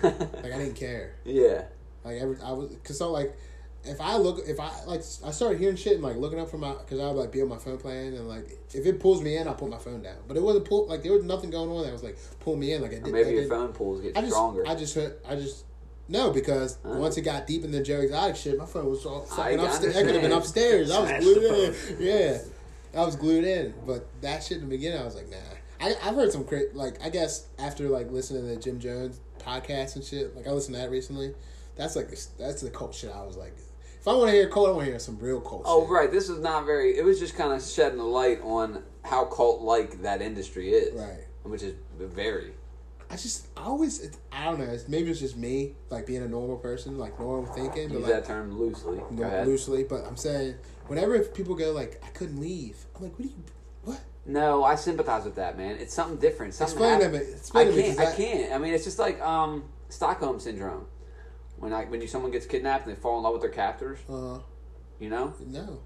[SPEAKER 2] like I didn't care.
[SPEAKER 1] yeah,
[SPEAKER 2] Like every I was because so like if I look if I like I started hearing shit and like looking up for my because I would like be on my phone playing and like if it pulls me in I'll put my phone down but it wasn't pull like there was nothing going on that was like pull me in like I did
[SPEAKER 1] or maybe
[SPEAKER 2] I
[SPEAKER 1] your
[SPEAKER 2] did-
[SPEAKER 1] phone pools get
[SPEAKER 2] I just
[SPEAKER 1] stronger.
[SPEAKER 2] I just heard- I just no because once it got deep in the Joe Exotic shit my phone was all fucking upstairs I could
[SPEAKER 1] understand.
[SPEAKER 2] have been upstairs I was
[SPEAKER 3] Smash
[SPEAKER 2] glued
[SPEAKER 3] the
[SPEAKER 2] in yeah I was glued in but that shit in the beginning I was like nah I, I've heard some cra like I guess after like listening to the Jim Jones podcast and shit like I listened to that recently that's like the- that's the cult shit I was like if I want to hear cult I want to hear some real cult
[SPEAKER 1] oh
[SPEAKER 2] shit.
[SPEAKER 1] right, this is not very. It was just kind of shedding a light on how cult like that industry is,
[SPEAKER 2] Right.
[SPEAKER 1] Which is very.
[SPEAKER 2] I just I always it, I don't know it's, maybe it's just me like being a normal person like normal thinking but
[SPEAKER 1] Use
[SPEAKER 2] like
[SPEAKER 1] that term loosely. Go
[SPEAKER 2] no,
[SPEAKER 1] ahead.
[SPEAKER 2] loosely, but I'm saying whenever if people go like I couldn't leave, I'm like, what do you, what?
[SPEAKER 1] No, I sympathize with that, man. It's something different. Something
[SPEAKER 2] Explain
[SPEAKER 1] happened.
[SPEAKER 2] to me- explain
[SPEAKER 1] I
[SPEAKER 2] to me,
[SPEAKER 1] can't.
[SPEAKER 2] 'cause
[SPEAKER 1] I
[SPEAKER 2] I-
[SPEAKER 1] can't. I mean, it's just like um, Stockholm syndrome. When I when you, someone gets kidnapped and they fall in love with their captors,
[SPEAKER 2] Uh,
[SPEAKER 1] you know,
[SPEAKER 2] no,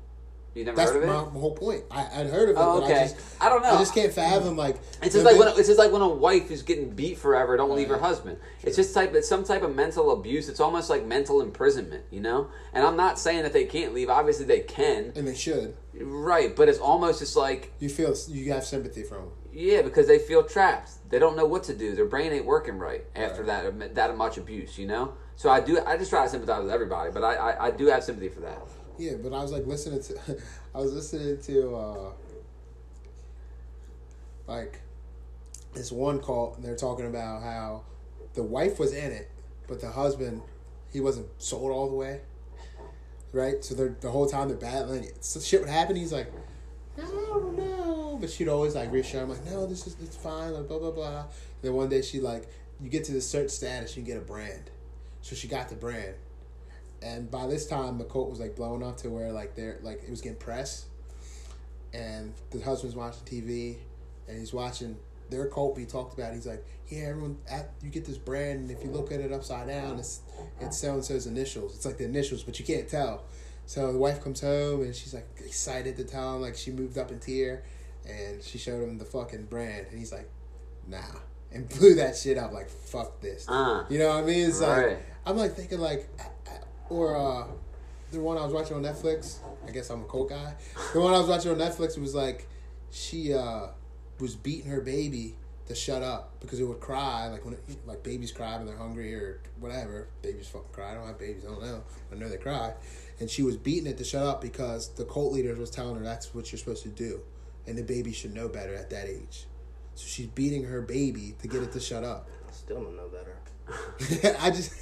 [SPEAKER 1] you never
[SPEAKER 2] that's
[SPEAKER 1] heard of it.
[SPEAKER 2] my whole point. I, I'd heard of it,
[SPEAKER 1] Oh,
[SPEAKER 2] but
[SPEAKER 1] okay.
[SPEAKER 2] I just
[SPEAKER 1] I don't know.
[SPEAKER 2] I just can't fathom like
[SPEAKER 1] It's just
[SPEAKER 2] when
[SPEAKER 1] like when
[SPEAKER 2] they-
[SPEAKER 1] a, it's just like when a wife is getting beat forever, don't leave her
[SPEAKER 2] Right.
[SPEAKER 1] husband. Oh, It's just type it's some type of mental abuse. It's almost like mental imprisonment, you know. And I'm not saying that they can't leave. Obviously, they can,
[SPEAKER 2] and they should.
[SPEAKER 1] right? But it's almost just like
[SPEAKER 2] You feel you have sympathy from them.
[SPEAKER 1] yeah, because they feel trapped. They don't know what to do. Their brain ain't working right after that that much abuse, you know. So I do. I just try to sympathize with everybody, but I I, I do have sympathy for that.
[SPEAKER 2] Yeah, but I was like listening to, I was listening to, uh, like, this one call, and they're talking about how the wife was in it, but the husband, he wasn't sold all the way, right? So they're the whole time they're battling. So shit would happen. He's like, I don't know, but she'd always like reassure him, like, no, this is it's fine, like, blah blah blah. And then one day she like, you get to the search status, you can get a brand. So she got the brand. And by this time, the coat was like blown up to where like they're like it was getting press, and the husband's watching TV, and he's watching their cult be talked about. He's like, yeah, everyone, at, you get this brand, and if you look at it upside down, it's it's so and so's initials. It's like the initials, but you can't tell. So the wife comes home and she's like excited to tell him like she moved up in tier, and she showed him the fucking brand, and he's like, nah, and blew that shit up like fuck this.
[SPEAKER 1] Uh,
[SPEAKER 2] You know what I mean? It's like
[SPEAKER 1] Right.
[SPEAKER 2] I'm like thinking like, or uh, the one I was watching on Netflix. I guess I'm a coke guy. The one I was watching on Netflix was like, she uh, was beating her baby to shut up because it would cry like when it, like babies cry when they're hungry or whatever. Babies fucking cry. I don't have babies. I don't know. I know they cry. And she was beating it to shut up because the cult leaders was telling her that's what you're supposed to do, and the baby should know better at that age. So she's beating her baby to get it to shut up.
[SPEAKER 3] Still don't know better.
[SPEAKER 2] I just,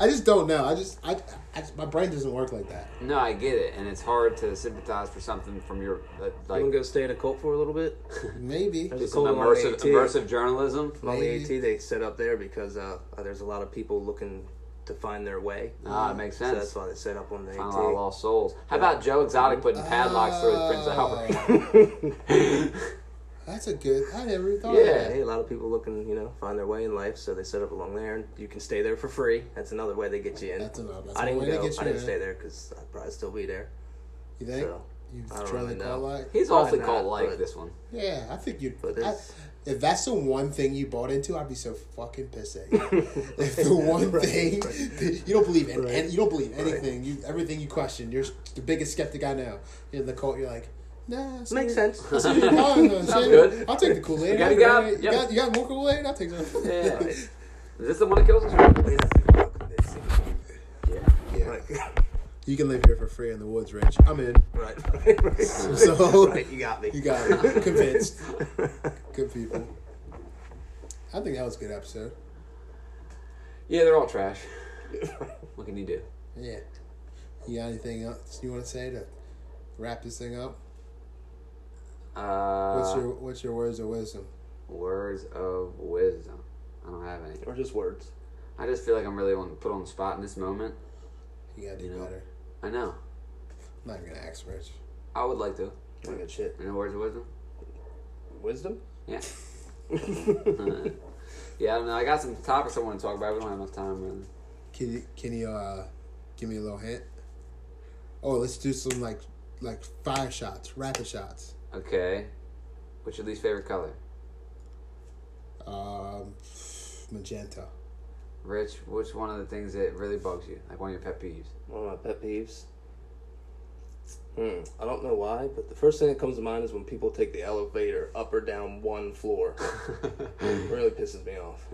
[SPEAKER 2] I just don't know. I just, I, I just, my brain doesn't work like that.
[SPEAKER 1] no, I get it, and it's hard to sympathize for something from your uh,
[SPEAKER 3] You
[SPEAKER 1] like
[SPEAKER 3] wanna go stay at a cult for a little bit?
[SPEAKER 2] Maybe.
[SPEAKER 3] There's
[SPEAKER 1] just
[SPEAKER 3] a
[SPEAKER 1] some
[SPEAKER 3] cult on
[SPEAKER 1] immersive
[SPEAKER 3] AT.
[SPEAKER 1] immersive journalism.
[SPEAKER 3] On the
[SPEAKER 2] Maybe.
[SPEAKER 3] AT they set up there because uh, there's a lot of people looking to find their way.
[SPEAKER 1] Ah, it makes
[SPEAKER 3] So
[SPEAKER 1] sense.
[SPEAKER 3] that's why they set up on the
[SPEAKER 1] Find a lot of
[SPEAKER 3] AT.
[SPEAKER 1] lost souls. How about Joe Exotic putting padlocks through his Prince Albert?
[SPEAKER 2] Oh, That's a good. I never even thought.
[SPEAKER 1] Yeah.
[SPEAKER 2] Yeah.
[SPEAKER 3] Yeah, hey, a lot of people looking, you know, find their way in life, so they set up along there, and you can stay there for free. That's another way they get you in.
[SPEAKER 2] That's another- that's
[SPEAKER 3] I didn't
[SPEAKER 2] one way to
[SPEAKER 3] go.
[SPEAKER 2] get you
[SPEAKER 3] I didn't
[SPEAKER 2] in.
[SPEAKER 3] stay there because I'd probably still be there.
[SPEAKER 2] You think?
[SPEAKER 3] So,
[SPEAKER 2] you
[SPEAKER 3] I don't
[SPEAKER 2] try
[SPEAKER 3] really
[SPEAKER 2] to call
[SPEAKER 3] know.
[SPEAKER 2] like?
[SPEAKER 1] He's
[SPEAKER 3] Probably
[SPEAKER 1] awfully
[SPEAKER 3] not,
[SPEAKER 1] cult like
[SPEAKER 3] but-
[SPEAKER 1] this one.
[SPEAKER 2] Yeah, I think you.
[SPEAKER 3] But
[SPEAKER 2] I,
[SPEAKER 3] it's-
[SPEAKER 2] if that's the one thing you bought into, I'd be so fucking pissed at you. if the one thing you don't believe in, and you don't believe anything, you everything you question. You're the biggest skeptic I know. You're in the cult. You're like, nah, it's
[SPEAKER 3] Makes
[SPEAKER 2] weird.
[SPEAKER 3] sense.
[SPEAKER 2] So you're fine, though.
[SPEAKER 1] Sounds
[SPEAKER 2] Shit.
[SPEAKER 1] good.
[SPEAKER 2] I'll take the Kool Aid.
[SPEAKER 1] You gotta get up.
[SPEAKER 2] You,
[SPEAKER 1] Yep.
[SPEAKER 2] got, you got more Kool Aid? I'll take some.
[SPEAKER 1] Yeah. Is this the one that kills us? Yeah.
[SPEAKER 2] Yeah.
[SPEAKER 3] Right.
[SPEAKER 2] You can live here for free in the woods, Rich. I'm in.
[SPEAKER 3] Right, right, right.
[SPEAKER 2] So
[SPEAKER 3] right, you got me.
[SPEAKER 2] you got it. Convinced. Good people. I think that was a good episode.
[SPEAKER 1] Yeah, they're all trash. what can you do?
[SPEAKER 2] Yeah. You got anything else you want to say to wrap this thing up?
[SPEAKER 1] Uh,
[SPEAKER 2] What's your What's your words of wisdom?
[SPEAKER 1] words of wisdom? I don't have any.
[SPEAKER 3] or just words.
[SPEAKER 1] I just feel like I'm really on put on the spot in this moment.
[SPEAKER 2] You gotta do
[SPEAKER 1] You know.
[SPEAKER 2] better.
[SPEAKER 1] I know.
[SPEAKER 2] I'm not even gonna ask Rich.
[SPEAKER 1] I would like to.
[SPEAKER 3] Like good shit.
[SPEAKER 1] Any words of wisdom?
[SPEAKER 3] Wisdom?
[SPEAKER 1] Yeah. yeah, I don't know. I got some topics I want to talk about. We don't have enough time, really.
[SPEAKER 2] Can you Can you uh, give me a little hint? Oh, let's do some like like fire shots, rapid shots.
[SPEAKER 1] Okay. What's your least favorite color?
[SPEAKER 2] Um, magenta.
[SPEAKER 1] Rich, what's one of the things that really bugs you? Like one of your pet peeves?
[SPEAKER 3] One of my pet peeves. Hmm. I don't know why, but the first thing that comes to mind is when people take the elevator up or down one floor. it really pisses me off.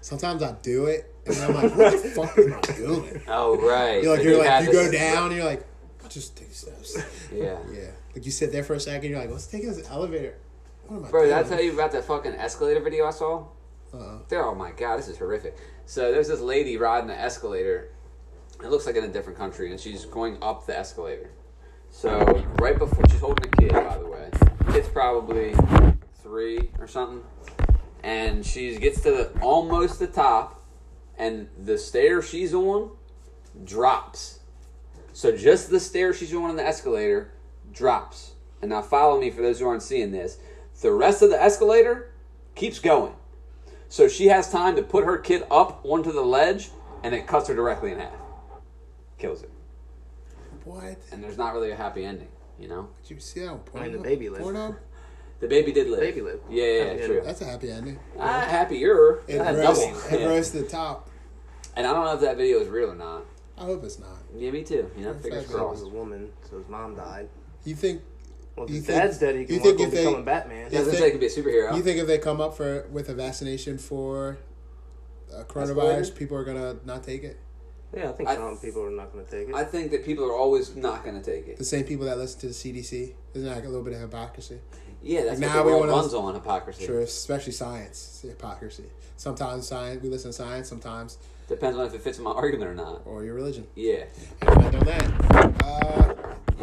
[SPEAKER 2] Sometimes I do it, and I'm like, what the fuck am I doing?
[SPEAKER 1] Oh, right.
[SPEAKER 2] You're like,
[SPEAKER 1] But
[SPEAKER 2] you're
[SPEAKER 1] had
[SPEAKER 2] like, you
[SPEAKER 1] this-
[SPEAKER 2] go down, and you're like, just take steps.
[SPEAKER 1] Yeah.
[SPEAKER 2] Yeah, like you sit there for a second, you're like, let's take this elevator. What am I
[SPEAKER 1] Bro,
[SPEAKER 2] doing?
[SPEAKER 1] did I tell you about that fucking escalator video I saw?
[SPEAKER 2] Uh-uh.
[SPEAKER 1] There, oh my god, this is horrific. So there's this lady riding the escalator. It looks like in a different country, and she's going up the escalator. So right before she's holding a kid, by the way, kid's probably three or something, and she gets to the almost the top, and the stair she's on drops. So just the stair she's on in the escalator drops. And now follow me for those who aren't seeing this. The rest of the escalator keeps going. So she has time to put her kid up onto the ledge and it cuts her directly in half. Kills it.
[SPEAKER 2] What?
[SPEAKER 1] And there's not really a happy ending, you know?
[SPEAKER 2] Did you see that on Pornhub?
[SPEAKER 3] mean, the baby lives.
[SPEAKER 2] Pornhub?
[SPEAKER 1] The baby did live.
[SPEAKER 3] Baby lived.
[SPEAKER 1] Yeah, yeah,
[SPEAKER 3] Happy
[SPEAKER 1] yeah true.
[SPEAKER 2] That's a happy ending.
[SPEAKER 1] Ah, happier.
[SPEAKER 2] It
[SPEAKER 1] Ah,
[SPEAKER 2] rose,
[SPEAKER 1] double.
[SPEAKER 2] it
[SPEAKER 1] Yeah.
[SPEAKER 2] rose to the top.
[SPEAKER 1] And I don't know if that video is real or not.
[SPEAKER 2] I hope it's not.
[SPEAKER 1] Yeah, me too. You know, fingers
[SPEAKER 2] fact, it
[SPEAKER 3] He was
[SPEAKER 1] crossed.
[SPEAKER 3] a woman, so his mom died.
[SPEAKER 2] You think?
[SPEAKER 3] Well, if
[SPEAKER 2] You
[SPEAKER 3] his
[SPEAKER 2] think-
[SPEAKER 3] dad's dead, he
[SPEAKER 2] you
[SPEAKER 3] can
[SPEAKER 2] think
[SPEAKER 3] work on
[SPEAKER 2] if they-
[SPEAKER 3] becoming Batman.
[SPEAKER 1] I
[SPEAKER 2] Yeah.
[SPEAKER 1] was gonna say it could be a superhero.
[SPEAKER 2] You think if they come up for with a vaccination for uh, coronavirus,
[SPEAKER 3] Escalator?
[SPEAKER 2] people are gonna not take it?
[SPEAKER 3] Yeah, I think
[SPEAKER 1] I-
[SPEAKER 3] some people are not going to take it.
[SPEAKER 1] I think that people are always not going to take it.
[SPEAKER 2] The same people that listen to the CDC. Isn't that like a little bit of hypocrisy?
[SPEAKER 1] Yeah, that's
[SPEAKER 2] Now
[SPEAKER 1] what
[SPEAKER 2] we
[SPEAKER 1] the world
[SPEAKER 2] wanna-
[SPEAKER 1] runs on hypocrisy.
[SPEAKER 2] Sure, especially science, it's hypocrisy. Sometimes science, we listen to science. Sometimes,
[SPEAKER 1] Depends on if it fits my argument or not.
[SPEAKER 2] or your religion.
[SPEAKER 1] Yeah.
[SPEAKER 2] Anyway, on that, uh,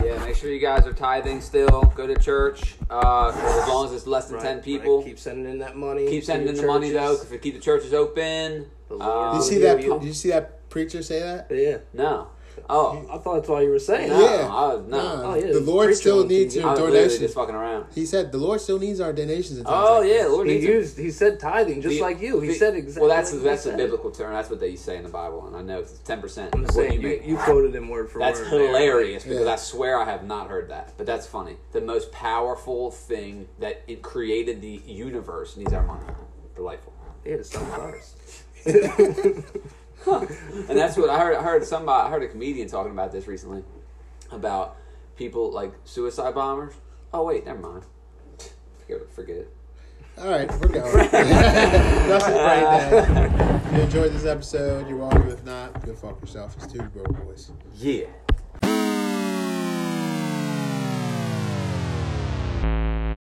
[SPEAKER 1] Yeah, make sure you guys are tithing still. Go to church. Uh, as long as it's less than
[SPEAKER 3] Right,
[SPEAKER 1] 10
[SPEAKER 3] right.
[SPEAKER 1] people. Keep,
[SPEAKER 3] Keep sending in that money. to
[SPEAKER 1] sending
[SPEAKER 3] your
[SPEAKER 1] in the money, though.
[SPEAKER 3] churches.
[SPEAKER 1] If we keep the churches open. Um,
[SPEAKER 2] did you
[SPEAKER 3] The Lord.
[SPEAKER 2] see
[SPEAKER 3] Oh, yeah,
[SPEAKER 2] that?
[SPEAKER 3] you-
[SPEAKER 2] Did you see that preacher say that?
[SPEAKER 3] Yeah.
[SPEAKER 1] no. Oh,
[SPEAKER 3] I thought that's all you were saying.
[SPEAKER 1] No,
[SPEAKER 2] yeah,
[SPEAKER 1] I- no.
[SPEAKER 2] Nah,
[SPEAKER 3] Oh, yeah,
[SPEAKER 2] the Lord
[SPEAKER 3] preacher
[SPEAKER 2] still
[SPEAKER 3] on TV.
[SPEAKER 2] needs
[SPEAKER 1] I
[SPEAKER 2] your
[SPEAKER 1] was literally
[SPEAKER 2] donations.
[SPEAKER 1] just fucking around.
[SPEAKER 2] He said the Lord still needs our donations. And things
[SPEAKER 1] Oh
[SPEAKER 2] like
[SPEAKER 1] yeah,
[SPEAKER 2] this.
[SPEAKER 1] Lord
[SPEAKER 3] He
[SPEAKER 1] needs it.
[SPEAKER 3] used he said tithing just
[SPEAKER 1] The-
[SPEAKER 3] like you. He
[SPEAKER 1] the-
[SPEAKER 3] said exactly.
[SPEAKER 1] Well, that's
[SPEAKER 3] what you
[SPEAKER 1] that's a
[SPEAKER 3] said.
[SPEAKER 1] biblical term. That's what they say in the Bible, and I know it's ten percent.
[SPEAKER 3] I'm
[SPEAKER 1] What you
[SPEAKER 3] saying you,
[SPEAKER 1] make.
[SPEAKER 3] you quoted him word for
[SPEAKER 1] That's
[SPEAKER 3] word. there.
[SPEAKER 1] hilarious because
[SPEAKER 2] Yeah.
[SPEAKER 1] I swear I have not heard that. But that's funny. The most powerful thing that it created the universe needs our money. Delightful.
[SPEAKER 3] Yeah, it's not ours.
[SPEAKER 1] and that's what I heard. I heard somebody. I heard a comedian talking about this recently, about people like suicide bombers. Oh wait, never mind. Forget it. Forget it.
[SPEAKER 2] All right, we're going. That's it right now. If you enjoyed this episode, you're welcome. If not, go fuck yourself. It's two broke boys.
[SPEAKER 1] Yeah.